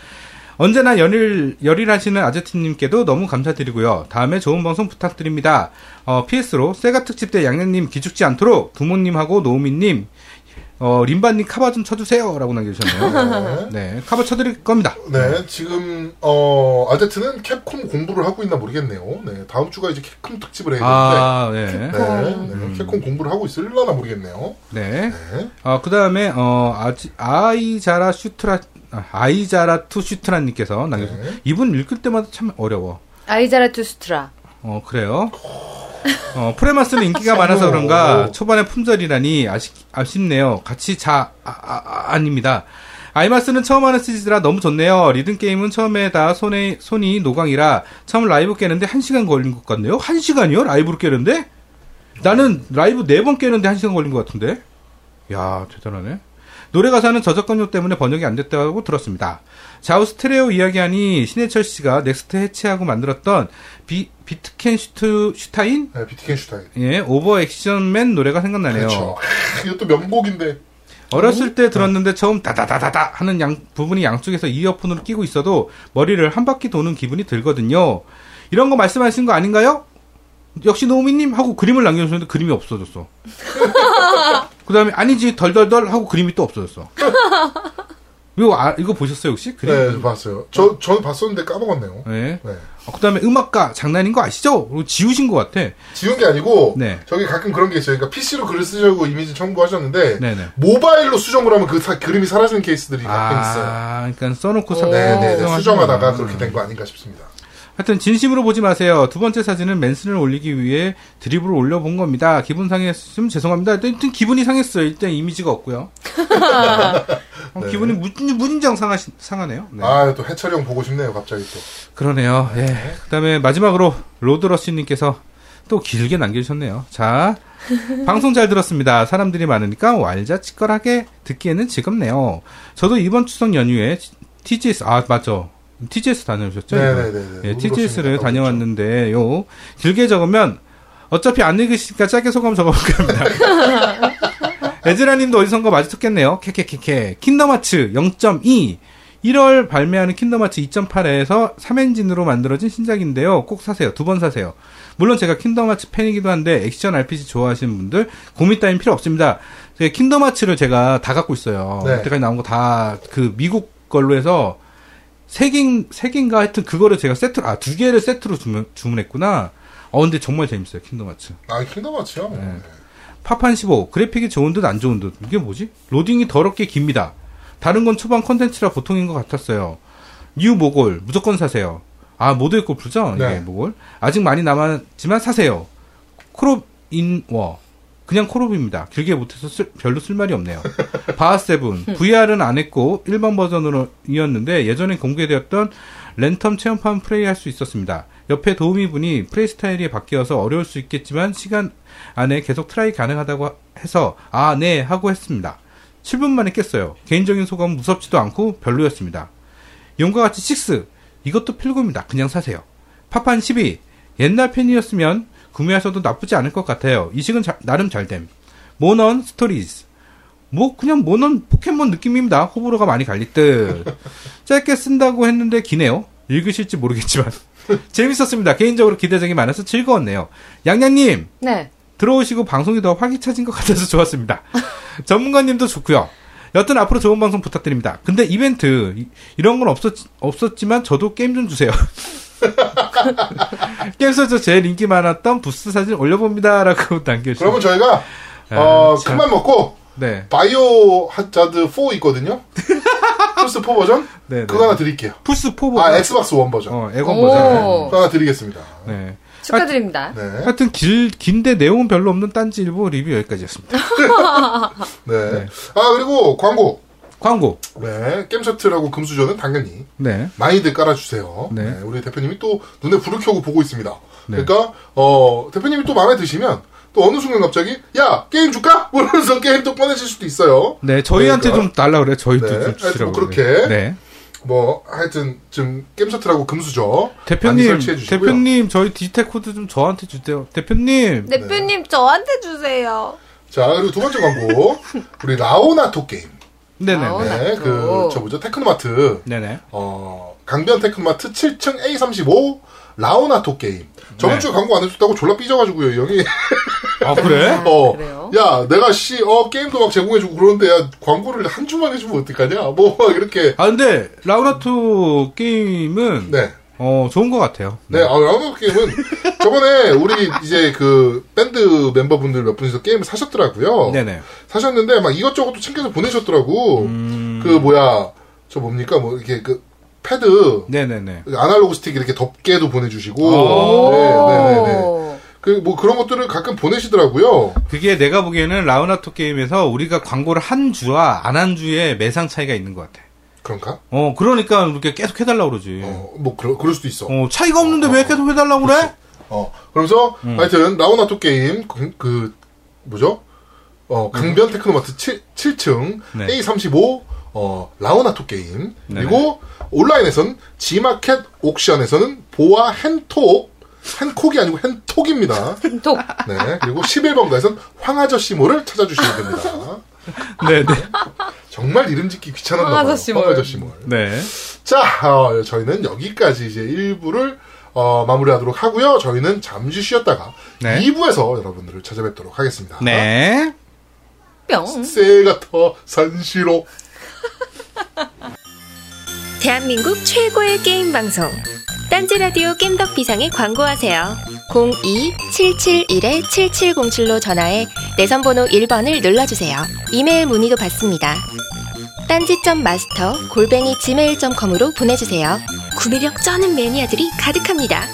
[SPEAKER 2] 언제나 열일, 열일하시는 아저씨님께도 너무 감사드리고요. 다음에 좋은 방송 부탁드립니다. 어, PS로 세가 특집 때 양양님 기죽지 않도록 부모님하고 노우미님, 어, 림바님 카바 좀 쳐주세요. 라고 남겨주셨네요. 네, 카바 쳐드릴 겁니다.
[SPEAKER 1] 네, 지금 어 아제트는 캡콤 공부를 하고 있나 모르겠네요. 네, 다음 주가 이제 캡콤 특집을 해야
[SPEAKER 2] 아, 네.
[SPEAKER 1] 되는데, 네, 네, 캡콤 공부를 하고 있을려나 모르겠네요.
[SPEAKER 2] 네.
[SPEAKER 1] 네,
[SPEAKER 2] 아, 그 다음에, 어, 아지, 아이자라 슈트라, 아, 아이자라 투 슈트라님께서 남겨주신, 이분 읽을 때마다 참 어려워.
[SPEAKER 3] 아이자라 투스트라.
[SPEAKER 2] 어, 그래요. 어, 프레마스는 인기가 많아서 그런가, 초반에 품절이라니, 아쉽, 아쉽네요. 같이 자, 아, 아, 닙니다 아이마스는 처음 하는 시리즈라 너무 좋네요. 리듬게임은 처음에다 손에, 손이 노광이라, 처음 라이브 깨는데 1시간 걸린 것 같네요. 1시간이요? 라이브로 깨는데? 나는 라이브 4번 깨는데 1시간 걸린 것 같은데? 야 대단하네. 노래 가사는 저작권료 때문에 번역이 안 됐다고 들었습니다. 좌우 스트레오 이야기하니 신해철 씨가 넥스트 해체하고 만들었던 비, 비트켄 슈트, 슈타인?
[SPEAKER 1] 네 비트켄슈타인.
[SPEAKER 2] 예, 오버 액션맨 노래가 생각나네요.
[SPEAKER 1] 그렇죠. 이것도 명곡인데.
[SPEAKER 2] 어렸을 때 들었는데 처음 다다다다다 하는 양, 부분이 양쪽에서 이어폰으로 끼고 있어도 머리를 한 바퀴 도는 기분이 들거든요. 이런 거 말씀하신 거 아닌가요? 역시 노우미님 하고 그림을 남겨주셨는데 그림이 없어졌어. 그 다음에 아니지 덜덜덜 하고 그림이 또 없어졌어. 이거, 아- 이거 보셨어요 혹시? 그림?
[SPEAKER 1] 네, 저 봤어요. 저 저는 봤었는데 까먹었네요.
[SPEAKER 2] 네.
[SPEAKER 1] 네.
[SPEAKER 2] 아, 그다음에 음악가 장난인 거 아시죠? 그리고 지우신 것 같아.
[SPEAKER 1] 지운 게 아니고
[SPEAKER 2] 네.
[SPEAKER 1] 저기 가끔 그런 게 있어요. 그러니까 PC로 글을 쓰려고 이미지 첨부하셨는데
[SPEAKER 2] 네네.
[SPEAKER 1] 모바일로 수정을 하면 그 사- 그림이 사라지는 케이스들이 가끔 있어요.
[SPEAKER 2] 아, 그러니까 써놓고 사-
[SPEAKER 1] 네, 네,
[SPEAKER 2] 수정하시는구나.
[SPEAKER 1] 수정하다가 그렇게 된
[SPEAKER 2] 음.
[SPEAKER 1] 거 아닌가 싶습니다.
[SPEAKER 2] 하여튼 진심으로 보지 마세요. 두 번째 사진은 맨슨을 올리기 위해 드립으로 올려본 겁니다. 기분 상했으면 죄송합니다. 일단, 일단 기분이 상했어요. 일단 이미지가 없고요. 어, 기분이 무, 무진장 상하, 상하네요. 네.
[SPEAKER 1] 네. 아, 또 해철이 형 보고 싶네요, 갑자기 또.
[SPEAKER 2] 그러네요. 예. 그다음에 마지막으로 로드러시님께서 또 길게 남겨주셨네요. 자, 방송 잘 들었습니다. 사람들이 많으니까 왈자치껄하게 듣기에는 즐겁네요. 저도 이번 추석 연휴에 TGS 아 맞죠. TGS 다녀오셨죠?
[SPEAKER 1] 네네네네.
[SPEAKER 2] 예,
[SPEAKER 1] 로드러시님
[SPEAKER 2] TGS를
[SPEAKER 1] 갔다 그렇죠.
[SPEAKER 2] 다녀왔는데요. 길게 적으면 어차피 안 읽으시니까 짧게 소감 적어볼 겁니다. 에즈라님도 어디선가 마주쳤겠네요. 캐캐캐캐. 킨더마츠 0.2. 1월 발매하는 킨더마츠 2.8에서 3엔진으로 만들어진 신작인데요. 꼭 사세요. 두 번 사세요. 물론 제가 킨더마츠 팬이기도 한데 액션 RPG 좋아하시는 분들 고민 따윈 필요 없습니다. 제가 킨더마츠를 제가 다 갖고 있어요.
[SPEAKER 1] 네.
[SPEAKER 2] 그때까지 나온 거 다 그 미국 걸로 해서 세긴 세긴가 하여튼 그거를 제가 세트로 아 두 개를 세트로 주문, 주문했구나. 어 근데 정말 재밌어요. 킨더마츠.
[SPEAKER 1] 아, 킹덤아츠요? 네.
[SPEAKER 2] 파판 15 그래픽이 좋은 듯 안 좋은 듯 이게 뭐지? 로딩이 더럽게 깁니다. 다른 건 초반 컨텐츠라 보통인 것 같았어요. 뉴 모골 무조건 사세요. 아 모두의 골프죠?
[SPEAKER 1] 네.
[SPEAKER 2] 예, 모골 아직 많이 남았지만 사세요. 콜옵인워 그냥 콜옵입니다. 길게 못해서 쓸- 별로 쓸 말이 없네요. 바하세븐 VR은 안 했고 일반 버전으로 이었는데 예전에 공개되었던 랜덤 체험판 플레이할 수 있었습니다. 옆에 도우미 분이 플레이 스타일이 바뀌어서 어려울 수 있겠지만 시간 안에 계속 트라이 가능하다고 하- 해서 아 네 하고 했습니다. 7분 만에 깼어요. 개인적인 소감은 무섭지도 않고 별로였습니다. 용과 같이 6 이것도 필구입니다. 그냥 사세요. 파판 12 옛날 팬이었으면 구매하셔도 나쁘지 않을 것 같아요. 이식은 자- 나름 잘됨. 모넌 스토리즈 뭐 그냥 모넌 포켓몬 느낌입니다. 호불호가 많이 갈릴 듯. 짧게 쓴다고 했는데 기네요. 읽으실지 모르겠지만 재밌었습니다. 개인적으로 기대적이 많아서 즐거웠네요. 양양님
[SPEAKER 3] 네.
[SPEAKER 2] 들어오시고 방송이 더 활기차진 것 같아서 좋았습니다. 전문가님도 좋고요. 여튼 앞으로 좋은 방송 부탁드립니다. 근데 이벤트 이- 이런 건 없었 없었지만 저도 게임 좀 주세요. 게임에서 제일 인기 많았던 부스 사진 올려봅니다라고 남겨주셨어요.
[SPEAKER 1] 그러면 저희가
[SPEAKER 2] 아,
[SPEAKER 1] 어,
[SPEAKER 2] 참.
[SPEAKER 1] 큰맘 먹고
[SPEAKER 2] 네,
[SPEAKER 1] 바이오 하자드 4 있거든요. 플스 4 버전
[SPEAKER 2] 네, 네.
[SPEAKER 1] 그거 하나 드릴게요.
[SPEAKER 2] 푸스 포버.
[SPEAKER 1] 아 엑스박스 1 버전
[SPEAKER 2] 어, 에건
[SPEAKER 3] 오.
[SPEAKER 2] 버전.
[SPEAKER 1] 그거 하나 드리겠습니다.
[SPEAKER 2] 네.
[SPEAKER 3] 축하드립니다.
[SPEAKER 1] 네,
[SPEAKER 2] 하여튼 길 긴데 내용은 별로 없는 딴지 일보 리뷰 여기까지였습니다.
[SPEAKER 1] 네. 아 그리고 광고.
[SPEAKER 2] 광고.
[SPEAKER 1] 네, 게임 셔틀하고 금수저는 당연히
[SPEAKER 2] 네.
[SPEAKER 1] 많이들 깔아주세요.
[SPEAKER 2] 네.
[SPEAKER 1] 네, 우리 대표님이 또 눈에 불을 켜고 보고 있습니다. 그러니까 어 대표님이 또 마음에 드시면 또 어느 순간 갑자기 야 게임 줄까? 그러면서 게임 또 꺼내실 수도 있어요.
[SPEAKER 2] 네, 저희한테
[SPEAKER 1] 그러니까.
[SPEAKER 2] 좀 달라 그래. 저희도
[SPEAKER 1] 네,
[SPEAKER 2] 좀 주시라고.
[SPEAKER 1] 하여튼 뭐
[SPEAKER 2] 그래요.
[SPEAKER 1] 그렇게.
[SPEAKER 2] 네.
[SPEAKER 1] 뭐 하여튼 지금 게임 셔틀하고 금수저 많이
[SPEAKER 2] 대표님,
[SPEAKER 1] 설치해 주시고요.
[SPEAKER 2] 대표님 저희 디지텍 코드 좀 저한테 주세요. 대표님.
[SPEAKER 3] 네.
[SPEAKER 1] 네.
[SPEAKER 6] 대표님 저한테 주세요.
[SPEAKER 1] 자 그리고 두 번째 광고 우리 라오나토 게임.
[SPEAKER 2] 네, 네.
[SPEAKER 3] 아오.
[SPEAKER 2] 네.
[SPEAKER 1] 네,
[SPEAKER 3] 어, 라오나토.
[SPEAKER 1] 그저 뭐죠 테크노마트
[SPEAKER 2] 네, 네.
[SPEAKER 1] 어, 강변 테크마트 7층 A35 라오나토 게임. 저번
[SPEAKER 2] 네.
[SPEAKER 1] 주에 광고 안 해줬다고 졸라 삐져가지고요, 이 형이.
[SPEAKER 2] 아, 그래?
[SPEAKER 1] 어,
[SPEAKER 3] 그래요?
[SPEAKER 1] 야, 내가 씨, 어, 게임도 막 제공해주고 그러는데, 야, 광고를 한 주만 해주면 어떡하냐? 뭐, 막 이렇게.
[SPEAKER 2] 아, 근데 라우나토 게임은
[SPEAKER 1] 네.
[SPEAKER 2] 어, 좋은 것 같아요.
[SPEAKER 1] 네, 아, 라오나토 게임은 저번에 우리 이제 그 밴드 멤버분들 몇 분이서 게임을 사셨더라고요.
[SPEAKER 2] 네, 네.
[SPEAKER 1] 사셨는데, 막 이것저것 또 챙겨서 보내셨더라고.
[SPEAKER 3] 음.
[SPEAKER 1] 그, 뭐야, 저 뭡니까? 뭐, 이렇게 그, 패드,
[SPEAKER 2] 네, 네, 네.
[SPEAKER 1] 아날로그 스틱 이렇게 덮개도 보내주시고.
[SPEAKER 3] 아.
[SPEAKER 2] 오.
[SPEAKER 1] 네, 네, 네, 네. 그 뭐 그런 것들을 가끔 보내시더라고요.
[SPEAKER 2] 그게 내가 보기에는 라우나토 게임에서 우리가 광고를 한 주와 안 한 주에 매상 차이가 있는 것 같아.
[SPEAKER 1] 그런가?
[SPEAKER 2] 어, 그러니까 이렇게 계속 해달라고 그러지. 어,
[SPEAKER 1] 어, 뭐 그럴, 그럴 수도 있어. 어,
[SPEAKER 2] 차이가 없는데 왜 계속 해달라고 그래?
[SPEAKER 1] 그러면서
[SPEAKER 2] 음.
[SPEAKER 1] 하여튼 라오나토 게임 그, 그 뭐죠? 어, 강변 테크노마트 7, 7층
[SPEAKER 2] 음. 네.
[SPEAKER 1] A35 어, 라오나토 게임
[SPEAKER 2] 네네.
[SPEAKER 1] 그리고 온라인에선 G마켓 옥션에서는 보아 헨톡 헨콕이 아니고 헨톡입니다.
[SPEAKER 3] 톡.
[SPEAKER 1] 네. 그리고 11번가에선 황아저씨 모를 찾아주시면 됩니다.
[SPEAKER 2] 네, 네.
[SPEAKER 1] 정말 이름 짓기 귀찮았나 봐요.
[SPEAKER 3] 황아저씨 몰.
[SPEAKER 1] 황아저씨 몰.
[SPEAKER 2] 네.
[SPEAKER 1] 자, 어, 저희는 여기까지 이제 1부를 어, 마무리하도록 하고요. 저희는 잠시 쉬었다가
[SPEAKER 2] 네.
[SPEAKER 1] 2부에서 여러분들을 찾아뵙도록 하겠습니다.
[SPEAKER 2] 네.
[SPEAKER 3] 뿅.
[SPEAKER 1] 세가터 산시로
[SPEAKER 7] 대한민국 최고의 게임 방송 딴지라디오 겜덕 비상에 광고하세요 02-771-7707로 전화해 내선번호 1번을 눌러주세요 이메일 문의도 받습니다 딴지점 마스터 골뱅이 gmail.com으로 보내주세요 구매력 쩌는 매니아들이 가득합니다